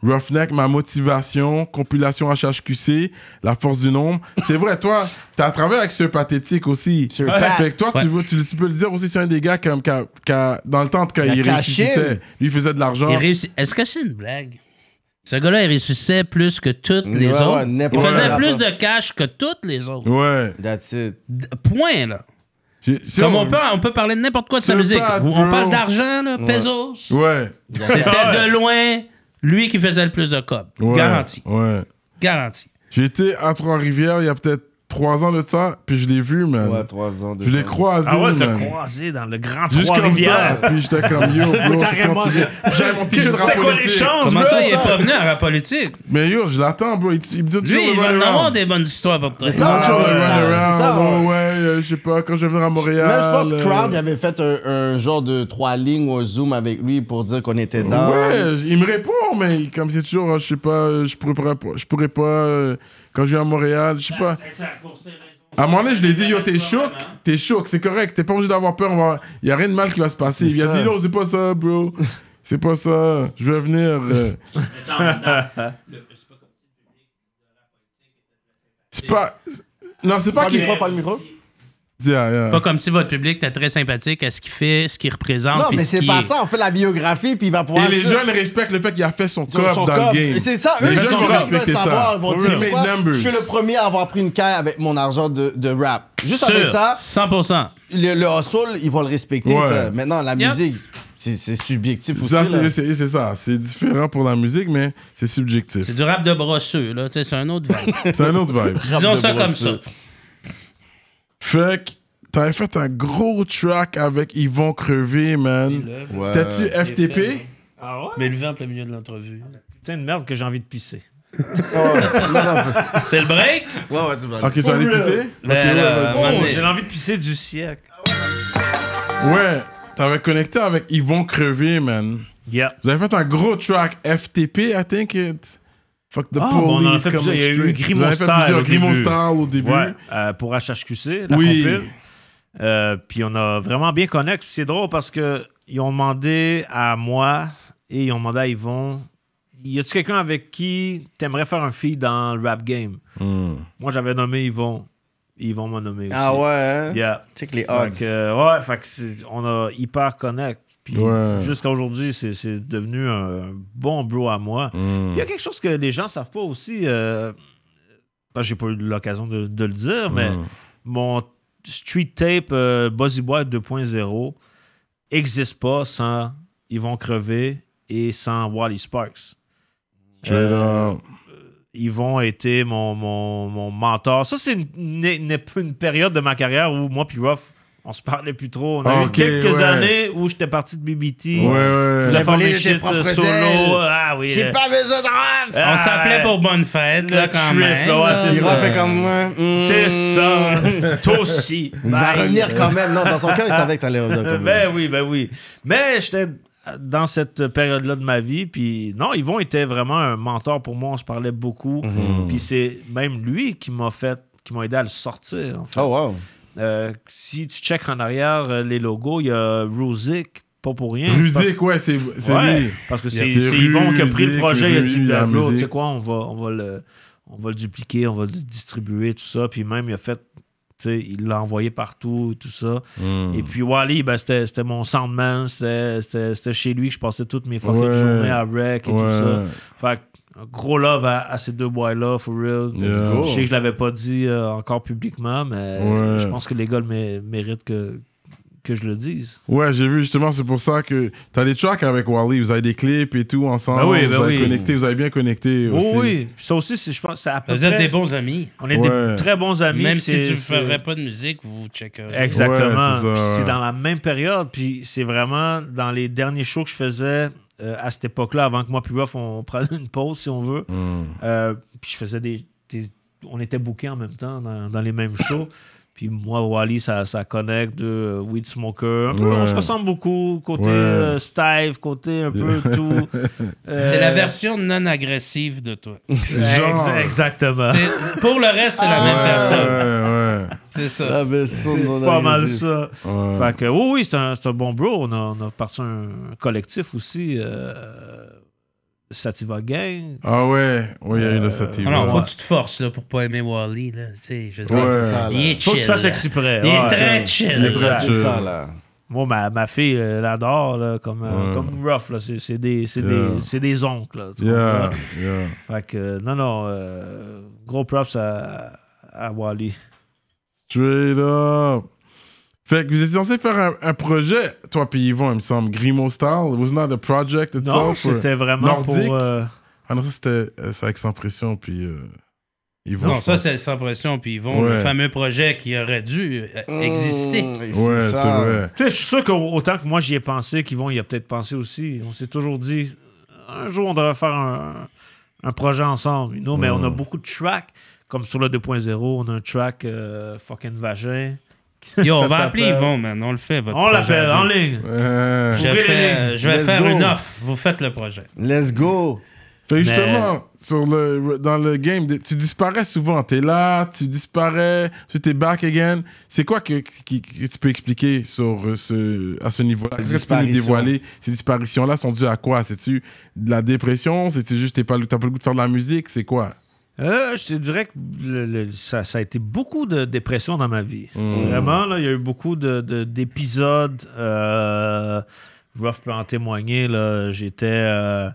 Roughneck, ma motivation, compilation HHQC, la force du nombre. C'est vrai, toi, t'as travaillé avec ce pathétique aussi.
Sir Pat.
Fait que toi, tu, veux- tu- tu peux le dire aussi, c'est un des gars comme, qu'a- qu'a- dans le temps, quand
Il a
il,
caché.
réussissait, lui il faisait de l'argent.
Il réussit- Est-ce que c'est une blague? Ce gars-là, il ressuscitait plus que toutes les
Ouais, ouais,
autres. il
n'importe
faisait
quoi.
plus de cash que toutes les autres.
Ouais.
That's it.
D- Point, là.
J'ai- si
Comme
on-
on peut, on peut parler de n'importe quoi de sa
Sur
musique.
Pat,
on
bro.
parle d'argent, là, pesos.
Ouais.
C'était de loin lui qui faisait le plus de cop.
ouais.
Garanti.
Ouais.
Garanti.
J'ai été à Trois-Rivières il y a peut-être trois ans de ça, puis je l'ai vu, man.
Ouais, trois ans, deux
Euh, je l'ai
ans.
croisé,
Ah ouais, je
man.
l'ai croisé dans le grand
Juste comme
Trois-Rivières.
ça, puis j'étais comme yo, bro, c'est
Carrément,
quand tu
j'ai-
viens. Puis J'avais mon t-shirt
C'est quoi les
rapolitique.
chances,
Comment
bro?
ça, il est pas venu à la politique?
Mais yo, je l'attends, bro. Il, il me dit toujours
Lui, il
le
va en
runaround.
avoir des bonnes histoires pour toi.
C'est ça,
Toujours le
ouais,
runaround.
Ah, c'est ça, ouais.
oh, ouais, euh, je sais pas, quand je vais venir à Montréal.
Là, je pense que
euh,
Crowd il avait fait un, un genre de trois lignes ou un zoom avec lui pour dire qu'on était dans.
Ouais, j- il me répond, mais il- comme c'est toujours, euh, je sais pas, euh, je pourrais pas, je pourrais pas, euh, quand je vais à Montréal, je sais pas. À un moment donné, je lui ai dit, yo, t'es choc, t'es choc, c'est correct, t'es pas obligé d'avoir peur, on va... y a rien de mal qui va se passer.
C'est
Il a
ça.
dit, non, c'est pas ça, bro, c'est pas ça, je vais venir.
[laughs]
euh. C'est pas. Non, c'est pas
Parle le
qu'il.
micro, parle le micro.
Yeah, yeah.
Pas comme si votre public était très sympathique à ce qu'il fait, ce qu'il représente.
Non,
puis
mais
ce
c'est
qu'il
pas
est.
ça. On fait la biographie, puis il va pouvoir.
Et les
dire-
jeunes respectent le fait qu'il a fait son
Son-
cop
son
dans
cop.
le game.
Et c'est ça, eux,
Les
ils
gens
sont
vont
capables de
respecter ça.
savoir. Ils vont
For
dire,
real.
c'est quoi?
Numbers.
Je suis le premier à avoir pris une caille avec mon argent de, de rap. Juste
Sûr,
avec ça,
100%.
le, le hustle, ils vont le respecter.
Ouais.
t'sais. Maintenant, la
Yep.
musique, c'est c'est subjectif aussi.
Ça,
là.
c'est c'est- c'est ça. C'est différent pour la musique, mais c'est subjectif.
C'est du rap de brosseux, là. Tu sais, c'est un autre
[laughs]
vibe.
C'est un autre vibe.
Disons
de
ça comme ça.
brosseux.
Fait que t'avais fait un gros track avec Yvon Crevé,
Euh,
man.
Ouais.
C'était-tu FTP?
Ah ouais?
Mais le vent en plein milieu de l'entrevue.
Putain de merde que j'ai envie de pisser.
C'est le break?
Ouais, ouais, tu vas.
Ok, tu vas aller pisser?
Ben là,
Oh,
à un moment donné.
j'ai l'envie de pisser du siècle.
Ouais. T'avais connecté avec Yvon Crevé, man.
Yeah.
Vous avez fait un gros track FTP, I think it. Fuck the
Ah,
police.
bon, on en a fait
Coming
plusieurs. Il y a eu
Straight.
Gris
Vous avez fait
Monster
plusieurs
au
Gris
début.
Monster au début.
Ouais, euh, pour HHQC, la
Oui.
compile. Euh, puis on a vraiment bien connecté. C'est drôle parce que ils ont demandé à moi et ils ont demandé à Yvon Y a-tu quelqu'un avec qui t'aimerais faire un feed dans le rap game
Mm,
Moi, j'avais nommé Yvon. Yvon m'a nommé aussi.
Ah ouais, hein?
Yeah.
Check les
Fait
odds.
que, ouais, fait que c'est- on a hyper connect. Puis
Ouais.
jusqu'à aujourd'hui, c'est c'est devenu un bon bro à moi.
mm.
Puis Il
Hmm.
y a quelque chose que les gens savent pas aussi. euh, parce que j'ai pas eu l'occasion de, de le
Mm.
dire, mais
Hmm.
mon street tape euh, Buzzy Boy 2.0 existe pas sans Yvon Crevé et sans Wally Sparks.
Straight
Euh,
up.
Yvon a été mon, mon, mon mentor. Ça, c'est une, une- une- une période de ma carrière où moi puis Ruff, on se parlait plus trop. On a
Ok,
eu quelques
ouais.
années où j'étais parti de BBT.
Ouais,
Je
ouais.
voulais faire
voler
mes
tes
shit, euh,
propres
solo.
ailes.
Ah oui.
J'ai
euh,
pas besoin de rap!
Ah,
On s'appelait
ouais.
pour bonne fête,
Le
là, quand
trip,
même.
là, ouais,
là.
Ah, c'est
Il
ça.
refait comme moi. Hmm.
C'est ça. Toi aussi.
[laughs] Il va revenir quand même. Non, dans son cœur, il savait que t'allais revenir quand même.
Ben oui, ben oui. Mais j'étais dans cette période-là de ma vie, puis non, Yvon était vraiment un mentor pour moi. On se parlait
Mmh.
beaucoup. Puis c'est même lui qui m'a fait, qui m'a aidé à le sortir. en fait.
Oh wow.
Euh, si tu checks en arrière euh, les logos, il y a Ruzik, pas pour rien. Hein, c'est parce-
Musique, ouais, c'est c'est
Ouais,
lui.
parce que
Il y
c'est
a
c'est
Rue,
Yvon qui a pris le
Musique,
projet. Il a
Rue,
dit, ben,
la
Bro, tu sais
musique.
quoi, on va, on, va le, on va le dupliquer, on va le distribuer, tout ça. Puis même, il a fait, tu sais, il l'a envoyé partout, tout ça.
Hmm.
Et puis Wally, ben, c'était c'était mon soundman, c'était- c'était c'était chez lui que je passais toutes mes fucking
Ouais.
journées à rec et tout ça.
Ouais.
Fait que, un gros love à, à ces deux boys-là, for real.
Yeah.
Je sais que je l'avais pas dit euh, encore publiquement, mais
Ouais.
je pense que les gars le mé- méritent que, que je le dise.
Ouais, j'ai vu justement, c'est pour ça que t'as des tracks avec Wally, vous avez des clips et tout ensemble.
Ben oui, ben
vous avez
oui.
connecté, vous avez bien connecté
Oui,
aussi.
oui. Ça aussi, c'est- je pense que c'est à peu
Vous êtes
près-
des bons amis.
On est
Ouais.
des très bons amis.
Même
puis
si
c'est-
tu ne
c'est-
ferais pas de musique, vous checkerez.
Exactement.
Ouais, c'est ça,
Puis c'est
ouais.
dans la même période. Puis c'est vraiment dans les derniers shows que je faisais euh, à cette époque-là, avant que moi puis Ruff, on prenne une pause, si on veut.
Mm.
Euh, puis je faisais des, des- On était bookés en même temps dans, dans les mêmes shows. Puis moi, Wally, ça, ça connecte de euh, Weed Smoker. Un peu,
Ouais.
On se ressemble beaucoup. Côté
Ouais.
euh, Steve, côté
[laughs]
un peu tout.
C'est la
Euh,
version non agressive
[laughs]
de toi.
ex- Exactement.
C'est- Pour le reste, c'est
Ah,
la même
Ouais,
personne.
ouais.
C'est ça.
Ah, ben, ça, on en a
pas mal
réalisé.
ça.
Ouais.
Fait que oui, oui, c'est un, c'est un bon bro. On a, on a parti un collectif aussi. euh, Sativa Gang.
Ah ouais, ouais, il y a eu le sativa.
Ah
ah
Non, non, faut
ouais.
que tu te forces là, pour pas aimer Wally. Là. Tu sais, je veux dire,
Ouais.
C'est ça, là.
Il est
Faut que tu
chill.
fasses
là.
exprès.
Il est
ouais.
très
Il est
chill.
très
C'est
chill.
ça, là.
Moi, ma, ma fille, elle adore, là, comme, euh,
Ouais.
comme Ruff. là. C'est c'est des, c'est
Yeah.
des, c'est des oncles. là, tu
Yeah,
comprends?
yeah.
Fait que, euh, non, non, euh, gros props à, à Wally.
Straight up. Fait que vous étiez censé faire un, un projet, toi puis Yvon, il me semble, Grimo Style. It was not a project itself.
Non,
or-
c'était vraiment
Nordique.
pour... euh,
Ah non, ça c'était euh, c'est avec Sans Pression, puis euh, Yvon.
Non,
je
ça,
pense.
c'est sans pression. Puis ils vont le
Ouais.
fameux projet qui aurait dû euh, exister.
Mm.
Mmh,
Ouais, c'est
ça.
vrai.
Tu sais, je suis sûr qu'autant que moi j'y ai pensé, qu'Yvon y a peut-être pensé aussi. On s'est toujours dit, un jour on devrait faire un, un projet ensemble. you know, Mais on a beaucoup de tracks. Comme sur le 2.0, on a un track euh, fucking vagin.
Yo, on
Ça
va appeler
s'appelle-
Yvon, man. On le fait, votre
On
projet
l'appelle
à
en
deux.
ligne.
Euh,
Je,
Ouvrez les
fais-
lignes.
je vais
Let's
faire
go.
une offre. Vous faites le projet.
Let's go.
Fait que justement, sur le, dans le game, tu disparais souvent. T'es là, tu disparais, tu t'es back again. C'est quoi que, qui- que tu peux expliquer sur euh, ce, à ce niveau-là?
Ces
Qu'est-ce que tu peux nous
disparitions.
dévoiler? Ces disparitions-là sont dues à quoi? C'est-tu de la dépression? C'est-tu juste t'es pas, t'as pas le goût de faire de la musique? C'est quoi?
Euh, je te dirais que le- le- ça, ça a été beaucoup de dépression dans ma vie. Vraiment, là, il y a eu beaucoup de- de- d'épisodes. De, euh, Ruff peut en témoigner. là. J'étais. euh,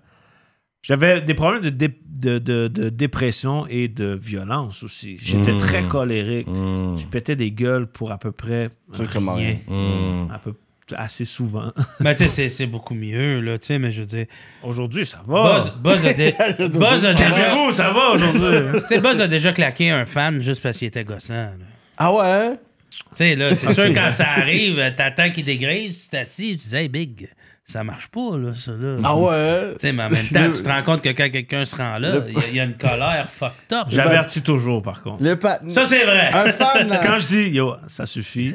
J'avais des problèmes de, dé- de- de- de dépression et de violence aussi. J'étais très colérique. Je pétais des gueules pour à peu près
C'est comme
rien.
rien.
À peu- assez souvent.
Mais tu sais, c'est- c'est beaucoup mieux, là. Tu sais, mais je veux dire.
Aujourd'hui, ça
Buzz,
va.
Buzz a, dé- Buzz a déjà.
Calmez-vous, ça va
[laughs]
aujourd'hui.
Tu sais, Buzz a déjà claqué un fan juste parce qu'il était gossant. là.
Ah ouais, hein?
Tu sais, là, c'est sûr, quand ça arrive, euh, t'attends qu'il dégrise, tu t'assis, tu dis, hey, big, ça marche pas, là, ça, là.
Mm.
Ah ouais.
Tu sais, mais en même temps,
Le-
tu te rends compte que quand quelqu'un se rend là, il y a- il y, a une colère fucked up.
J'avertis toujours, par contre.
Le pat...
Ça, c'est vrai.
Un fan, là.
Quand je dis, yo, ça
[laughs]
suffit,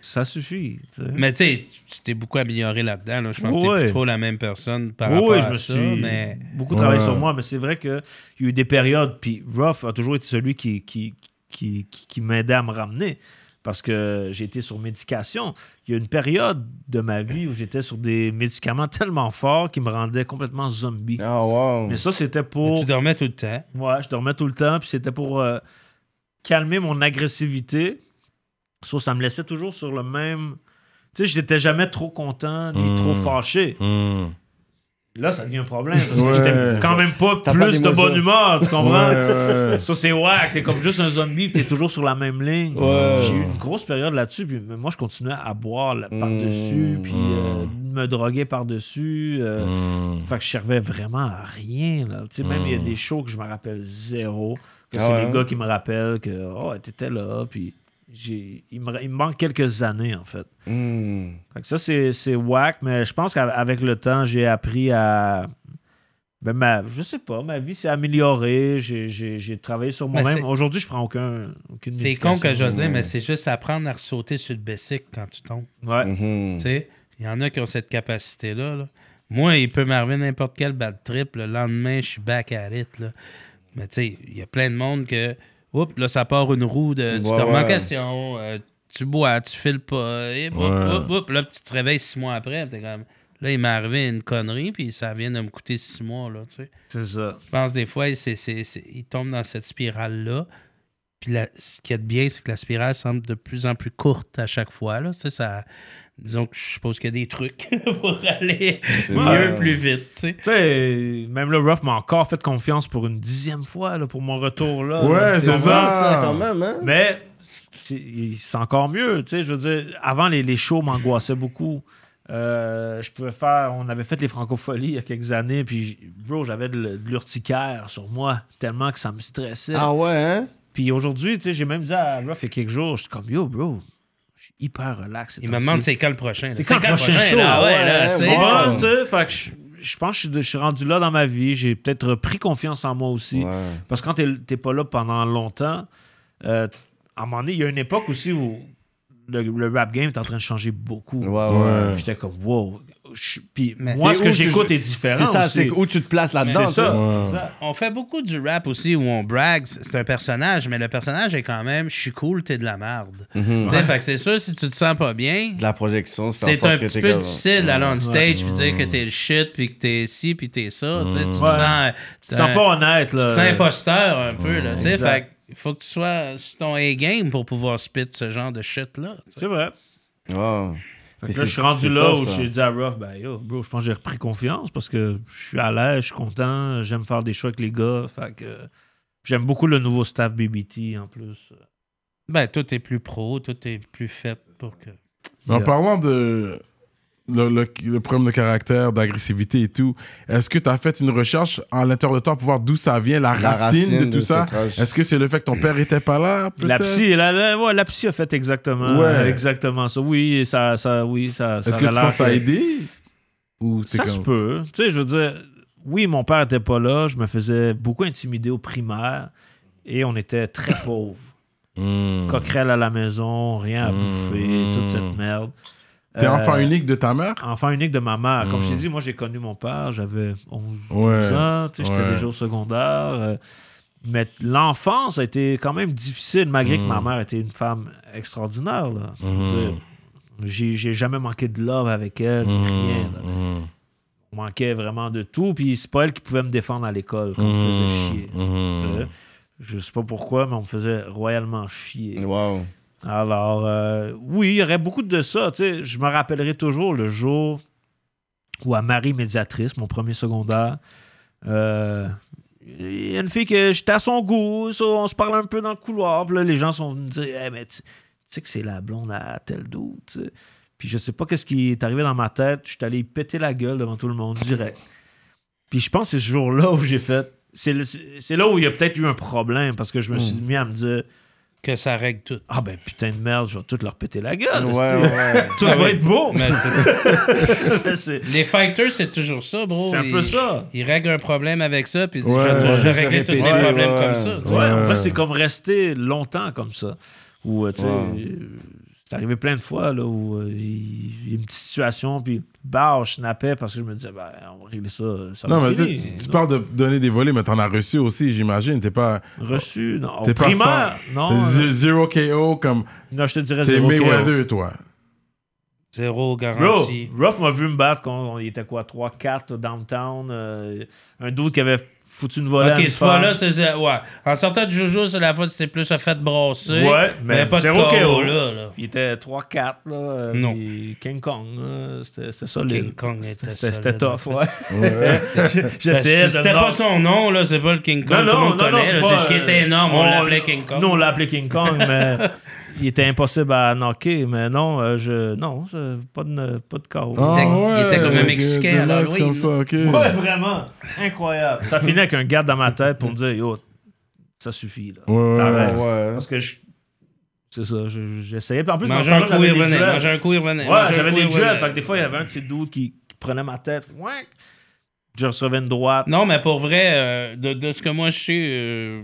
ça suffit. tu sais.
Mais tu sais, tu t'es beaucoup amélioré là-dedans. Là. Je pense que t'es
Ouais.
plus trop la même personne par
Oui,
rapport
oui, je
à
me
ça.
suis
Mais...
beaucoup travaillé
Ouais.
sur moi, mais c'est vrai qu'il y a eu des périodes, puis Ruff a toujours été celui qui, qui, qui, qui, qui m'aidait à me ramener. Parce que j'ai été sur médication. Il y a une période de ma vie où j'étais sur des médicaments [laughs] tellement forts qui me rendaient complètement zombie.
Ah wow.
Mais ça, c'était
Mais
pour.
Tu dormais tout le temps.
Ouais, je dormais tout le temps, puis c'était pour euh, calmer mon agressivité. Sauf ça me laissait toujours sur le même. Tu sais, j'étais jamais trop content ni trop fâché. Là, ça devient un problème parce que
Ouais.
j'étais quand même pas
T'as pas
plus de
d'émotion.
bonne humeur, tu comprends?
Ouais, ouais.
Ça, c'est whack. T'es comme juste un zombie, puis t'es toujours sur la même ligne.
Ouais.
J'ai eu une grosse période là-dessus, puis moi, je continuais à boire là- par-dessus,
Mm.
puis euh, me droguer par-dessus. euh,
Mm.
Fait que je servais vraiment à rien. Là. Tu sais, Même il y a des shows que je me rappelle zéro, que
Ah
c'est
ouais?
les gars qui me rappellent que oh, t'étais là, puis j'ai... Il, me... il me manque quelques années, en fait.
Hmm.
Fait que ça, c'est, c'est whack, mais je pense qu'avec le temps, j'ai appris à. Ben, ma, je sais pas, ma vie s'est améliorée, j'ai, j'ai- j'ai travaillé sur
Mais
moi-même.
Ben, c'est-
Aujourd'hui, je prends aucun, aucune
C'est
médication.
con que je dis, mais c'est juste apprendre à sauter sur le basic quand tu tombes.
Ouais.
Mhm.
Tu sais, il y en a qui ont cette capacité-là. là. Moi, il peut m'arriver n'importe quel bad trip. Le lendemain, je suis back à it. Là. Mais tu sais, il y a plein de monde que Oups, là, ça part une roue de. tu te
Ouais,
remets en
ouais.
question. euh, tu bois, tu files pas. Et oups,
Ouais.
oups, oups. Là, tu te réveilles six mois après. puis T'es comme. Là, il m'est arrivé une connerie, puis ça vient de me coûter six mois, là, tu sais.
C'est ça.
Je pense des fois, c'est, c'est- c'est- ils tombent dans cette spirale-là. Puis la- ce qui est bien, c'est que la spirale semble de plus en plus courte à chaque fois. Là. Tu sais, ça, disons que je suppose qu'il y a des trucs [laughs] pour aller mieux,
ça.
plus vite. tu sais.
Tu sais, même le Ruff m'a encore fait confiance pour une dixième fois là, pour mon retour là.
Ouais,
Là,
c'est
tu sais,
ça.
Euh, ça quand même, hein?
Mais c'est c'est encore mieux, tu sais. Je veux dire, avant, les, les shows m'angoissaient beaucoup. Euh, je pouvais faire. On avait fait les francopholies il y a quelques années, puis j- bro, j'avais de, l- de l'urticaire sur moi, tellement que ça me stressait.
Ah ouais, hein?
Puis aujourd'hui, tu sais, j'ai même dit à Ruff il y a quelques jours, je suis comme yo, bro, je suis hyper relax. ces
Ils me
temps-ci.
demandent c'est quand le prochain. là.
C'est quand le prochain show?
là, Ah ouais,
Ouais,
là, tu sais.
Tu comprends,
Ouais.
tu sais? Fait que je, je pense que je suis, de- je suis rendu là dans ma vie. J'ai peut-être pris confiance en moi aussi.
Ouais.
Parce que quand t'es- t'es pas là pendant longtemps, euh, à un moment donné, il y a une époque aussi où le, le rap game est en train de changer beaucoup.
Ouais, ouais.
J'étais comme, wow. Je- Puis
Mais
moi, ce
Et
que
où tu-
j'écoute est différent.
C'est ça,
aussi.
c'est où tu te places là-dedans.
C'est ça.
tu
Ouais.
C'est ça.
On fait beaucoup du rap aussi où on brague. C'est un personnage, mais le personnage est quand même je suis cool, t'es de la merde. Tu sais, Fait que c'est sûr, si tu te sens pas bien,
sais. De la projection, c'est
c'est un petit peu difficile d'aller on stage puis dire que t'es le shit puis que t'es ci puis t'es ça tu sais, tu te
Ouais.
sens
Tu te sens pas honnête,
tu
là.
te sens imposteur un peu là tu sais
Exact.
fait que faut que tu sois sur ton A game pour pouvoir spit ce genre de shit là
C'est vrai.
Wow.
Fait que là, je suis rendu là où j'ai dit à Ruff, ben yo, bro, je pense que j'ai repris confiance parce que je suis à l'aise, je suis content, j'aime faire des choix avec les gars. Fait que j'aime beaucoup le nouveau staff BBT en plus.
ben tout est plus pro tout est plus fait pour que
En
Yeah.
parlant de le, le- le problème de caractère, d'agressivité et tout, est-ce que tu as fait une recherche à l'intérieur de toi pour voir d'où ça vient, la,
La
racine,
racine
de
de
tout ça
cette rage.
Est-ce que c'est le fait que ton père était pas là peut-être?
La psy, la, la- ouais, la psy a fait exactement,
Ouais.
exactement ça. Oui, ça, ça, oui, ça, ça
Est-ce que
avait
tu
l'air
penses que ça a
que-
aidé Ou c'est
Ça
comme-
se peut. Tu sais, je veux dire, oui, mon père était pas là, je me faisais beaucoup intimider au primaire et on était
[coughs]
très pauvres.
Hmm.
Coquerelle à la maison, rien à
Mm.
bouffer, toute cette merde.
T'es
Euh,
enfant unique de ta mère
enfant unique de ma mère. Comme je t'ai
Mm.
dit, moi, j'ai connu mon père, j'avais 11
Ouais.
12 ans, tu sais, j'étais
Ouais.
déjà au secondaire. euh, mais l'enfance a été quand même difficile, malgré que
Mm.
ma mère était une femme extraordinaire. là. Je veux
Mm.
dire, J'ai j'ai jamais manqué de love avec elle,
Hmm.
rien. là.
Hmm.
On manquait vraiment de tout, puis c'est pas elle qui pouvait me défendre à l'école, comme me faisait chier.
Hmm.
tu sais. Je sais pas pourquoi, mais on me faisait royalement chier.
Wow.
Alors, euh, oui, il y aurait beaucoup de ça. tu sais. Je me rappellerai toujours le jour où à Marie Médiatrice, mon premier secondaire, euh, il y a une fille que j'étais à son goût, ça, on se parlait un peu dans le couloir. Puis là, les gens sont venus me dire Hey, mais tu tu sais que c'est la blonde à tel doute. Puis je sais pas qu'est-ce qui est arrivé dans ma tête. Je suis allé péter la gueule devant tout le monde direct. Puis je pense que c'est ce jour-là où j'ai fait. C'est le- c'est là où il y a peut-être eu un problème parce que je me suis mis à me dire
que ça règle tout
ah ben putain de merde, je vais tout leur péter la gueule.
Ouais,
c'est-
ouais.
Tout va être beau. [laughs]
[laughs] Mais c'est-
c'est
les fighters c'est toujours ça bro
c'est un peu
Ils-
ça.
ils règlent un problème avec ça puis ils disent,
Ouais.
je vais- je vais
Juste
régler tous les
répéter,
problèmes
ouais.
comme ça tu
Ouais,
vois.
en fait, c'est comme rester longtemps comme ça. Ou, euh, tu sais,
Ouais.
euh, c'est arrivé plein de fois là, où euh, il il y a une petite situation, puis bah, je snappais parce que je me disais, ben, on va régler ça. ça va
Non, mais
être
tu,
fini.
tu
Non.
parles de donner des volets, mais t'en as reçu aussi, j'imagine. T'es pas.
Reçu, non. Au
T'es pas
primaire, non.
t'es
euh,
zé- zéro KO comme.
Non, je te dirais
T'es
zéro KO.
Mayweather,
[laughs]
toi.
Bro,
zéro garantie
Ruff m'a vu me battre quand on il était quoi, 3-4 downtown. euh, un doute qui avait foutu une volée. à
Ok,
une
ce fois-là,
femme.
c'est. c'est- Ouais. En sortant de Jojo, c'est la fois que tu t'es plus fait brasser.
Ouais, mais
pas de
zéro
KO,
KO.
là, là.
Il était 3-4, là. euh,
Non.
puis King Kong, là, c'était c'était solide.
King Kong était
C'était- C'était
solide, en
tough,
plus. [laughs]
ouais. J'essayais de...
Ben, C'était pas son nom, là, c'est pas le King
Non,
Kong. tout le
non, non,
monde
non,
connaît, là,
pas,
C'est ce qui
euh,
était énorme, on, l'appelait King Kong.
Nous, on l'appelait King
[laughs]
Kong, mais il était impossible à knocker. Mais non, euh, je... Non, c'est pas de, pas de KO.
Ah
il était comme un
ok,
Mexicain
de
à
l'Est
l'Halloween.
comme ça, ok.
Ouais, vraiment. Incroyable. Ça finit avec un garde dans ma tête pour me dire, yo, ça suffit, là.
Ouais, ouais,
T'arrêtes.
ouais.
Parce que je... C'est ça, je- j'essayais. Puis en plus,
Mangeait
dans ce
un
temps-là,
coup, il
j'avais des
revenait.
duels.
Mangeait un coup, il revenait.
Ouais,
mangeait un
j'avais
coup,
des
il
duels.
revenait.
Fait que des fois, il y avait un de ces doutes qui, qui prenait ma tête. Ouais. Je recevais une droite.
Non, mais pour vrai, euh, de, de ce que moi je sais, euh,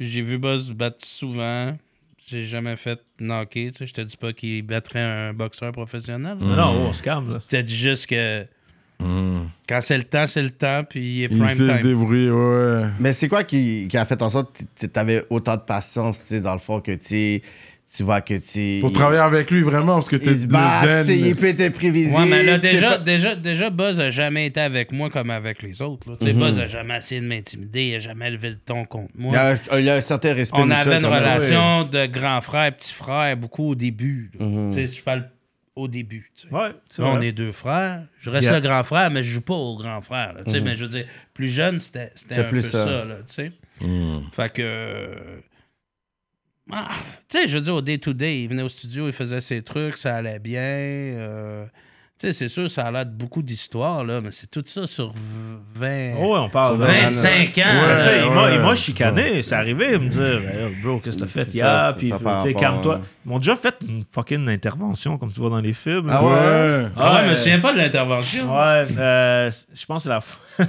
j'ai vu Buzz battre souvent. J'ai jamais fait knocker,
Mm.
tu sais. Je te dis pas qu'il battrait un boxeur professionnel.
Non, non, on oh, se calme. Là.
Peut-être juste que Quand c'est le temps, c'est le temps, puis il est
Il
prime
sait se
time.
débrouiller, ouais.
Mais c'est quoi qui, qui a fait en sorte que tu avais autant de patience, tu sais, dans le fond, que tu tu vois que tu.
Pour
il-
travailler avec lui, vraiment, parce que t'es
Il se
le
bat, tu sais, il
zen.
peut être prévisible.
Ouais, mais là,
tu sais
déjà,
pas-
déjà, déjà, Buzz a jamais été avec moi comme avec les autres. là. Tu sais, Buzz a jamais essayé de m'intimider, il a jamais levé le ton contre moi.
Il y, a, un- il y a un certain respect.
On
mutuel
avait une
quand même.
relation de grand frère, petit frère, beaucoup au début. là. Tu sais, je parle au début. tu sais.
Ouais, c'est
Là, on
vrai.
est deux frères. Je reste
Yeah.
le grand frère, mais je joue pas au grand frère. là, tu sais, Mais je veux dire, plus jeune, c'était c'était
C'est
un
plus
peu
ça.
ça. là, tu sais.
Mm.
Fait que. euh, ah, tu sais, je veux dire, au day-to-day, il venait au studio, il faisait ses trucs, ça allait bien. euh, tu sais, c'est sûr, ça a l'air de beaucoup d'histoires, là, mais c'est tout ça sur 20.
Oh, ouais, on parle de.
Sur
25 ans.
Ouais, tu sais,
ouais,
il m'a- il m'a
ouais,
chicané, c'est arrivé, il me dire, Hey, bro, qu'est-ce que t'as
C'est
fait
ça,
hier?
c'est
Puis,
ça
tu
par
sais,
rapport,
calme-toi.
ouais.
Ils m'ont déjà fait une fucking intervention, comme tu vois dans les films.
Ah
Ouais.
Ah ouais, je me
monsieur.
souviens pas de l'intervention.
Ouais, euh, je pense que c'est la. f-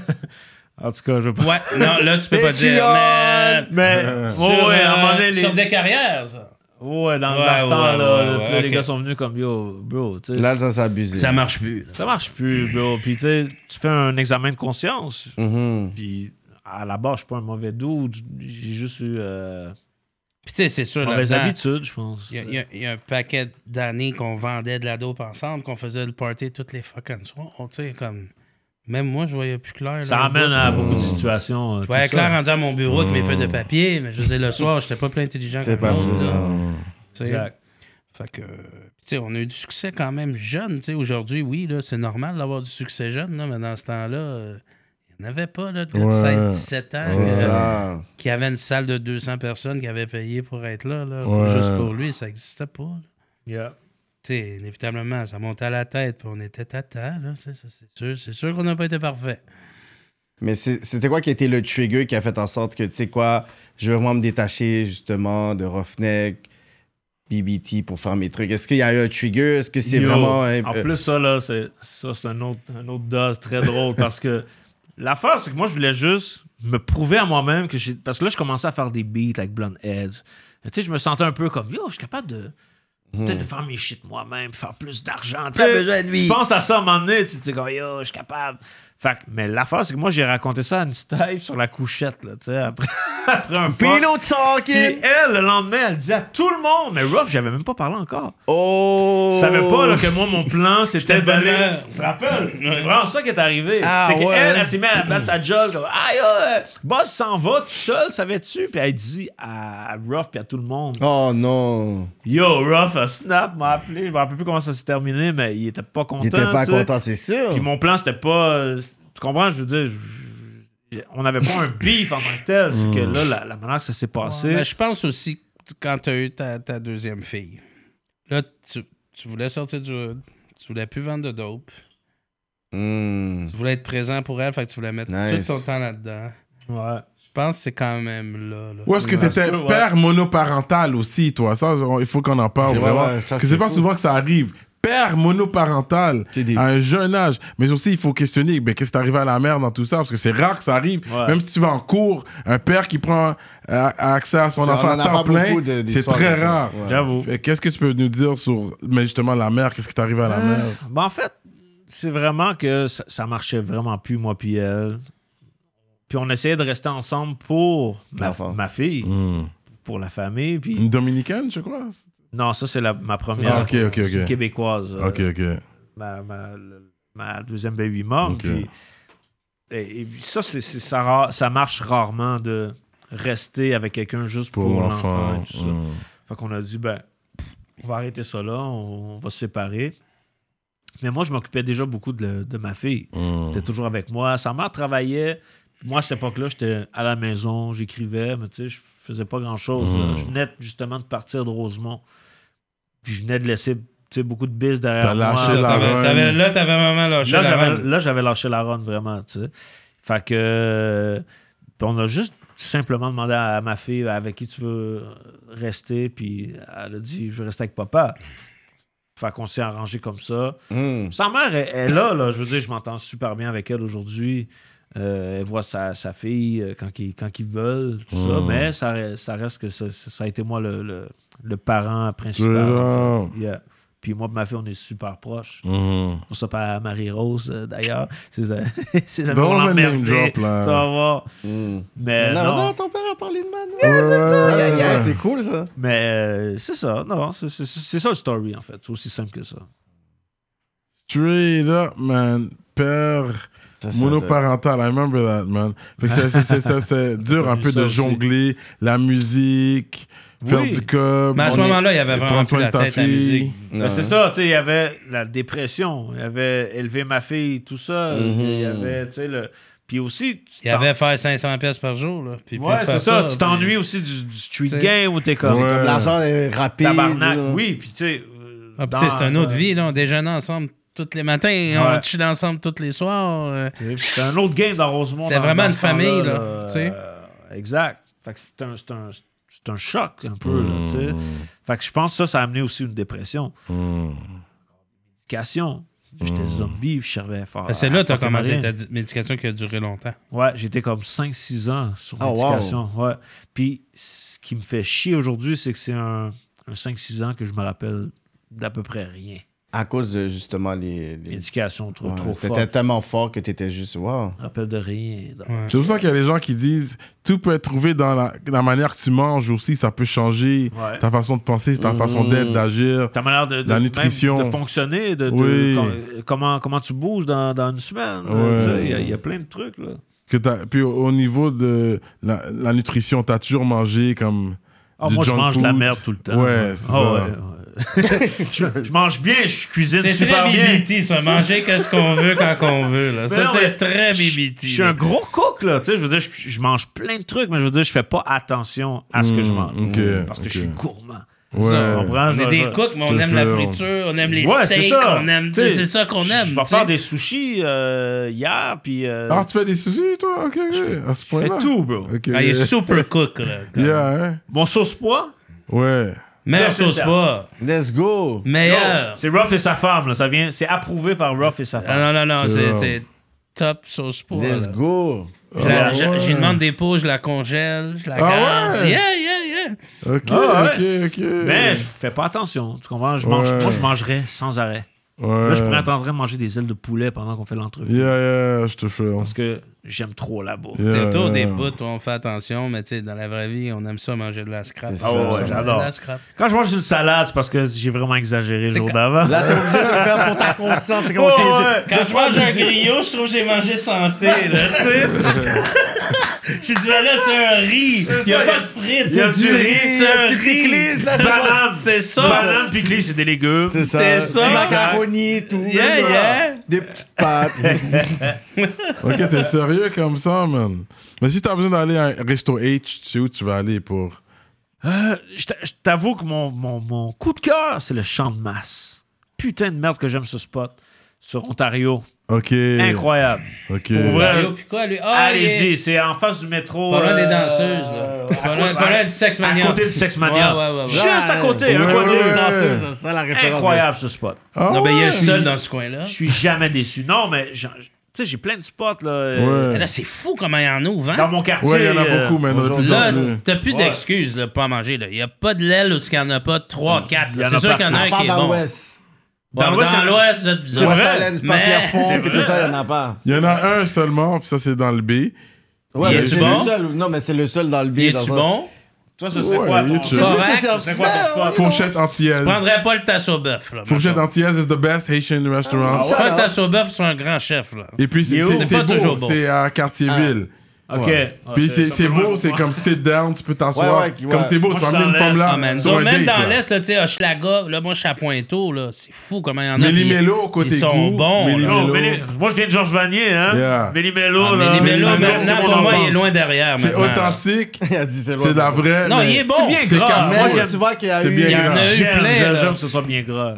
[laughs] en tout cas, je veux [laughs] pas.
Ouais, non, là, tu peux pas dire.
Patreon!
mais-
Mais,
Sur,
ouais, ouais, à un moment donné,
euh,
les-
sur des carrières, ça.
Ouais, dans,
Ouais,
dans ce
ouais,
temps-là,
ouais,
là,
ouais,
puis là, les
ok.
gars sont venus comme yo, bro, tu sais.
Là, ça s'est abusé.
Ça marche plus. là.
Ça marche plus, bro. Puis tu sais, tu fais un examen de conscience.
Mhm.
Puis à la base, je suis pas un mauvais doute. J'ai juste eu euh,
Puis tu sais, c'est sûr,
mauvaises
là-dedans,
habitudes, je pense.
il y a- il y, a- il y a un paquet d'années qu'on vendait de la dope ensemble, qu'on faisait le party toutes les fucking soirs. Tu sais, comme. Même moi, je voyais plus clair.
Ça
là,
amène
le
à Mm.
bout.
beaucoup de situations. euh,
Je
tout
voyais
ça.
clair rendu à mon bureau avec mes feuilles de papier, mais je disais le soir, j'étais pas plus intelligent que
C'est pas
l'autre. là.
bon.
Tu sais.
Exact.
Fait que, tu sais, on a eu du succès quand même jeune. Tu sais, aujourd'hui, oui, là, c'est normal d'avoir du succès jeune, là, mais dans ce temps-là, euh, il n'y en avait pas, là, de gars de
Ouais.
16, 17 ans euh,
C'est
qui,
ça.
qui avait une salle de 200 personnes qui avait payé pour être là, là, pour-
Ouais.
juste pour lui, ça n'existait pas. là.
Yeah.
Tu sais, inévitablement, ça montait à la tête, puis on était tata, là, tu sais, ça, c'est sûr. C'est sûr qu'on n'a pas été parfait.
Mais c'est- c'était quoi qui a été le trigger qui a fait en sorte que, tu sais quoi, je veux vraiment me détacher justement de Roughneck, BBT pour faire mes trucs. Est-ce qu'il y a eu un trigger? Est-ce que c'est
Yo,
vraiment. euh,
En
euh,
plus, ça, là, c'est, ça, c'est un autre, un autre dose très drôle parce que [laughs] l'affaire, c'est que moi, je voulais juste me prouver à moi-même que j'ai. Parce que là, je commençais à faire des beats avec Blonde Heads. Tu sais, je me sentais un peu comme, yo, je suis capable de. Peut-être de faire mes shit moi-même, faire plus d'argent. Tu
Pas
sais,
Hmm. besoin de lui.
Tu penses à ça à un moment donné, tu tu es comme, yo, je suis capable. Fait que, mais l'affaire, c'est que moi, j'ai raconté ça à une steve sur la couchette, là, tu sais, après, [laughs] après un fuck.
Pillow talking!
Puis elle, le lendemain, elle disait à tout le monde, mais Ruff, j'avais même pas parlé encore.
Oh!
Je savais pas là, que moi, mon plan, c'était de
bonheur.
Tu te rappelles? C'est vraiment ça qui est arrivé.
Ah,
c'est qu'elle,
ouais.
elle, s'est mise à battre sa job. Comme, aïe, aïe, boss s'en va tout seul, savais-tu? Puis elle dit à Ruff puis à tout le monde,
Oh non!
Yo, Ruff, a snap m'a appelé. Je me rappelle plus comment ça s'est terminé, mais il était pas content.
Il était pas
tu sais.
content, c'est sûr.
Puis mon plan, c'était pas. euh, Tu comprends? Je veux dire, je- je- on n'avait pas un beef en tant que tel.
Mm.
C'est que là, la, la manière que ça s'est passé.
Mais je pense aussi que quand tu as eu ta, ta deuxième fille, là, tu, tu voulais sortir du hood, tu voulais plus vendre de dope,
Hmm.
tu voulais être présent pour elle, fait que tu voulais mettre
Nice.
tout ton temps là-dedans.
Ouais.
Je pense que c'est quand même là. là.
Ou est-ce que t'étais
ouais.
père monoparental aussi, toi? Ça, on- il faut qu'on en parle
Ouais,
vraiment.
ouais, ça,
Parce que
c'est
c'est pas
fou.
souvent que ça arrive. Père monoparental
C'est des-
à un jeune âge. Mais aussi, il faut questionner ben, qu'est-ce qui est arrivé à la mère dans tout ça, parce que c'est rare que ça arrive.
Ouais.
Même si tu vas en cours, un père qui prend euh, accès à son
Ça,
enfant
on
à
en a
temps
pas
plein,
beaucoup de-
c'est
d'histoires
très
comme ça.
rare.
Ouais.
J'avoue.
Fait, Qu'est-ce que tu peux nous dire sur mais justement la mère? Qu'est-ce qui est arrivé à la
Euh.
mère?
Ben, en fait, c'est vraiment que ça, ça marchait vraiment plus, moi puis elle. Puis on essayait de rester ensemble pour ma,
L'enfant.
ma fille,
Hmm.
pour la famille. Puis...
Une dominicaine, je crois?
Non, ça, c'est la- ma première
Ah, ok, ok, ok.
C'est une québécoise. euh,
Ok, ok.
ma, ma- le- ma deuxième baby mom.
Ok.
Puis, et, et puis ça, c'est, c'est- ça, ra- ça marche rarement de rester avec quelqu'un juste pour,
Pour,
l'enfant.
l'enfant.
et tout ça.
hmm.
Fait qu'on a dit, ben, on va arrêter ça là, on, on va se séparer. Mais moi, je m'occupais déjà beaucoup de, le- de ma fille.
Hmm.
Elle était toujours avec moi. Sa mère travaillait. Moi, à cette époque-là, j'étais à la maison, j'écrivais, mais tu sais, je faisais pas grand-chose. là.
Mm.
Je venais justement de partir de Rosemont. Puis je venais de laisser tu sais, beaucoup de bis derrière
T'as
moi.
lâché la
T'avais-
run.
t'avais- là, t'avais maman lâché
Là,
la
j'avais-
run.
là, j'avais lâché la ronde, vraiment, tu sais. Fait que... euh, puis on a juste simplement demandé à ma fille ben, avec qui tu veux rester, puis elle a dit « je veux rester avec papa ». Fait qu'on s'est arrangé comme ça.
Hmm.
Sa mère est, est là, là. Je veux dire, je m'entends super bien avec elle aujourd'hui. Euh, elle voit sa, sa fille euh, quand, ils, quand ils veulent, tout ça.
Mm.
Mais ça, re- ça reste que ça, ça- ça a été moi le, le- le parent
C'est
principal. en
rare.
fait. Yeah. Puis moi et ma fille, on est super proches.
Mhm.
On s'appelle à Marie-Rose, euh, d'ailleurs. [laughs] Ses a- ses amis
Bon,
vont
on va name
l'emmerder.
drop,
Tu
là.
vas voir. Mais
Hmm. Non, vas-y,
non.
ton père a parlé de man.
Ouais,
Ouais,
ouais,
Ah, ouais,
ouais.
C'est cool, ça.
Mais euh, c'est ça. Non, c'est- c'est c'est ça le story, en fait. C'est aussi simple que ça.
Straight up, man. Père monoparental. I remember that, man. Fait que c'est- c'est- c'est- c'est c'est dur un peu
Ça
de
aussi.
jongler la musique, faire
Oui.
du cob.
Mais à ce
on est-
moment-là, il y avait vraiment
prendre
plus
soin
la
de ta
tête à la
fille.
musique.
Ben, c'est ça, tu sais, il y avait la dépression, il y avait élever ma fille tout ça, il y avait, tu sais, le... Puis aussi, tu
Mhm. Il y
t'en-
avait faire 500 pièces par jour. Là, puis
Ouais,
plus
c'est
faire ben,
ça, tu
puis-
t'ennuies aussi du, du street
T'sais,
game où t'es comme...
Ouais.
comme
L'argent est rapide.
Tabarnak,
là.
oui, puis tu sais... euh,
Ah, puis tu sais, c'est une autre
dans-
vie. Là, on déjeunait ensemble tous les matins,
Ouais.
on chill ensemble tous les soirs. euh,
C'est un autre game dans Rosemont.
T'es
dans-
vraiment
dans
une
ce temps-là,
famille, là,
euh,
tu sais.
exact. Fait que c'est un, c'est un, c'est un choc, un peu, là, tu sais. Fait que je pense que ça, ça a amené aussi une dépression. Médication. J'étais zombie, puis je servais fort.
Ben, c'est là que tu as
fucking
commencé
rien.
ta di- médication qui a duré longtemps.
Ouais, j'étais comme 5-6 ans sur
Oh, wow.
médication. Ouais. Puis ce qui me fait chier aujourd'hui, c'est que c'est un, un 5-6 ans que je me rappelle d'à peu près rien.
À cause de justement les. les-
Médication trop,
Ouais,
trop forte.
C'était
Je
tellement fort que t'étais juste. Wow.
me rappelle de rien. donc.
C'est pour ça qu'il y a des gens qui disent tout peut être trouvé dans la, la manière que tu manges aussi, ça peut changer
Ouais.
ta façon de penser, ta façon d'être, d'agir.
Ta manière de, de,
La
même
nutrition.
de fonctionner, de, de-
Oui.
com- comment, comment tu bouges dans, dans une semaine. là,
Ouais.
tu sais, Il y a- il y, a plein de trucs. Là.
Que t'as- puis au, au niveau de la, la nutrition, t'as toujours mangé comme.
Ah,
du
moi, je
junk
mange de la
food.
merde tout le temps.
Ouais, c'est
Ah,
ça.
ouais, [laughs] ouais. je, je mange bien, je cuisine
C'est
super
très
bien.
BBT, ça. Manger qu'est-ce qu'on veut quand qu'on veut.
[laughs]
Là.
Mais
Ça,
non, mais
c'est très
je-
BBT.
Je suis
là.
un gros cook, là. Tu sais, je veux dire, je, je mange plein de trucs, mais je veux dire, je fais pas attention à ce que je mange.
Mm, ok,
parce
ok.
que je suis gourmand.
Ouais.
Ça, euh, on prend,
On
je-
est des
je-
cooks, mais on
Je
aime la
veux-
friture, on aime les
Ouais, c'est
steaks,
ça.
on aime. tu
Tu
sais,
sais,
C'est ça qu'on aime.
Je vais
tu sais.
faire des sushis euh, hier, puis euh,
Ah, tu fais des sushis, toi Ok, ok, à ce
je
point-là.
fais tout, bro.
Ok.
Ah,
[laughs]
il est super cook, là. comme.
Yeah, hein?
Mon sauce poids,
Ouais.
Meilleur
Là, c'est
sauce
le
pas.
Let's go.
Meilleur.
c'est Ruff et sa femme, là. Ça vient, c'est approuvé par Ruff et sa
Euh,
femme.
Ah, non, non, non, c'est-
bon.
c'est top sauce pas.
Let's
là.
go.
Je la- je-
ouais.
J'y demande des pots, je la congèle, je la
Ah
garde.
ouais?
Yeah, yeah, yeah.
Ok,
Ah,
ok, ok.
Mais je fais pas attention, tu comprends? Je mange,
Ouais.
Moi, je mangerais sans arrêt.
Ouais.
Là, je pourrais être en train de manger des ailes de poulet pendant qu'on fait l'entrevue.
Yeah, yeah, je te fais.
Parce que j'aime trop la bouffe.
Euh,
Yeah,
C'est autour des
yeah.
bouts où on fait attention, mais tu sais, dans la vraie vie, on aime ça manger de la scrap.
C'est
On aime
ça,
ça
Ah, ouais,
j'adore.
manger de la scrap.
Quand je mange une salade, c'est parce que j'ai vraiment exagéré le
C'est
jour
quand-
d'avant.
Là, t'es obligé de le faire pour ta conscience. C'est comme.
Ouais,
ok,
ouais.
j'ai-
Quand je mange [laughs] un griot, je trouve que j'ai mangé santé, là, tu sais. [laughs] J'ai dit, mais là, c'est un riz. Il n'y a pas de frites,
y a
c'est du
du
riz.
riz,
C'est
un
un
petit
riz.
pickles, là, je
Banane,
C'est ça.
Banane, piclis, c'est des légumes.
C'est ça.
C'est ça.
Du macaroni, tout.
Yeah, yeah.
Des petites pâtes.
Ok, t'es sérieux comme ça, man. Mais si t'as besoin d'aller à un resto H, tu sais où tu vas aller pour.
Euh, je t'a- je t'avoue que mon, mon- mon coup de cœur, c'est le champ de masse. Putain de merde que j'aime ce spot. Sur Ontario.
Ok.
Incroyable.
Ok.
Pour vrai.
Mario, puis quoi, lui? Ah, il est
Allez-y, c'est en face du métro.
Pas loin des
euh,
danseuses, là. Pas loin- Pas loin du sex
À
mania.
côté du Sex Mania.
Ouais, ouais, ouais, ouais.
Juste à côté, un
Ouais,
coin de
ouais,
rue.
ouais.
Danseuse, hein, ça serait la référence.
Incroyable ce spot.
Ah
Non, ben, il est
ouais.
le seul dans ce coin-là.
Je suis jamais déçu. Non, mais j'en- tu sais, j'ai plein de spots là. euh,
Ouais.
Mais là, c'est fou comment il y en ouvre, hein?
Dans mon quartier.
Ouais, il y en a
euh,
beaucoup, mais il y en a de plus
Là,
en plus.
t'as plus
Ouais.
d'excuses là, pour pas manger. Il n'y a pas de l'aile ou ce qu'il n'y en a pas 3, 4.
Il y en
C'est
a
sûr qu'il y en a
À
un
part
qui est
dans
bon.
l'Ouest.
Dans,
Dans l'Ouest,
dans
c'est-
l'ouest, vous êtes
C'est
bizarre.
West Island,
Mais- [laughs]
Pierrefonds,
c'est
puis tout
vrai.
ça, il n'y en a pas.
Il y en a un seulement, puis ça c'est dans le B.
Ouais,
Il est-tu
mais c'est
bon?
le seul. Non, mais c'est le seul dans le
Il
billet.
est-tu bon?
Toi, ce serait
Ouais,
quoi ton
YouTube.
spot?
Correct.
Ce serait quoi ton spot?
Fourchette antillaise.
Je Oh. prendrais pas le tasse au bœuf. là,
Fourchette
mettons.
antillaise is the best Haitian restaurant.
Ah ouais?
Prends le tasse au bœuf sur un grand chef. là.
Et puis c'est
Il est où?
c'est-
C'est
c'est
pas toujours Ah.
beau,
beau.
c'est à Cartierville.
Ok.
Ouais.
Ah,
Puis c'est
ça
c'est
me
beau,
rejoint
c'est
pas.
comme sit down, tu peux t'asseoir.
Ouais, ouais, qui- ouais.
Comme c'est beau,
Moi,
tu
je
vas amener une
suis dans
femme
l'Est,
là.
Ah, man.
sur un
Même
date,
dans
là.
l'Est, là, tu sais, Hochelaga, là, moi, je suis à Pointeau, là. C'est fou comment il y en a.
Mais
puis-
les mélos, côté
Ils sont
goût,
bons,
mais les
là.
Non,
Mélo.
Méli- Moi, je viens de Georges Vanier, hein.
Yeah.
Méli Mélo,
Ah,
là.
mais les mélos,
Méli Mélo, c'est
maintenant,
mon
pour moi, il est
enfance.
loin derrière.
C'est
[laughs]
maintenant.
authentique,
Il a dit, c'est loin.
c'est de la vraie.
Ah, Non,
mais-
il est bon.
C'est bien
C'est
gras.
casse-croûte.
Moi,
Mais
j'aime
tu vois qu'il y a
C'est
eu.
bien
Il y en a eu
J'aime,
plein.
j'aime,
là.
j'aime que ce soit bien gras.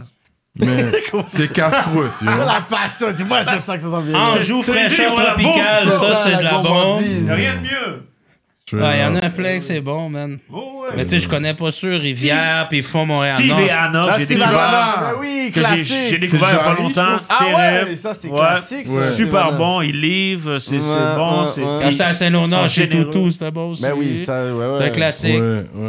Mais c'est casse-croûte, tu
Ah, [laughs]
vois.
La passion, dis-moi, j'aime ça que ça sent bien.
Anjou,
C'est- c'est
fraîcheur
de la bouffe,
tropicale,
ça,
ça, c'est de la bombe.
gourmandise.
Rien de mieux.
Ouais, il y en a plein que c'est bon, man.
Oh, ouais.
Mais tu sais, je connais pas sûr Rivière, puis Fond Montréal.
Steve
non,
et
je-
Anna,
Ah,
j'ai
c'est
découvert.
la Mais oui,
que j'ai- J'ai
classique.
découvert il y a pas
Jarry, je
longtemps.
pense.
Ah ouais,
Terrible.
ça, c'est classique, ça, c'est
Super
vraiment-
bon, ils livrent, c'est c'est
Ouais,
bon.
ouais,
c'est-
ouais.
puis
Quand j'étais à Saint-Laurent,
ils sont
chez
généreux.
Toutou, c'était beau aussi.
Mais Ben oui, ça, ouais, ouais.
C'est un classique.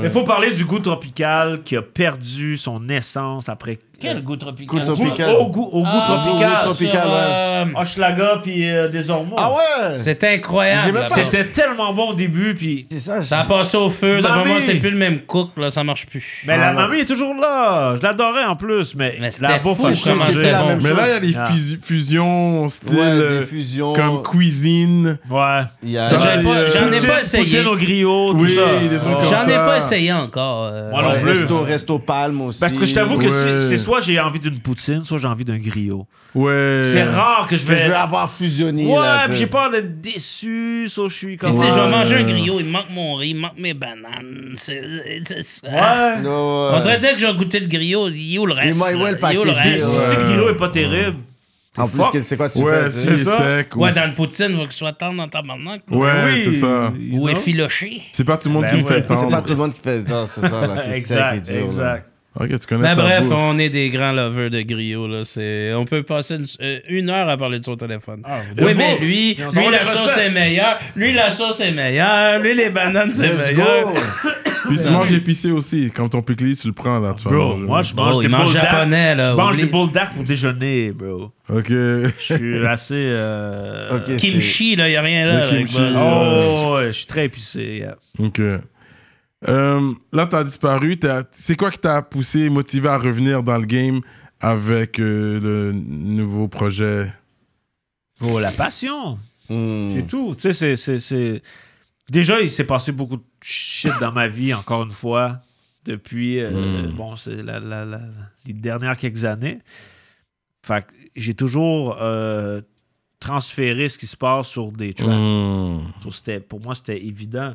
Il faut parler du goût tropical qui a perdu son essence après
Quel goût tropical?
Goût tropical.
Au goût, au goût
Ah,
tropical.
au goût tropical,
sur,
ouais.
euh, Hochelaga puis euh, des hormones.
Ah ouais?
C'est incroyable.
J'ai même
là,
pas-
bas.
C'était tellement bon au début, puis.
C'est ça.
Ça a passé au feu. D'après
Mamie!
moi, c'est plus le même cook, là. Ça marche plus.
Mais
Ah
la
ouais.
mamie est toujours là. Je l'adorais en plus, mais,
Mais
la
c'était
bouffe
fou
a
comment
changé.
c'était la
bon.
même
Mais
chose.
là, il y a des
Ah.
fusi- fusions, style
ouais,
euh,
des fusions.
comme cuisine.
Ouais.
Il y a-
Ça,
J'en ai pas-
euh,
j'en
Ben,
ai
Poutine-
pas essayé.
Poutine au griot, tout
Oui,
ça.
des trucs
Ouais.
comme
J'en ai
ça.
pas essayé encore. euh,
Moi non
ouais,
plus.
Resto, resto Palme aussi.
Parce que je t'avoue que
Ouais.
c'est c'est soit j'ai envie d'une poutine, soit j'ai envie d'un griot.
Ouais.
C'est rare que je
que je
vais.
veux avoir fusionné. là,
Ouais,
tu
puis
sais.
j'ai peur d'être déçu, soit je suis
Tu
comme.
sais, je vais
Ouais.
manger un griot, il me manque mon riz, il me manque mes bananes. C'est- c'est- c'est-
Ouais.
Ouais, ouais.
On dirait dès que j'ai goûté le griot, il est où le reste?
m'a-
là?
ouais, le
Il est où le
package
reste?
deal,
Si le
Ouais.
griot est pas terrible.
En plus,
Fuck.
que- c'est quoi que tu
Ouais,
fais?
s'il
tu
est
sais?
ça.
sec.
Ouais,
ou-
dans le poutine, il faut qu'il soit tendre dans ta barnaque.
Ouais,
Oui.
c'est ça.
Ou
Non?
effiloché.
C'est pas tout le monde
Ben
qui le
ouais.
fait hein.
C'est pas tout
tendre.
le monde qui fait ça, c'est ça, là. Ah, C'est sec et
Exact,
dur. là.
exact.
Ok, tu connais
Mais
ta
Ben, bref, hein.
bouffe.
on est des grands lovers de griot. Là. C'est- On peut passer une, euh, une heure à parler de son téléphone.
Ah, de
oui, mais
bouffe.
lui,
Mais on s'en
lui
va
la
les
sauce
recettes.
est meilleure. Lui, la sauce est meilleure. Lui, les bananes, c'est
Let's
meilleur.
go!
Puis tu manges épicé aussi. Quand ton pickle, tu le prends là. Tu vas
Bro,
manger.
moi je
Bro,
mange
il
des
mange
boules d'arc.
japonais, là,
Je mange
oublie.
des boules d'arc pour déjeuner, bro.
Ok. [laughs]
Je
[laughs]
suis assez. euh,
Ok, c'est-
Kimchi, là, il n'y a rien là.
Le
avec
kimchi,
Buzz.
là.
Oh, ouais, je suis très épicé. yeah.
Ok. Euh, là, t'as disparu. t'as- C'est quoi qui t'a poussé, motivé à revenir dans le game avec euh, le nouveau projet
Oh, la passion.
Hmm.
C'est tout. Tu sais, c'est- c'est- c'est. Déjà, il s'est passé beaucoup de shit dans ma vie, encore une fois, depuis,
Hmm.
euh, bon, c'est la- la- la- les dernières quelques années. Fait que j'ai toujours euh, transféré ce qui se passe sur des tracks.
Hmm.
So, c'était- pour moi, c'était évident.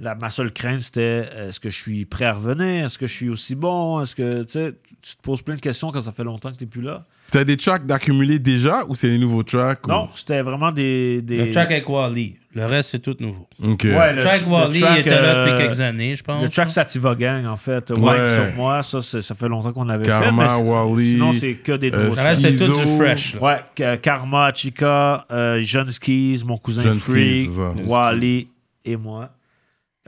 La, ma seule crainte, c'était euh, est-ce que je suis prêt à revenir Est-ce que je suis aussi bon Est-ce que tu sais, tu te poses plein de questions quand ça fait longtemps que tu n'es plus là
C'était des tracks d'accumuler déjà ou c'est des nouveaux tracks ou-
Non, c'était vraiment des. des-
Le track avec Wally. Le reste, c'est tout nouveau.
Ok.
Ouais,
Le
le,
track
le
Wally
track,
était là depuis
euh,
quelques années, je pense.
Le track Sativa Gang, en fait. Ouais.
Ouais.
sur moi, ça, c'est- ça fait longtemps qu'on l'avait fait.
Karma,
mais c'est-
Wally,
Sinon, c'est que des
euh,
nouveaux
Ça reste, c'est tout
Schizo.
du fresh. là.
Ouais, Ka- Karma, Chica, euh, John Skis, mon cousin
John
Freak,
Skis, c'est ça.
Wally et moi.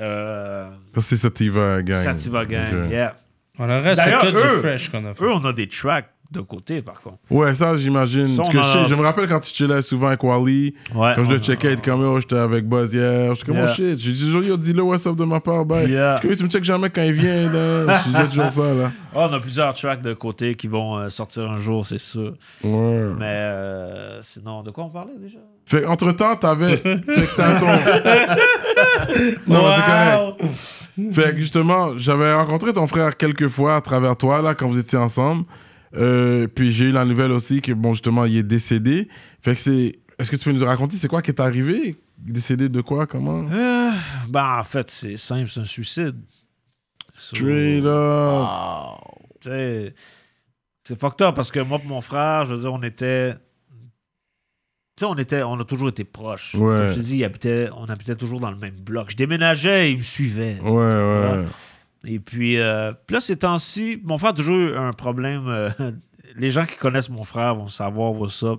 Euh,
Ça, c'est Sativa Gang.
Sativa Gang,
Ok.
yeah.
On Ah, Le reste, c'est
D'ailleurs,
tout du
eux-
fresh qu'on a fait.
Eux, on a des tracks de côté, par contre.
Ouais, ça, j'imagine.
Ça,
Parce
on
que
en
je,
a-
sais- je me rappelle quand tu chillais souvent avec Wally.
Ouais.
Quand je le
on-
checkais, il était comme, oh, j'étais avec Buzz hier. Je suis comme, oh
Yeah.
shit. J'ai dit, yo, dis-le, what's up de ma part, bye.
Yeah.
Je suis comme, tu me checkes jamais quand il vient, là. je disais toujours ça, là.
Ah, on a plusieurs tracks de côté qui vont euh, sortir un jour, c'est sûr.
Ouais.
Mais euh, sinon, de quoi on parlait déjà?
Fait entre temps, t'avais. fait que t'as ton.
[laughs]
non, mais
Wow!
c'est correct. Fait que justement, j'avais rencontré ton frère quelques fois à travers toi, là, quand vous étiez ensemble. Euh, puis j'ai eu la nouvelle aussi que, bon, justement, il est décédé. Fait que c'est. Est-ce que tu peux nous raconter, c'est quoi qui est arrivé Décédé de quoi Comment
Euh, ben, en fait, c'est simple, c'est un suicide. So,
Straight up.
Ah. tu sais, C'est fucked up parce que moi et mon frère, je veux dire, on était. Tu sais, on, était, on a toujours été proches.
Ouais.
Comme je te dis, il habitait, on habitait toujours dans le même bloc. Je déménageais et il me suivait.
Ouais, ouais.
Et puis, euh, puis là, ces temps-ci, mon frère a toujours eu un problème. euh, [laughs] les gens qui connaissent mon frère vont savoir, vont ça.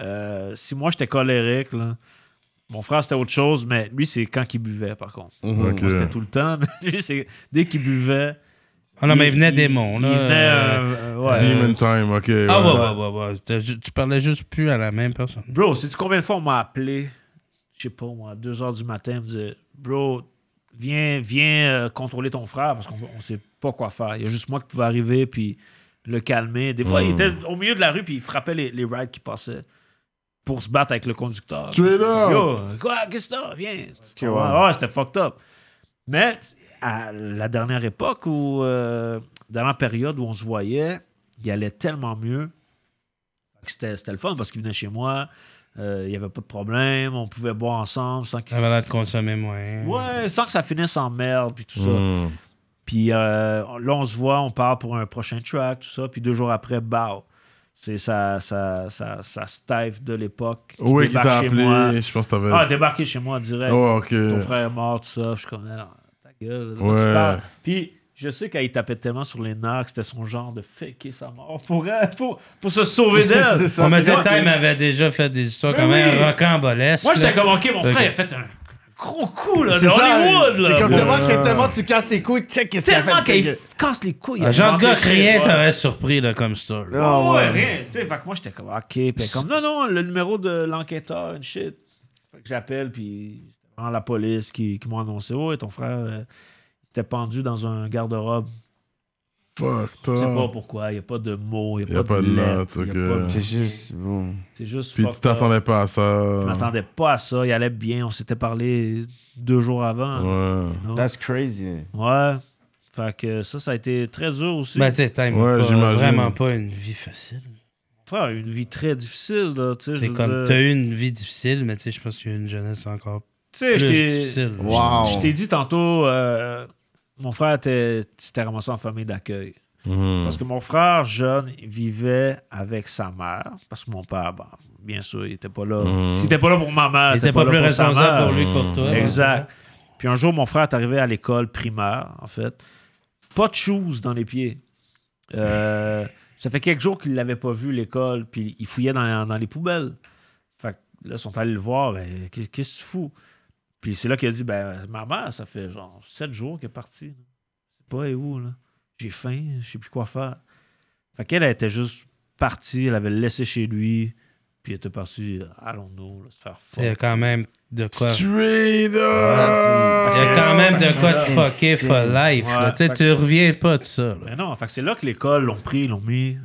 Euh, si moi, j'étais colérique, là, mon frère, c'était autre chose, mais lui, c'est quand il buvait, par contre.
Mhm.
Ok.
Moi, c'était tout le temps, [laughs] mais lui, c'est dès qu'il buvait.
Ah non, mais il venait des monts.
Il
là.
venait,
Euh,
euh, euh, ouais.
Demon Time, ok.
Ah
ouais.
ouais, ouais, ouais. ouais. T'as ju- Tu parlais juste plus à la même personne.
Bro, sais-tu combien de fois on m'a appelé, je sais pas moi, à 2 h du matin, me dire Bro, viens, viens euh, contrôler ton frère parce qu'on on sait pas quoi faire. Il y a juste moi qui pouvais arriver puis le calmer. Des fois, il était au milieu de la rue puis il frappait les, les rides qui passaient pour se battre avec le conducteur.
Tu es là.
Yo, quoi, qu'est-ce que t'as? Viens. Ah,
ouais.
Ouais, ouais, c'était fucked up. Mais t- à la dernière époque ou dans la période où on se voyait, il allait tellement mieux. que C'était c'était le fun parce qu'il venait chez moi, euh, il n'y avait pas de problème, on pouvait boire ensemble sans qu'il
Ça avait l'air de consommer moins.
Ouais, sans que ça finisse en merde puis tout ça.
Hmm.
Puis euh, on- là, on se voit, on part pour un prochain track, tout ça. Puis deux jours après, bao. C'est sa, sa, sa, sa stève de l'époque.
Ouais, qui
débarque
t'a
chez moi.
appelé, je pense que t'avais.
Ah, débarqué chez moi direct.
oh, ok.
Ton frère est mort, tout ça. Je suis comme, non, ta gueule. là, tu
Ouais.
parles. Puis je sais qu'elle tapait tellement sur les nerfs que c'était son genre de faker sa mort pour, elle, pour, pour se sauver d'elle.
[laughs] C'est ça.
On me dit
t'es-
Time avait déjà fait des histoires quand
Mais
même
Ben oui.
rocambolesques.
Moi, j'étais
là.
comme, OK, mon frère,
Ok.
il a fait un gros coup, là, de
C'est ça,
Hollywood, là.
C'est comme
bro.
tellement que tellement tu casses les couilles, check qu'est-ce qu'il a
Tellement
fait.
qu'il casse les couilles. il a
Un genre de gars
manqué de
rien
rien,
t'aurais surpris, là, comme ça. là.
Ah,
ouais,
ouais.
rien. Tu sais, fait que moi, j'étais comme, OK. Puis elle comme, non, non, le numéro de l'enquêteur, une shit. Fait que j'appelle, puis c'était vraiment la police qui, qui m'a annoncé, ouais, ton frère, euh, il s'était pendu dans un garde-robe.
Fuck,
Je sais pas
toi.
pourquoi, il n'y a pas de mots, il
Ah. Y
n'y a, pas de lettres.
ok.
y a pas de-
C'est juste. Bon.
C'est juste.
Puis
fucked
tu t'attendais pas à
up. Je
ça.
m'attendais pas à ça, il allait bien, on s'était parlé deux jours avant.
Ouais.
non?
That's crazy.
Ouais. Fait que ça, ça a été très dur aussi.
Ben, tu sais, t'as
Ouais, j'imagine.
vraiment pas une vie facile.
Frère a eu une vie très difficile, là, tu sais. je
C'est
veux
comme,
dire.
t'as eu une vie difficile, mais tu sais, je pense qu'il y a eu une jeunesse encore
Tu sais,
plus
je t'ai-
difficile.
Wow.
Je t'ai dit tantôt, euh, mon frère était, s'était ramassé en famille d'accueil.
Mhm.
Parce que mon frère jeune il vivait avec sa mère, parce que mon père, bon, bien sûr, il n'était pas là.
Mhm.
S'il n'était pas là pour ma mère,
Mm. Il était pas
là
plus
pour sa
responsable
mère.
pour lui que pour toi.
Exact. Puis un jour, mon frère est arrivé à l'école primaire, en fait. Pas de shoes dans les pieds. Euh, ça fait quelques jours qu'il ne l'avait pas vu, l'école, puis il fouillait dans, dans les poubelles. Fait que là, ils sont allés le voir. Ben, qu'est- Qu'est-ce que tu fous? Puis c'est là qu'il a dit ben, Ma mère, ça fait genre sept jours qu'elle est partie. Je sais pas elle est où, là. J'ai faim, je sais plus quoi faire. Fait qu'elle elle était juste partie, elle avait le laissé chez lui, puis elle était partie, allons-nous, là, se faire
Il y a
fuck.
quand même de quoi.
Straight
Ah,
up!
Il y a quand même de
c'est
quoi
ça.
de fucker
C'est-
for life. là.
Ouais,
Tu sais,
fait
tu reviens pas de ça. là.
Mais Ben non, fait que c'est là que l'école l'ont pris, l'ont mis,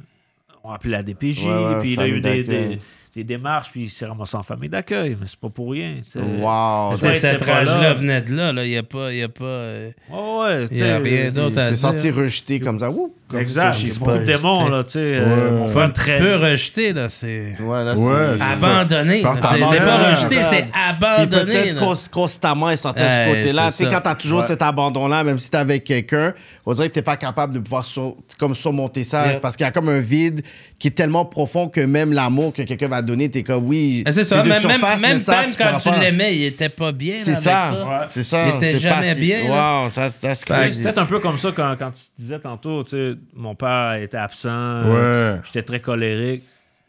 ont appelé la DPJ,
Ouais, ouais,
puis il a eu des,
famille
des-
d'accueil.
des démarches, puis il s'est ramassé en famille d'accueil, mais c'est pas pour rien. tu sais.
Wow.
C'est-
Tu sais,
Ouais,
Cette
t'étais pas
rage-là
là.
venait de là. là. Il n'y a pas. il Y a pas euh,
Ouais, ouais, tu
il y a
sais, euh,
rien d'autre à
C'est
dire.
senti rejeté comme ça. Ouh, comme
Exact,
ça, je
c'est
sais
beaucoup
pas,
de démons,
tu sais.
là, tu sais. euh, mon frère
Tu
très-
peux rejeter, là. C'est
pas. Ouais, là,
Ouais,
c'est-
abandonné. là.
Par ta
C'est
mère.
c'est pas rejeté, c'est
Puis
abandonné.
peut-être
là.
cons- constamment, il sentait
Ouais,
ce côté-là.
c'est
Tu sais,
ça.
quand t'as toujours
Ouais.
cet abandon-là, même si t'es avec quelqu'un, on dirait que t'es pas capable de pouvoir sur- comme surmonter ça
Yep.
parce qu'il y a comme un vide qui est tellement profond que même l'amour que quelqu'un va donner, t'es comme oui.
Ah, C'est ça.
de
Même, même,
surface, mais
même
ça,
Time, quand
pourras
tu
pas.
l'aimais, il était pas bien. là,
C'est
avec
ça.
Ouais.
C'est ça.
Il était
c'est pas
jamais
si-
bien, là. Ben,
Wow, ça, ça, c'est
Ouais,
crazy.
C'est peut-être un peu comme ça quand, quand tu disais tantôt, tu sais, mon père était absent, euh,
Ouais.
j'étais très colérique.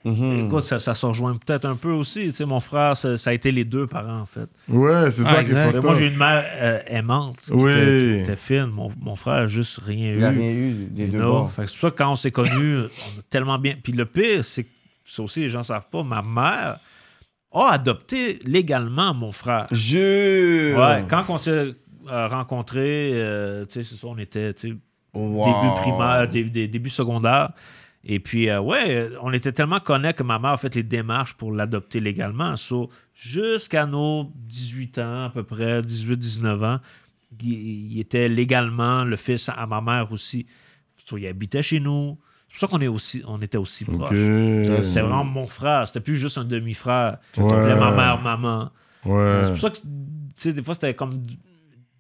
Mm-hmm.
Écoute, ça, ça se rejoint peut-être un peu aussi. Tu sais, mon frère, ça, ça a été les deux parents, en fait.
Ouais, c'est
Ah,
ça qui
exact.
est
Mais
fucked
moi, j'ai
up.
une mère euh, aimante. qui
Oui.
était- qui était fine. Mon, mon frère a juste rien
Il a
eu.
rien eu des
You
deux
know?
bords.
Fait que c'est pour ça que quand on s'est connus, [coughs] on a tellement bien. Puis le pire, c'est que ça aussi, les gens savent pas, ma mère a adopté légalement mon frère.
Jure.
Ouais, quand on s'est euh, rencontrés, euh, tu sais, c'est ça, on était tu sais,
Wow.
début primaire, dé- dé- début secondaire. Et puis, euh, ouais, on était tellement connectés que ma mère a fait les démarches pour l'adopter légalement. So, jusqu'à nos 18 ans, à peu près, 18-19 ans, il, il était légalement le fils à ma mère aussi. So, il habitait chez nous. C'est pour ça qu'on est aussi, on était aussi proches.
Ok.
C'était vraiment mon frère. C'était plus juste un demi-frère. On
Ouais.
appelait ma mère maman.
Ouais.
C'est pour ça que, tu sais, des fois, c'était comme d-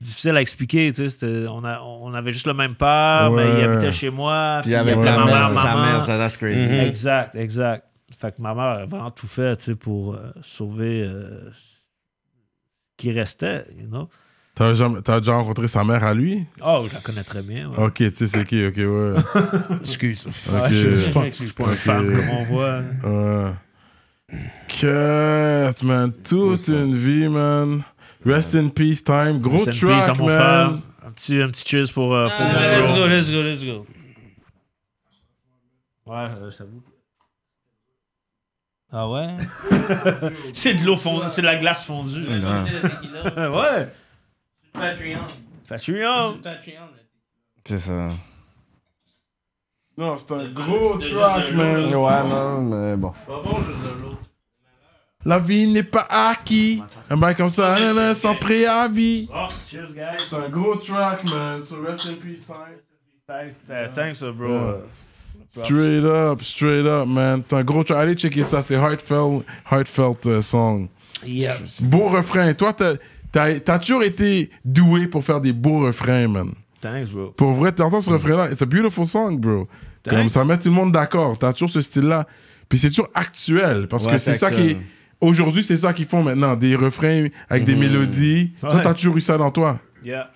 difficile à expliquer. tu sais, c'était- On, a- on avait juste le même père,
Ouais.
mais il habitait chez moi.
Puis avec
il
Ouais.
ta
appelait
mère,
ma
c'est
mère,
sa
maman.
mère, ça, that's crazy.
Mhm.
Exact, exact. Fait que ma mère a vraiment tout fait tu sais, pour euh, sauver euh, ce qui restait, you know?
T'as jamais- t'as déjà rencontré sa mère à lui?
Oh, je la connais très bien. ouais.
Ok, tu sais c'est qui, ok, ouais.
Excuse.
Ah, je, je
Ah, Ok.
pense que je suis pas une
Ok.
femme comme on voit.
Ouais. Cut, man. Toute une vie, man. Rest in peace, time. Gros
Rest in peace à
track,
mon frère.
man.
Un petit, un petit cheers pour, euh, pour Mazo.
Ah, Let's go, let's go, let's go.
Ouais, euh, j'avoue.
Ah ouais?
C'est de l'eau fondue, c'est de la glace fondue. ouais.
Patreon.
Patreon.
Patreon.
C'est ça.
Non, c'est un gros track, man.
Ouais, non, mais bon.
La vie n'est pas acquis. Un bail comme ça, nan, nan, sans préavis.
Oh, cheers, guys.
C'est un gros track, man. So rest in peace, time.
Thanks, euh, thanks euh, bro.
Yeah.
Euh, props.
Straight up, straight up, man. C'est un gros track. Allez checker ça, c'est Heartfelt, heartfelt euh, Song.
Yeah.
Beau refrain. Toi, t'as- t'as t'as toujours été doué pour faire des beaux refrains, man.
Thanks, bro.
Pour vrai, t'entends ce refrain-là, it's a beautiful song, bro.
Thanks.
Comme ça met tout le monde d'accord. T'as toujours ce style-là. Puis c'est toujours actuel, parce
Ouais,
que c'est
c'est
ça qui...
actuel.
Aujourd'hui, c'est ça qu'ils font maintenant, des refrains avec des mélodies. Toi,
Ouais.
t'as toujours eu ça dans toi.
Yeah.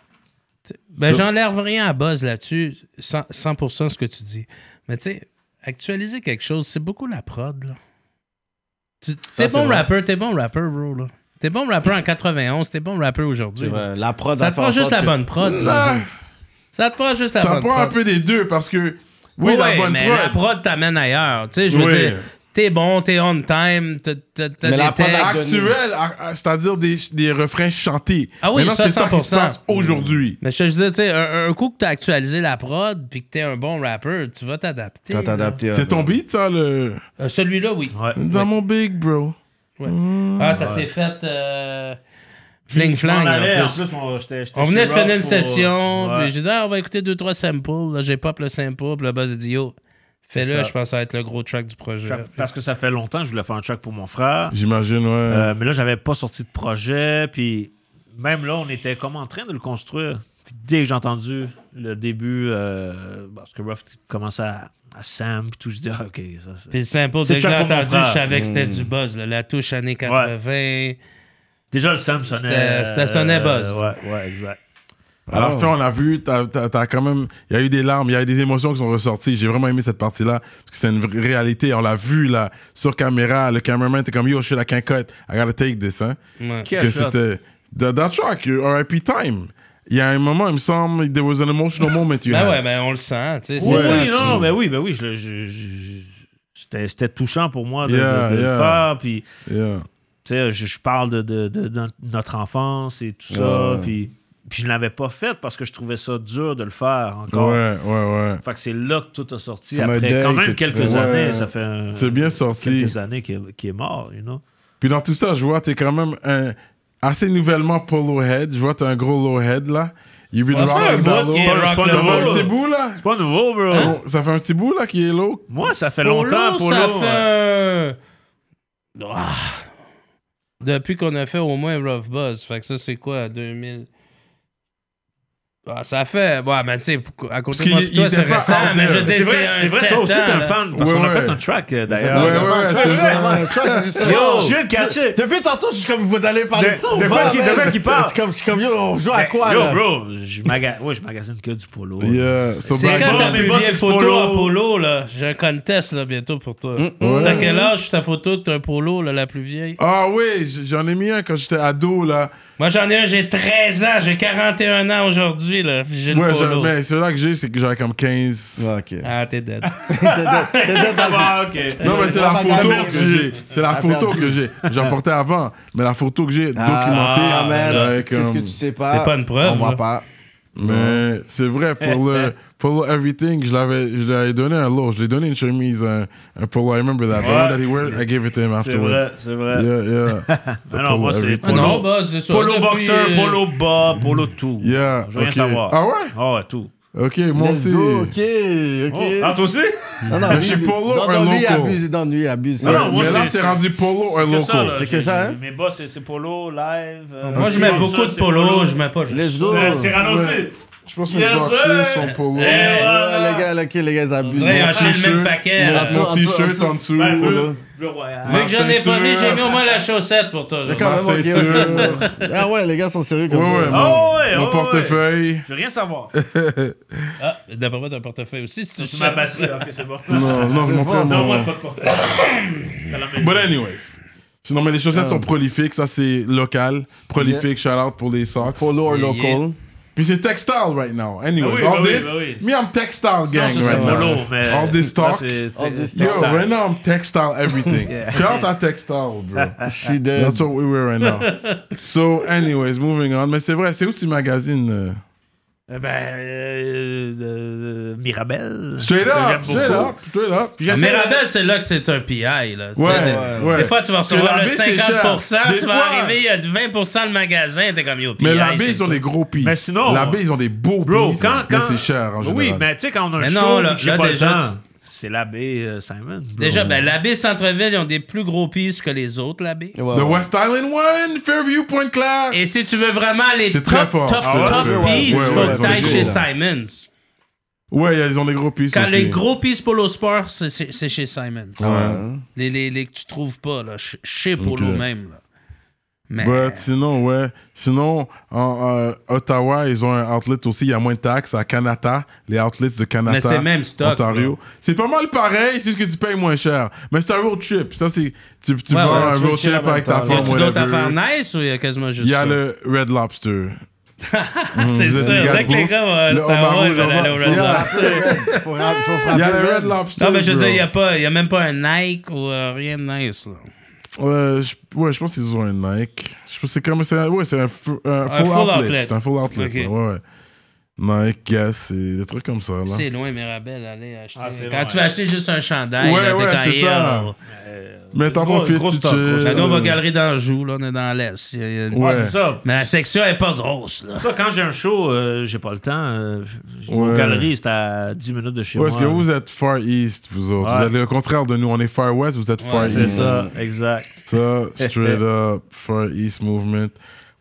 Ben, j'enlève rien à Buzz là-dessus. 100%, 100% ce que tu dis. Mais tu sais, actualiser quelque chose, c'est beaucoup la prod, là. Tu- T'es
c'est
bon
vrai.
rapper, t'es bon rapper, bro, là. T'es bon rappeur en 91, t'es bon rappeur aujourd'hui.
Ouais, La prod
Ça
a
te
fait en
prend juste
sorte
la
que-
bonne prod. là. Ça te prend juste la
Ah, Ça
bonne
prend un
prod.
peu des deux parce que. Oui, la
Ouais,
bonne
mais
prod.
la prod t'amène ailleurs. Tu sais, je veux
Oui.
dire, t'es bon, t'es on time, t'as- t'as t'as
Mais la
des
prod a-
textes.
Actuel, à- à- c'est-à-dire des, des refrains chantés.
Ah oui,
Maintenant,
ça,
c'est ça qui se
100%.
passe aujourd'hui.
Mais je te disais, tu sais, un, un coup que t'as actualisé la prod puis que t'es un bon rappeur, tu vas t'adapter.
Tu vas
là.
t'adapter, ouais.
C'est ton beat, ça, le.
Euh, Celui-là, oui.
Dans mon big, bro.
Ah, ça s'est fait. euh, Fling
On
flang.
allait,
en
en
plus.
plus, on, j'étais- j'étais
On
chez
venait de
Rob
finir une
pour- euh,
session,
Ouais.
puis j'ai dit, ah, on va écouter deux, trois samples. Là, j'ai pop le sample, puis le buzz a dit, yo,
C'est
fais-le,
ça.
je pense que ça va être le gros track du projet.
Parce que ça fait longtemps que je voulais faire un track pour mon frère.
J'imagine, ouais.
Euh, mais là, j'avais pas sorti de projet. Puis même là, on était comme en train de le construire. Puis dès que j'ai entendu le début, euh, parce que Ruff commençait à, à Sam, puis tout, je dis, ah, ok, ça, c'est.
Puis le sample,
C'est
dès que j'ai
Chuck pour mon
entendu,
frère. Hmm.
je savais que c'était du buzz, là, la touche années 80.
Déjà, le Sam sonnait. euh,
C'était- c'était sonnait buzz.
Ouais, ouais, exact.
à la fin, on l'a vu, t'as t'as- t'as quand même. Il y a eu des larmes, il y a eu des émotions qui sont ressorties. J'ai vraiment aimé cette partie-là, parce que c'est une vraie réalité. On l'a vu, là, sur caméra. Le cameraman était comme, yo, je suis la quincotte. I gotta take this, hein.
Ouais.
que c'était. That, that track, RIP Time. Il y a un moment, il me semble, there was an emotional moment you
Ben
had.
ouais, ben on le sent, tu sais. c'est
Oui,
senti.
non, non, ben oui, ben oui, je le- je- je- c'était c'était touchant pour moi de, de-
Yeah,
de
yeah.
le faire. Puis, tu
ben
Yeah.
sais, je, je parle de, de- de- de notre enfance et tout ça.
Ouais.
Puis, puis je ne l'avais pas fait parce que je trouvais ça dur de le faire encore.
Ouais, ouais, ouais.
Fait que c'est là que tout a sorti
Comme un
après
deuil
quand
que
même
tu
quelques
fais.
années.
Ouais.
Ça fait un-
C'est bien sorti.
quelques années qu'il est, qu'il est mort, you know.
Puis dans tout ça, je vois, t'es quand même un- assez nouvellement polo head. Je vois, t'es un gros low head, là. You've been
Ouais, ça fait un
rocking
bout
that low.
qu'il est Hein?
Ça
rock
fait
the
un
low.
petit bout, là.
C'est pas nouveau, bro.
Bon, ça fait un petit bout, là, qui est low.
Hein? Moi, ça fait
Polo,
longtemps, Polo.
ça
ouais.
fait un- Ah. Depuis qu'on a fait au moins Rough Buzz, fait que ça, c'est quoi, 2000... Ah, ça fait... Ouais, mais tu sais, pour- à côté de
qu'il
moi, pis
il
toi,
était
c'est
pas
récent,
out
mais
there.
je dis,
C'est vrai,
un
c'est vrai, toi
sept
aussi, t'es
ans,
un
là.
fan. Parce
Ouais,
qu'on a
ouais.
fait un track, euh,
Ouais,
Ah,
d'ailleurs.
Ouais, ouais,
ouais,
ouais,
c'est
c'est
vrai,
ça.
man. Chuck, c'est juste-
Yo, je viens de catcher.
Depuis tantôt, je suis comme, vous allez parler
De-
de ça ou pas,
de quoi qu'il- de
man?
quoi qu'il parle?
C'est comme, je suis comme, yo, on joue à quoi,
Ben, Yo,
là?
bro, je, maga- ouais, je magasine que du polo.
Yeah. So
C'est
back-
quand
Bon,
ta
mais
plus
bon,
vieille
c'est
photo
polo.
à polo, là? J'ai un contest, là, bientôt pour toi.
Mm,
T'as quel âge, ta photo, que t'as un polo, là, la plus vieille?
Ah oui, j- j'en ai mis un quand j'étais ado, là.
Moi, j'en ai un, j'ai 13 ans, j'ai 41 ans aujourd'hui, là, puis j'ai le
Ouais, j'en-
polo.
mais celui-là que j'ai, c'est que j'avais comme 15.
Ouais, ok.
Ah, t'es dead.
T'es dead dans le film.
Ah, ok.
Non, mais c'est la
Ah,
photo
merde.
que j'ai. C'est la
Ah,
photo
perdu.
que j'ai. J'en portais avant, mais la photo que j'ai documentée.
Ah, man.
j'avais
Qu'est-ce que
comme-
tu sais pas?
C'est pas une preuve,
On
là.
voit pas.
Mais c'est vrai, pour le
[laughs]
Polo Everything, je l'avais je l'avais donné un lot. Je lui ai donné une chemise, un, un Polo. I remember that. The
Ouais.
one that he wore, I gave it to him
C'est
afterwards.
vrai, c'est vrai.
Yeah, yeah.
[laughs] Ah non, moi, c'est
Ah
Ah
polo.
non, bah, c'est ça.
Polo
Depuis,
boxeur,
euh,
polo bas, polo tout.
Yeah,
Je veux rien
ok.
savoir.
Ah ouais?
Ah ouais, tout.
Ok, moi
Let's
aussi.
go, ok, ok.
Oh, ah, toi aussi?
Non, non,
chez
lui-
Polo,
non,
un
non, lui, il
loco.
abuse, non, lui, il abuse.
Non, non,
Ouais.
moi,
Mais là,
c'est-
c'est rendu Polo un
C'est que ça,
local.
là.
C'est que
J'ai-
ça, hein?
Mes boss, c'est c'est polo, live. euh,
Moi, je
tout
mets
comme
beaucoup
ça,
de
c'est
polo, je mets pas. je-
Let's go.
Euh, Cyrano aussi.
Je pense que mes
Yes,
boxers
sir.
sont Polo.
Eh, ouais.
Ouais, les gars, ok, les gars, ils
On
abusent.
dirait,
Bon,
il a acheté le même paquet. là.
Mon
En dessous, en
t-shirt
dessous,
en dessous.
Ben,
Polo.
bleu, bleu royal.
Vu que j'en ai pas mis, j'ai mis au moins la chaussette pour toi.
j'ai
je-
quand même,
Ma
ok,
ceinture.
ok. Ah ouais, les gars sont sérieux
Ouais,
comme
ouais,
ça.
Ah ouais,
mon, mon
ah ouais.
portefeuille.
Je veux rien savoir.
Ah, d'après moi, t'as un portefeuille aussi, si tu
C'est
cherches.
ma
[laughs]
batterie, là, ok, c'est bon.
Non, non, je
Ah, C'est
montrais
bon,
Non,
mon...
moi, pas de portefeuille. T'as la même.
But anyways. Sinon, mais les chaussettes sont prolifiques. Ça, c'est local. Prolifique, shout out pour les socks.
Polo or
Yeah,
local.
Puis c'est textile right now. Anyways,
Ah oui,
all
bah oui,
this,
bah oui.
me I'm textile
Non,
gang
ça, c'est
right
polo,
now.
mais.
All this
Là,
talk.
c'est-
Ah.
All this
Yo,
talk.
right now I'm textile
[laughs]
everything. Shout out à textile, bro.
Je suis dead.
That's what we were right
[laughs]
now. so, anyways, moving on. Mais c'est vrai, c'est où tu magasines? euh?
Euh, Ben. euh, euh, Mirabel.
Straight
J'aime
up,
beaucoup.
straight up, straight up.
Puis j'essaie
Mais
de-
Mirabel, c'est là que c'est un PI. Là. Tu
Ouais,
sais, des-
ouais, ouais.
Des fois, tu vas recevoir
Parce
le
que la baie, c'est
50%,
cher. Des
tu vas
fois-
arriver, il y a 20% de magasin, t'es comme yo, PI.
Mais la baie,
c'est
ils ont
ça.
des gros pieces.
Mais sinon-
la baie, ils ont des beaux
Bro,
pieces.
quand. quand...
Mais c'est cher en général.
Oui, mais tu sais, quand on a un
Mais
show,
non, là-
puis que j'ai
là,
pas le
déjà,
temps, c'est l'abbé euh, Simon. bro.
Déjà, ben, la baie Centre-Ville, ils ont des plus gros pistes que les autres, la baie.
Ouais, ouais.
The West Island one, Fairview Point Claire.
Et si tu veux vraiment les
C'est
top,
très fort, Ah
top, top,
ça,
ouais, ouais,
pieces,
ouais,
faut
ouais,
que
ouais,
t'ailles
ouais,
chez
ouais.
Simons.
Ouais, ils ont des gros pieces
Quand
aussi.
les gros pistes Polo Sport, c'est- c'est c'est chez Simons.
Ouais.
Les, les, les que tu trouves pas, là, ch- chez Polo
Ok. Bah,
même. Là. Mais
But sinon, ouais. Sinon, en euh, Ottawa, ils ont un outlet aussi. Il y a moins de taxes. À Canada, les outlets de Canada.
Mais c'est même stock,
Ontario. C'est pas mal pareil. C'est ce que tu payes moins cher. Mais c'est un road trip. Ça, c'est. Tu, tu
Ouais,
prends
ouais,
un
road
road
trip
trip
en
avec
même
ta
temps.
y
femme.
a-tu d'autres
whatever.
affaires nice ou il y a quasiment juste
Il y a
ça?
le Red Lobster.
[laughs] C'est
vous êtes
ça,
des gars
dès
de
que les
bouffe.
gars euh, vont à
Le
Ottawa,
homard
ils veulent
rouge,
aller au
on
Red
va-
Il
Yeah.
Lobster.
faut, ra- faut frapper
Il y a le
le
Red
bell.
Lobster.
Non, mais je veux
bro.
dire, il n'y a, pas- il y a même pas un Nike ou euh, rien de nice. Là.
Euh, je- ouais, je pense qu'ils ont un Nike. Je pense que c'est comme c'est un, ouais, c'est un, fu- un full,
full
outlet.
outlet.
C'est un full outlet.
Ok.
là, Ouais, ouais. Nike, Guess, et des trucs comme ça. Là.
C'est loin, Mirabel, aller acheter.
Ah, c'est
Quand
loin.
tu vas acheter juste un chandail,
Ouais,
là, t'es
ouais,
quand
c'est
hier,
ça.
là.
Mais t'en
Gros-
profites,
gros
tu
stock, gros
chill.
stock.
La nouvelle galerie d'Anjou, là, on est dans l'Est. Il y a- il y a une-
Ouais.
Ah, C'est ça.
Mais la section est pas grosse, là.
Ça, quand j'ai un show, euh, j'ai pas le temps. euh, je vais
Ouais.
aux galeries, c'est à 10 minutes de chez
Ouais,
moi.
parce que vous êtes Far East, vous autres.
Ouais.
Vous êtes le contraire de nous. On est Far West, vous êtes Far
C'est
East.
ça, exact.
Ça, straight up, Far East Movement.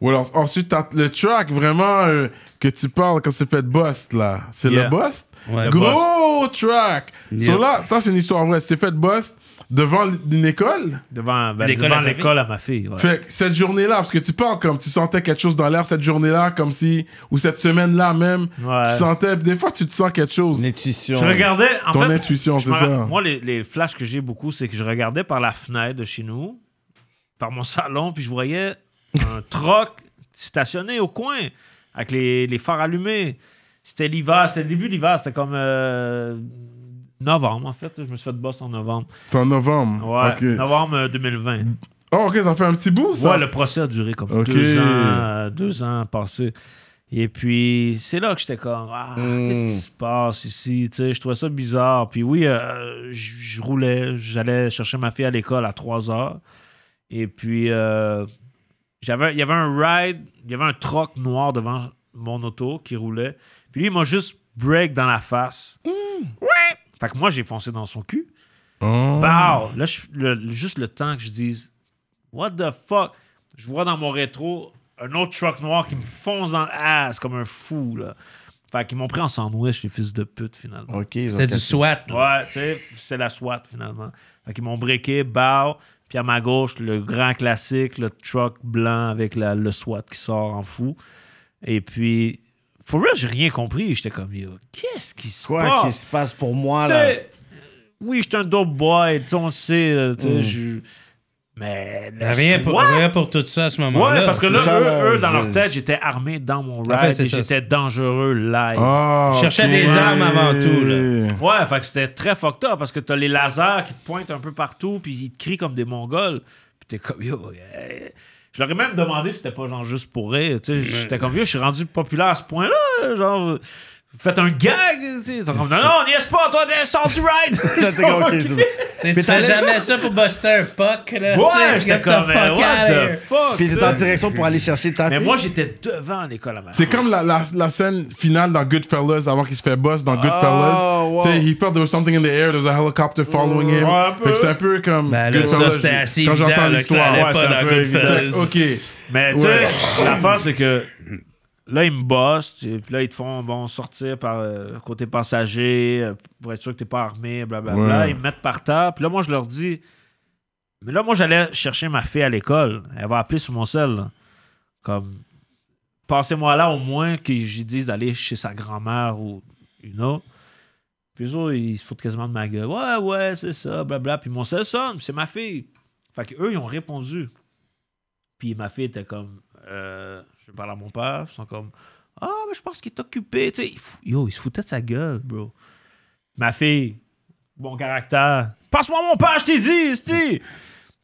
Ou alors, ensuite, t'as le track vraiment euh, que tu parles quand c'est fait de Bust, là. C'est
Yeah.
le Bust?
Ouais. Le
Gros track!
Yeah.
So là, ça, c'est une histoire vraie. C'était fait de Bust devant l- une école.
Devant ben,
L'école
devant
à sa
l'école à ma fille. ouais.
Fait que cette journée-là, parce que tu parles comme tu sentais quelque chose dans l'air cette journée-là, comme si, ou cette semaine-là même,
Ouais.
tu sentais, des fois tu te sens quelque chose.
Nutrition.
Je regardais. En
Ton
fait,
intuition,
je
c'est
me ra-
ça.
Moi, les, les flashs que j'ai beaucoup, c'est que je regardais par la fenêtre de chez nous, par mon [laughs] salon, puis je voyais
[laughs]
un troc stationné au coin avec les, les phares allumés. C'était l'hiver, c'était le début de l'hiver, c'était comme euh, novembre en fait. Je me suis fait boss en novembre.
C'est en novembre.
Ouais,
Ok.
novembre euh, 2020.
Oh, ok, ça fait un petit bout, ça.
Ouais, le procès a duré comme
Ok.
deux ans, euh, deux ans passés. Et puis, c'est là que j'étais comme, ah,
Hmm.
qu'est-ce qui se passe ici? Tu sais, je trouvais ça bizarre. Puis oui, euh, je je roulais, j'allais chercher ma fille à l'école à 3 heures. Et puis, euh, j'avais, il y avait un ride, il y avait un troc noir devant mon auto qui roulait. Puis lui, il m'a juste break dans la face. Ouais! Fait que moi, j'ai foncé dans son cul.
Hmm. Oh.
Pow! Là, je- le- juste le temps que je dise What the fuck? Je vois dans mon rétro un autre truck noir qui me fonce dans l'ass comme un fou, là. Fait qu'ils m'ont pris en sandwich, les fils de pute, finalement.
Ok, ils ont
C'est du
fait-
SWAT, là.
Ouais, tu sais, c'est la SWAT, finalement. Fait qu'ils m'ont breaké, bow. Puis à ma gauche, le grand classique, le truck blanc avec la- le SWAT qui sort en fou. Et puis, for real, j'ai rien compris. J'étais comme, yo, qu'est-ce qui se
Quoi
passe?
qui se passe Hmm. pour moi
Tu
là
sais, oui, j'étais un dope boy, tu sais, on le sait, là, tu sais, je- Mais le
Rien pour,
SWAT?
rien pour tout ça à ce
Ouais,
moment-là.
parce que
c'est
là,
ça,
eux,
là,
eux, dans
je-
leur tête, j'étais armé dans mon ride
En fait, c'est
et
ça,
j'étais dangereux live.
Ah,
Cherchais
ok.
des armes avant tout, là.
Ouais, fait que c'était très fucked up parce que t'as les lasers qui te pointent un peu partout puis ils te crient comme des mongols. Puis t'es comme yo. euh. Je leur ai même demandé si c'était pas genre juste pour rire. tu sais. J'étais comme yo, je suis rendu populaire à ce point-là. Genre, faites un gag. tu sais. Ils sont comme non, non, on n'y est pas, toi, sors du ride.
Là, [laughs] t'es comme, ok, c'est bon.
Tu sais,
Mais
tu fais
t'allais-
jamais ça pour buster un puck, là. tu sais,
Ouais, j'étais
get the
comme
fuck
what
out of
the
here.
fuck.
Puis
tu
t'es en
sais.
direction pour aller chercher ta
euh, Mais
fille.
moi, j'étais devant l'école à ma
C'est comme la, la, la scène finale dans Goodfellas avant qu'il se fait boss dans Goodfellas.
wow.
Tu sais, he felt there was something in the air, there was a helicopter following him.
Ouais, un peu.
Fait que c'était un peu comme.
Ben là, ça, c'était
j'ai-
assez
Quand
évident
j'entends
là, que ça
l'histoire.
allait
ouais,
pas
c'est un
dans
peu évident.
Fait que,
Goodfellas.
Ok.
Mais tu
Ouais.
sais, l'affaire, c'est que là, ils me bossent, tu sais, puis là, ils te font bon, sortir par euh, côté passager euh, pour être sûr que t'es pas armé, blablabla.
Ouais.
Ils me mettent par terre, puis là, moi, je leur dis. Mais là, moi, j'allais chercher ma fille à l'école. Elle va appeler sur mon sel. là. Comme, passez-moi là au moins que j'y dise d'aller chez sa grand-mère ou une autre. Puis eux autres, ils se foutent quasiment de ma gueule. Ouais, ouais, c'est ça, blabla. Puis mon sel sonne, c'est ma fille. Fait qu'eux, ils ont répondu. Puis ma fille était comme, euh, je parle à mon père. Ils sont comme, ah, mais je pense qu'il est occupé. Tu sais, il fou- yo, il se foutait de sa gueule, bro. Ma fille, bon caractère. Passe-moi mon père, je t'ai dit, c'ti.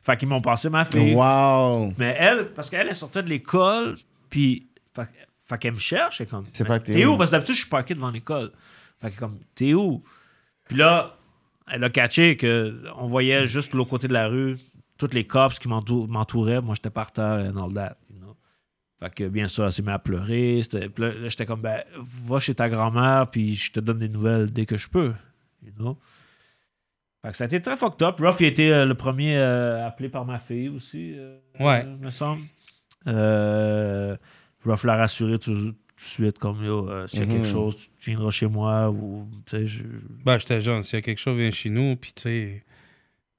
Fait qu'ils m'ont passé ma fille.
Wow.
Mais elle, parce qu'elle, elle sortait de l'école, puis. Fait, fait qu'elle me cherche, elle est comme.
C'est
mais
pas que t'es
T'es
où?
où? Parce que d'habitude, je suis parqué devant l'école. Fait qu'elle est comme, t'es où? Puis là, elle a catché que on voyait juste de l'autre côté de la rue toutes les cops qui m'entou- m'entouraient. Moi, j'étais par terre and all that. you know. Fait que bien sûr, elle s'est mise à pleurer. C'était- puis là, là, j'étais comme, ben, va chez ta grand-mère, puis je te donne des nouvelles dès que je peux. You know? Fait que ça a été très fucked up. Ruff, il a été euh, le premier euh, appelé par ma fille aussi, euh,
Ouais.
euh, me semble. Euh, Ruff l'a rassuré tout, tout de suite, comme, yo, euh, s'il y a quelque chose, tu- tu viendras chez moi, ou, tu sais, je-
Ben, j'étais jeune. S'il y a quelque chose, vient chez nous. Puis, tu sais,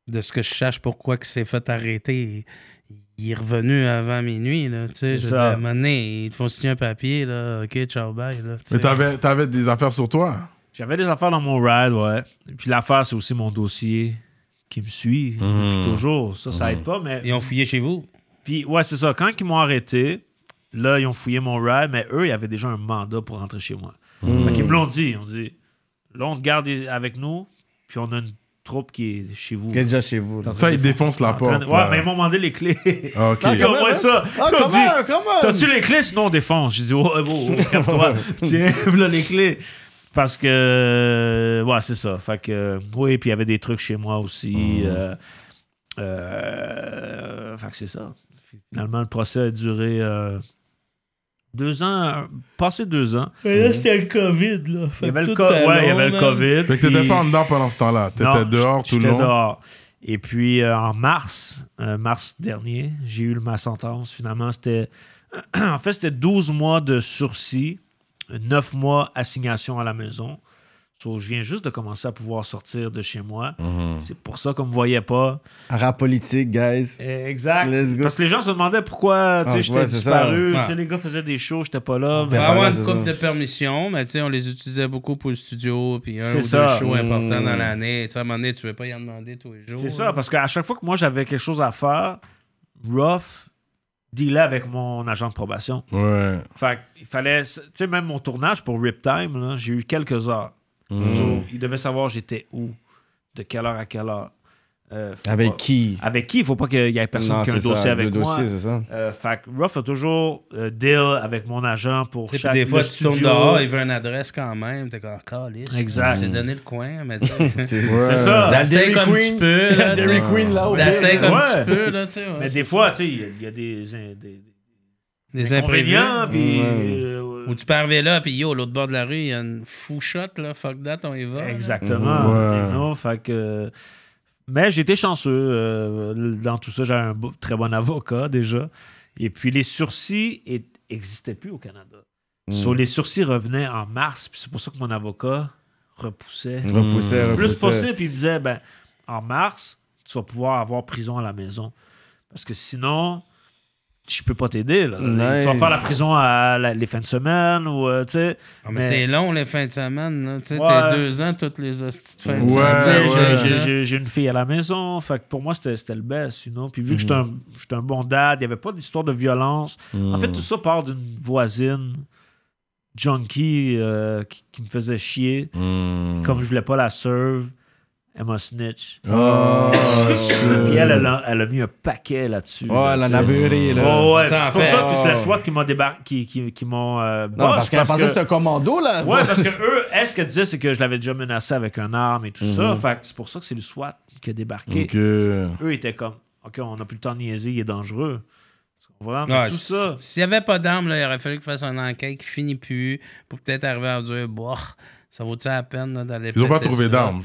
de ce que je cherche, pourquoi il s'est fait arrêter, il- il est revenu avant minuit, là, tu sais.
C'est
Je veux
ça.
dire, à un moment donné, ils te font signer un papier, là, OK, ciao, bye, là, tu sais.
Mais t'avais, t'avais des affaires sur toi.
J'avais des affaires dans mon ride, ouais. Et Puis l'affaire, c'est aussi mon dossier qui me suit depuis toujours. Ça, ça aide pas, mais...
Ils ont fouillé chez vous?
Puis, ouais, c'est ça. Quand ils m'ont arrêté, là, ils ont fouillé mon ride, mais eux, ils avaient déjà un mandat pour rentrer chez moi. Fait qu'ils me l'ont dit. Ils ont dit, là, on te garde avec nous, puis on a une troupe qui est chez vous.
Qui est déjà chez vous. là.
T'es en train
Ça,
de
ils défoncent la
en train
porte.
de-
là.
Ouais, mais ils m'ont demandé les clés.
Ah, OK.
Ah,
[laughs] Comme
Comment,
moi,
hein?
ça.
Ah,
Ils m'ont
comment,
dit,
comment?
T'as-tu les clés? Sinon, on défonce. J'ai dit, oh, oh, oh, calme-toi. Tiens, [laughs] voilà les clés. Parce que, euh, ouais, c'est ça. Fait que, euh, oui, puis il y avait des trucs chez moi aussi. euh, euh, fait que c'est ça. Finalement, le procès a duré euh, deux ans, euh, passé deux ans.
Mais là, c'était le COVID, là.
Mhm. Il y avait le, co- ouais, il y avait le COVID.
Fait que t'étais
puis-
pas en dedans pendant ce temps-là. T'étais
non,
dehors
j-
tout le
j'étais
long.
dehors. Et puis euh, en mars, euh, mars dernier, j'ai eu ma sentence. Finalement, c'était. [clears throat] en fait, c'était 12 mois de sursis, 9 mois assignation à la maison. So, je viens juste de commencer à pouvoir sortir de chez moi. C'est pour ça qu'on me voyait pas.
Rap politique, guys.
Eh, Exact.
Let's go.
Parce que les gens se demandaient pourquoi tu sais,
Ah,
j'étais
ouais, c'est ça.
disparu.
Ouais.
Tu sais, Les gars faisaient des shows, j'étais pas là.
On
mais-
va
Ouais,
avoir
c'est
une coupe
ça.
Bah, de permission, mais tu sais, on les utilisait beaucoup pour le studio, puis un
C'est
ou
ça.
deux shows importants
Mm.
dans l'année. Tu sais, à un moment donné, tu veux pas y en demander tous les jours.
C'est
là.
ça, parce qu'à chaque fois que moi j'avais quelque chose à faire, Ruff dealait avec mon agent de probation.
Ouais.
Fait qu'il fallait. Tu sais, même mon tournage pour Rip Time, là, j'ai eu quelques heures.
Mm.
So, il devait savoir j'étais où, de quelle heure à quelle heure. Euh, faut
Avec
pas-
qui?
Avec qui? Il faut pas qu'il y ait personne
Non,
qui a un
c'est ça,
dossier
le
avec moi.
dossier, c'est ça.
Euh, fait que Ruff a toujours euh, deal avec mon agent pour
Tu sais,
chaque
puis des fois,
le
si tu tournes
studio.
dehors, il veut une adresse quand même. T'es comme, Ah, calice.
Exact.
J'ai donné le
[laughs]
coin, mais tu sais.
C'est
Ouais.
C'est
Dans
ça.
le
T'essayes
Dairy
Euh, comme
Queen.
tu
[laughs]
peux, là. tu sais.
Dairy Queen, là, au
T'essayes
pire, là.
comme
Ouais.
tu peux, là, tu sais. ouais,
Mais
c'est
des fois, tu sais, il y a- il y a des, in- des,
des
des inconvénients,
imprévus.
puis.
Ouais.
euh,
Ou tu parvais là, puis yo, l'autre bord de la rue, il y a une fou shot, là. Fuck that, on y va. là.
Exactement.
Ouais.
You know, fait que- Mais j'étais chanceux. euh, dans tout ça, j'avais un beau- très bon avocat déjà. Et puis les sursis est- existaient plus au Canada.
Mm.
So, les sursis revenaient en mars, puis c'est pour ça que mon avocat repoussait le
Repoussait, repoussait.
Mmh. plus possible. Puis il me disait, ben, en mars, tu vas pouvoir avoir prison à la maison. Parce que sinon, je peux pas t'aider. là.
Nice.
Tu vas faire la prison à la- les fins de semaine ou, euh, tu sais.
Ah, mais
Mais-
c'est long, les fins de semaine, là. Tu sais,
Ouais.
t'es deux ans, toutes les hosties de fins de
Ouais,
Tu sais,
semaine.
j'ai-
ouais.
j'ai- j'ai- J'ai une fille à la maison. Fait que pour moi, c'était c'était le best, you know. Puis vu que
Mm.
j'étais un, j'étais un bon dad, il n'y avait pas d'histoire de violence. En
Mm.
fait, tout ça part d'une voisine junkie euh, qui, qui me faisait chier.
Mm.
Comme je voulais pas la serve, elle m'a snitch.
Oh,
[laughs] Puis elle,
shit.
elle a, elle a mis un paquet là-dessus.
Oh,
là,
elle en
tu
a
sais.
beurré, là.
Oh, ouais,
Ça en
c'est pour
fait.
ça que c'est la
Oh.
SWAT qui m'a débarqué, qui, qui, qui m'ont. euh,
Non,
boss,
parce qu'elle pensait que c'était un commando, là.
Ouais, parce que eux, elle, ce qu'elle disait, c'est que je l'avais déjà menacé avec un arme et tout ça. Fait que c'est pour ça que c'est le SWAT qui a débarqué.
Mhm. OK.
Eux étaient comme, OK, on n'a plus le temps de niaiser, il est dangereux. Tu comprends? Mais
Ouais,
tout
s-
ça.
S'il n'y avait pas d'armes, là, il aurait fallu qu'il fasse une enquête qui finit plus pour peut-être arriver à dire Boah, ça vaut-tu la peine là, d'aller
Ils ont pas
péter
trouvé
ça?
d'armes.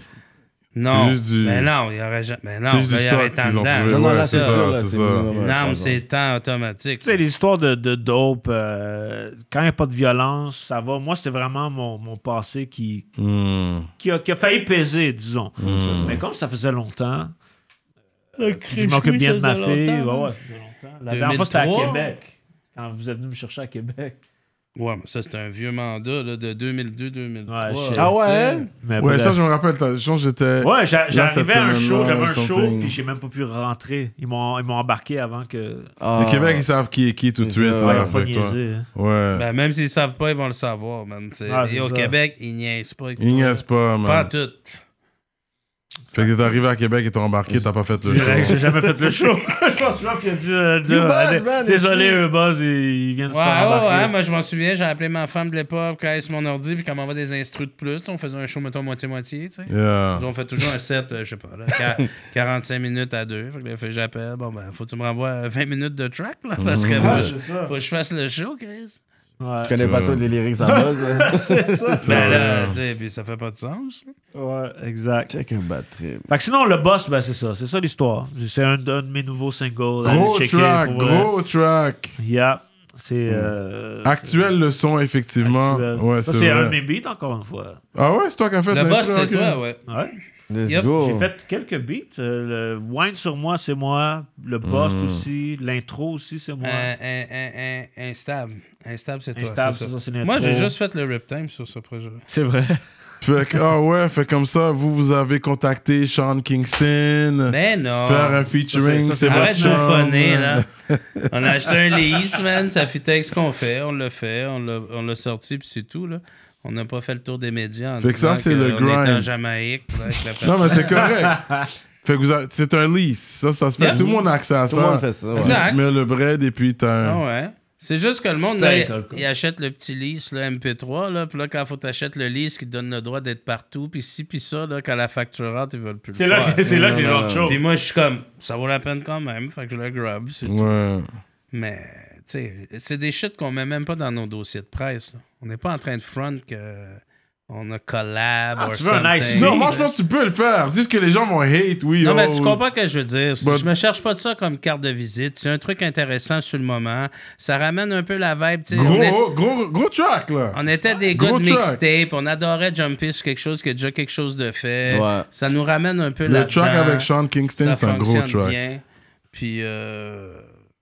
Non.
C'est juste du-
Mais non, il aurait jamais. Mais non,
C'est juste du
là, il aurait
stock
été
qu'ils
en
ont
dedans.
trouvé.
Non, non,
Ouais,
là,
c'est
c'est sûr, là,
ça,
c'est
c'est ça.
minimum.
Une arme,
Ouais,
c'est temps automatique.
Tu sais, les histoires de, de dope, euh, quand il n'y a pas de violence, ça va. Moi, c'est vraiment mon, mon passé qui,
Hmm.
qui, a, qui a failli peser, disons.
Mhm.
Mais comme ça faisait longtemps, euh, je m'occupe bien de ma fille. Ouais, ouais, ça faisait longtemps. hein. La dernière fois, c'était à
2003.
Québec. Quand vous êtes venu me chercher à Québec.
Ouais, mais ça, c'est un vieux mandat là, de 2002-2003.
Ouais, shit.
Ah ouais?
Mais
Ouais,
ben
bref.
ça, je me rappelle. t'as- Je pense que j'étais.
Ouais, j'a-
cette
j'arrivais à un show,
semaine-là,
j'avais un
something.
show, puis j'ai même pas pu rentrer. Ils m'ont ils m'ont embarqué avant que.
Ah.
Le Québec, ils savent qui est qui tout de
C'est
suite.
ça.
Ouais,
là,
ils m'ont pas
avec Ah, ben, toi.
niaisé. hein.
Ouais.
Ben, même s'ils ne savent pas, ils vont le savoir, man. tu sais.
Ah, c'est
Et au
ça.
Québec, ils niaisent pas. avec
Ils
toi.
niaisent pas,
Ben, Pas
man.
tout.
Fait que t'es arrivé à Québec et t'es embarqué, t'as pas fait le
Direct,
show.
j'ai jamais fait le show. [laughs] Je pense que qu'il a dû euh, dire,
You buzz,
euh,
man,
Désolé,
ici.
eux, Buzz, ils, ils viennent
Ouais,
se faire
ouais, ouais,
embarquer.
moi je m'en souviens, j'ai appelé ma femme de l'époque, quand elle est sur mon ordi, puis quand elle m'envoie des instrus de plus, tu sais, on faisait un show, mettons, moitié-moitié, tu sais.
Yeah.
On fait toujours un set, euh, je sais pas, là, quar- 45 minutes à deux. Fait que là, fait que j'appelle, bon ben, faut que tu me renvoies euh, 20 minutes de track, là, parce que
Ah,
faut-
c'est ça.
[laughs]
faut que je fasse le show, Chris.
Je
Ouais,
connais pas
Ouais.
tous les lyrics
[laughs]
en buzz. hein.
c'est ça.
Ben là, tu sais, puis ça fait pas de sens. là.
Ouais, exact.
Check un bad trip.
Fait que sinon, le boss, ben c'est ça. C'est ça l'histoire. C'est un, un de mes nouveaux singles. Allez
Gros
checker
track,
pour vrai.
gros track.
Yeah. C'est. euh,
Actuel le son,
c'est
effectivement.
actuel.
Ouais,
ça,
c'est
c'est un de
vrai.
mes beats, encore une fois.
Ah ouais, c'est toi qui as fait
Le
l'intro,
boss, c'est
ok.
toi, ouais.
Ouais.
Let's
Yep,
Oh.
go.
J'ai fait quelques beats. euh, le Wine sur moi, c'est moi. Le Boss
Mm.
aussi. L'intro aussi, c'est moi.
Un- un- un- un- Instable. Instable, c'est toi.
Instable,
c'est
c'est
ça.
ça, c'est
Moi, j'ai
l'intro.
juste fait le rip time sur ce projet.
C'est vrai.
Fait que, ah ouais, fait comme ça, vous, vous avez contacté Sean Kingston.
Mais Ben, non.
Faire un featuring, c'est votre
Arrête de me
chum.
funner, là. [laughs] On a acheté un lease, man. Ça fit avec ce qu'on fait. On l'a fait, on l'a- on l'a sorti, puis c'est tout, là. On n'a pas fait le tour des médias. En
Fait que ça,
disant
c'est le
on
grind.
était en Jamaïque. là, avec
[laughs]
la
Non, mais c'est correct.
[laughs]
fait que vous avez- c'est un lease. Ça, ça se fait.
Yeah.
Tout le monde a accès à ça.
Tout le monde fait ça. ouais.
Tu
Exact.
mets le bread et puis t'as un.
Ah ouais. C'est juste que le monde,
Super
là, il,
école, quoi.
il achète le petit liste, le MP3, là, puis là, quand faut t'achètes le liste qui te donne le droit d'être partout, puis ci, puis ça, là, quand la facturante, ils veulent plus le
C'est là,
faire.
que- c'est là que les
Non, non,
gens chauds.
Puis moi, je suis comme, ça vaut la peine quand même, fait que je le grab, c'est tout.
Ouais.
Mais, tu sais, c'est des shit qu'on met même pas dans nos dossiers de presse, là. On n'est pas en train de front que on a collab
Ah,
or
tu veux un nice
something.
Non, moi, je pense que tu peux le faire. C'est juste que les gens vont hate, oui.
Non,
oh,
mais tu
oui.
comprends ce que je veux dire. Si
Bon.
Je me cherche pas de ça comme carte de visite. C'est un truc intéressant sur le moment. Ça ramène un peu la vibe. tu sais,
oh. Gros,
on est-
gros, gros track, là.
On était des
Gros
gars de
track.
mixtape, on adorait jumper sur quelque chose qui a déjà quelque chose de fait.
Ouais.
Ça nous ramène un peu
Le
là-dedans.
track avec Sean Kingston,
Ça
c'est un gros
fonctionne
track.
bien. Puis, euh,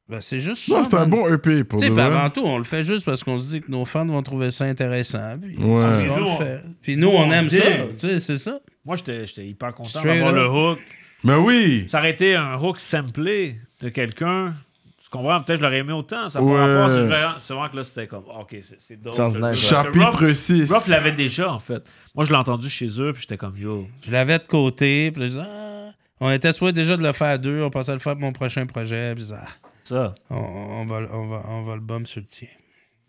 ben, c'est juste
Non,
ça,
c'est un
man.
bon EP pour
Tu sais,
de
puis
vrai.
avant tout, on le fait juste parce qu'on se dit que nos fans vont trouver ça intéressant. Puis,
Ouais.
puis on
Nous,
le
on-
fait. Puis nous, on aime
dit.
ça. Tu sais, c'est ça.
Moi, j'étais j'étais hyper content
Straight
d'avoir
up.
le hook.
Mais oui.
Ça aurait été un hook samplé de quelqu'un. Tu comprends? Peut-être que je l'aurais aimé autant. Ça n'a
Ouais.
pas rapport. C'est vraiment- c'est vraiment que là, c'était comme, OK, c'est- c'est dope.
Sounds
je le-
nice.
parce que Ruff-
Chapitre 6.
Ruff l'avait déjà, en fait. Moi, je l'ai entendu chez eux, puis j'étais comme, yo.
Je l'avais de côté. Puis je disais, ah. on était souhaité déjà de le faire à deux. On pensait le faire pour mon prochain projet. Puis je disais, ah,
Ça.
on, on va, on, va, on va le bum sur le tien.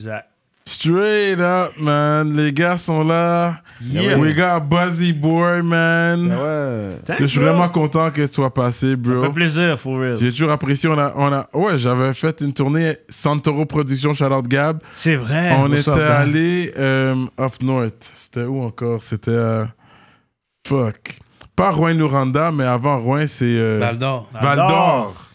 Exact.
Straight up, man. Les gars sont là.
Yeah.
We got Buzzy Boy, man.
Ah ouais.
Je suis vraiment content que tu sois passé,
Ça
bro.
fait plaisir, for real.
J'ai toujours apprécié. On a, on a, ouais, j'avais fait une tournée Santoro Productions, Charlotte Gab.
C'est vrai.
on
Eh, What's
était
Ben.
up, man?
allé euh, up north. C'était où encore C'était. euh, fuck. Pas Rouen-Noranda, mais avant Rouen, c'est. euh,
Val d'Or.
Val d'Or.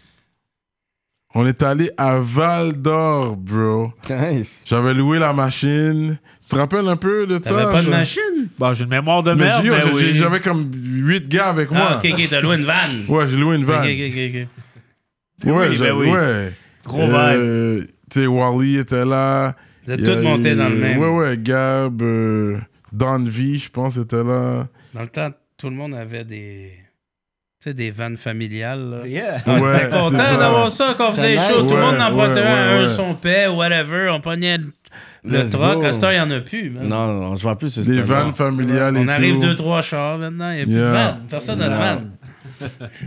On est allé à Val d'Or, bro.
[laughs] Nice.
J'avais loué la machine. Tu te rappelles un peu de ça
T'avais pas de
je-
machine? ben
Bon, Bah, j'ai une mémoire de
Mais
merde,
j'ai-
mais,
j'ai-
oui.
j'avais comme 8 gars avec moi.
Ah, ok, ok, t'as loué une vanne.
Ouais, j'ai loué une van.
Ok, ok, ok, ok.
Ouais,
oui,
j'ai-
ben oui.
ouais.
Gros vibe.
Euh, Tu sais, Wally était là.
Vous êtes
Il y a
tous montés
eu-
dans le même.
Ouais, ouais, Gab, euh, Don V, je pense, était là.
Dans le temps, tout le monde avait des. Tu sais, des vannes familiales. là.
Yeah.
On
Ouais,
était content
c'est ça.
d'avoir ça quand on
C'est
faisait les
nice.
shows. Tout le
Ouais,
monde en
ouais,
prenait
ouais,
un,
ouais.
un son paix, whatever. On prenait le, le
Let's
troc.
go.
À ce temps, il n'y en a plus. man.
Non, non, je vois plus ce
Des
système-là.
vannes familiales et
On arrive
tout.
deux, trois chars maintenant. Il n'y a plus
Yeah.
de vannes. Personne n'a de
Non.
vannes.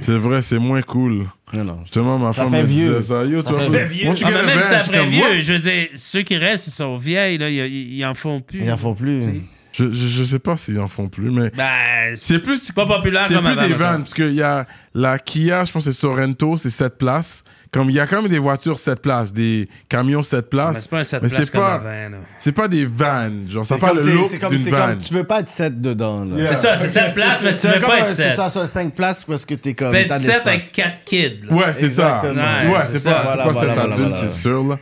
C'est vrai, c'est moins cool.
Non, non.
Justement, ma
Ça
femme
fait
me
vieux.
disait ça. Yo, tu
fait
vois,
vieux.
once you
Ah,
get
mais
a
même
van,
si
je suis
après
comme,
vieux,
what?
je veux dire, ceux qui restent, ils sont vieilles. Là, ils, ils- ils en font plus.
Ils en font plus.
Si.
Je, je, je sais pas s'ils en font plus, mais
Ben, c'est
c'est plus
pas populaire
C'est
comme
plus
avant.
des
mettons.
vannes, parce qu'il y a la Kia, je pense que c'est Sorento, c'est 7 places. Comme il y a quand même des voitures 7 places, des camions 7
Mais
places.
c'est pas un 7
Mais
places
c'est
comme
pas-
avant. là.
C'est pas des vannes, genre ça
C'est
n'a pas
comme,
le
c'est-
look
c'est comme,
d'une
c'est comme,
vanne.
tu veux pas être 7 dedans, là.
Yeah.
C'est ça, c'est 7 places, mais tu
C'est
veux
comme
pas
un-
être 7.
c'est ça, sur 5 places où est-ce que t'es comme.
Ben,
t'as
7
d'espace.
avec 4 kids. là.
Ouais, c'est ça.
Exactement.
Ouais,
Ouais,
c'est
c'est
pas,
ça.
c'est
Voilà,
pas
voilà,
cet
voilà,
adulte,
voilà.
c'est sûr, là.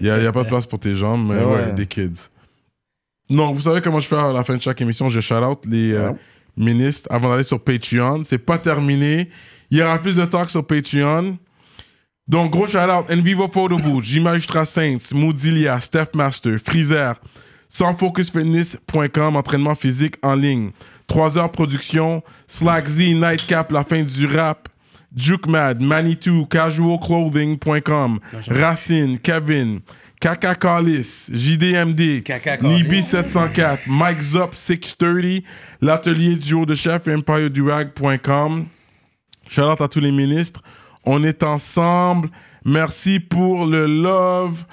Il n'y a, y a pas de place pour tes jambes, mais
Mais
ouais,
ouais.
des kids. Non, vous savez comment je fais à la fin de chaque émission, je shout-out les euh, ministres avant d'aller sur Patreon. C'est pas terminé. Il y aura plus de talk sur Patreon. Donc, gros shout-out, Envivo Photo Booth, J Magistrat Saints, Moodilia, Steph Master, Freezer, sansfocusfitness.com, entraînement physique en ligne, 3 heures production, Slack Z, Nightcap, la fin du rap, Jukemad, Manitou, casualclothing.com, Racine, Kevin, Kaka Callis, JDMD,
Kaka Callis.
Nibi704, Mike Zop 630, l'atelier du haut de chef, EmpireDurag.com. Shout out à tous les ministres. On est ensemble. Merci pour le love.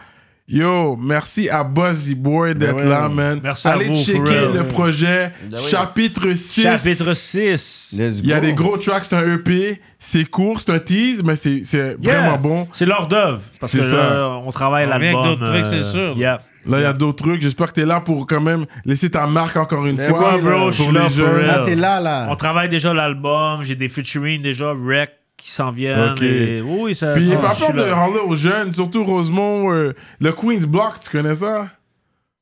Yo, merci à Buzzy Boy d'être
ouais.
là, man.
Ben Merci à
Allez
vous, for
checker
real.
le projet.
Ben oui.
Chapitre 6.
Chapitre 6.
Let's
Il y a
go.
des gros tracks, c'est un EP. C'est court, c'est un tease, mais c'est c'est vraiment bon.
C'est l'ordre d'œuvre. Parce que
C'est ça. Euh,
là, on travaille
On vient avec
l'album. euh,
d'autres trucs, c'est sûr.
Yeah.
Là, il y a d'autres trucs. J'espère que t'es là pour quand même laisser ta marque encore une
Ben
fois.
oui, bro,
je suis
pour
Ah, là
les
for
jeunes.
real.
Là, t'es là, là.
On travaille déjà l'album. J'ai des featuring déjà, rec qui s'en viennent.
Ok.
et- Oui, ça.
Puis
ça-
par
je suis
rapport de
là.
parler aux jeunes, surtout Rosemont, euh, le Queen's Block, tu connais ça?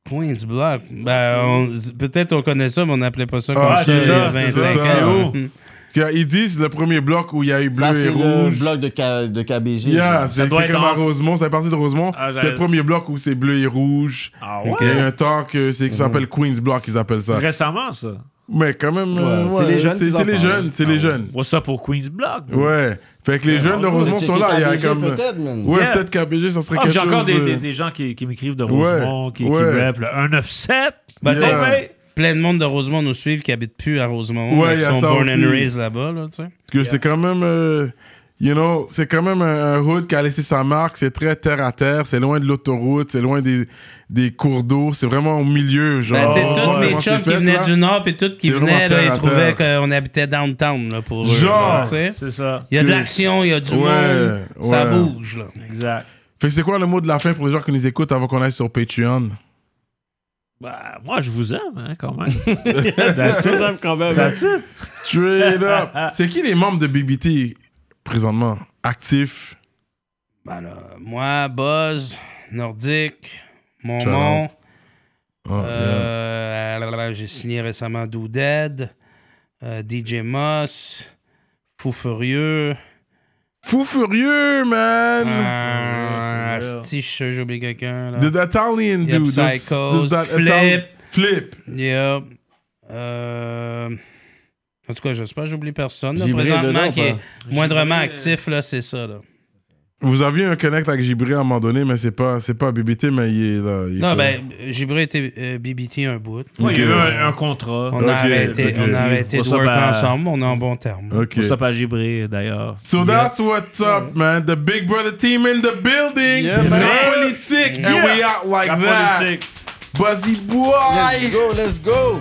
Point du bloc. Ben, on- peut-être on connaît ça, mais on n'appelait pas ça comme
Ah,
ça.
c'est
il y a
ça, c'est
25
ça. C'est
ans.
où? Que Ils disent le premier bloc où il y a eu bleu
Ça,
et
c'est le
rouge.
bloc de, K- de KBG.
Yeah, c'est
doit
c'est
être
comme à
entre-
Rosemont, c'est parti de Rosemont.
Ah, j'allais-
c'est le premier bloc où c'est bleu et rouge.
Ah
Il y a eu un temps que c'est
Mhm.
qui s'appelle Queen's Block, ils appellent ça.
Récemment, ça.
Mais quand même, euh,
Ouais, c'est Ah
ouais,
les jeunes
c'est
qui en
c'est les
parlent.
jeunes, c'est les jeunes.
What's up pour Queen's Block? bro?
Ouais. Fait que les jeunes de
Vous
Rosemont
checkez
sont là, il y a
KBG
comme
peut-être, man.
Ouais,
Yeah.
peut-être KBG, ça serait
Ah,
quelque
J'ai encore
chose.
des, des,
euh,
des gens qui, qui m'écrivent de
Ouais,
Rosemont, qui, qui
ouais.
rappent le 197.
Ben,
Bah, Tu
Yeah.
sais, mais-
Plein de monde de Rosemont nous suivent qui habitent plus à Rosemont.
Ouais,
qui
y a
sont
ça
born
aussi.
and raised là-bas, là, tu sais.
Parce que c'est quand même, euh, you know, c'est quand même un, un hood qui a laissé sa marque. C'est très terre à terre. C'est loin de l'autoroute. C'est loin des, des cours d'eau. C'est vraiment au milieu, genre.
Ben, tu sais,
Oh,
tous
ouais,
mes
Comment
chums
c'est
qui
fait,
venaient
là?
du Nord et tout qui
C'est vraiment
venaient, là, ils
terre à
trouvaient
terre.
qu'on habitait downtown là, pour eux.
Genre.
là, bah, tu sais.
C'est ça.
Il y a de
Excuse.
l'action, il y a du
Ouais,
monde, ça
ouais.
bouge. Là.
Exact.
Fait que c'est quoi le mot de la fin pour les gens qui nous écoutent avant qu'on aille sur Patreon?
Bah, moi, je vous aime, hein, quand
[laughs]
même.
Tu les aimes quand même.
That's it.
[laughs]
Straight up! C'est qui les membres de BBT présentement? Actifs?
Ben là, moi, Buzz, Nordique,
Shout
Monmont,
Oh, yeah.
euh, là, là, là, j'ai signé récemment Do Dead, euh, DJ Moss, Fou Furieux,
Fou furieux, man!
euh,
Fou Furieux.
asti, je suis sûr, j'ai oublié quelqu'un. là.
The Italian
Yep,
dude. Does-
Psychos,
does that
Flip.
Italian- Flip.
Yeah. Euh, en tout cas, j'espère que j'oublie personne. là.
Gibré
présentement,
dedans,
qui est
pas?
moindrement actif, là, c'est ça. Là.
Vous aviez un connect avec Gibré à un moment donné, mais c'est pas, c'est pas BBT, mais il est là. il
Non,
fait-
ben, Gibré était euh, BBT un bout.
Ouais, il y a eu un, un contrat.
On
Ok,
a arrêté,
ok.
on a arrêté
On
de
s'en
work
va-
ensemble, ben, on est en bon terme.
Ok.
Pour ça, pas gibré, d'ailleurs.
So that's what's up, man. The Big Brother team in the building.
Yeah,
Rap
man.
politique, and we out like
La
that.
politique.
Buzzy boy.
Let's go, let's go.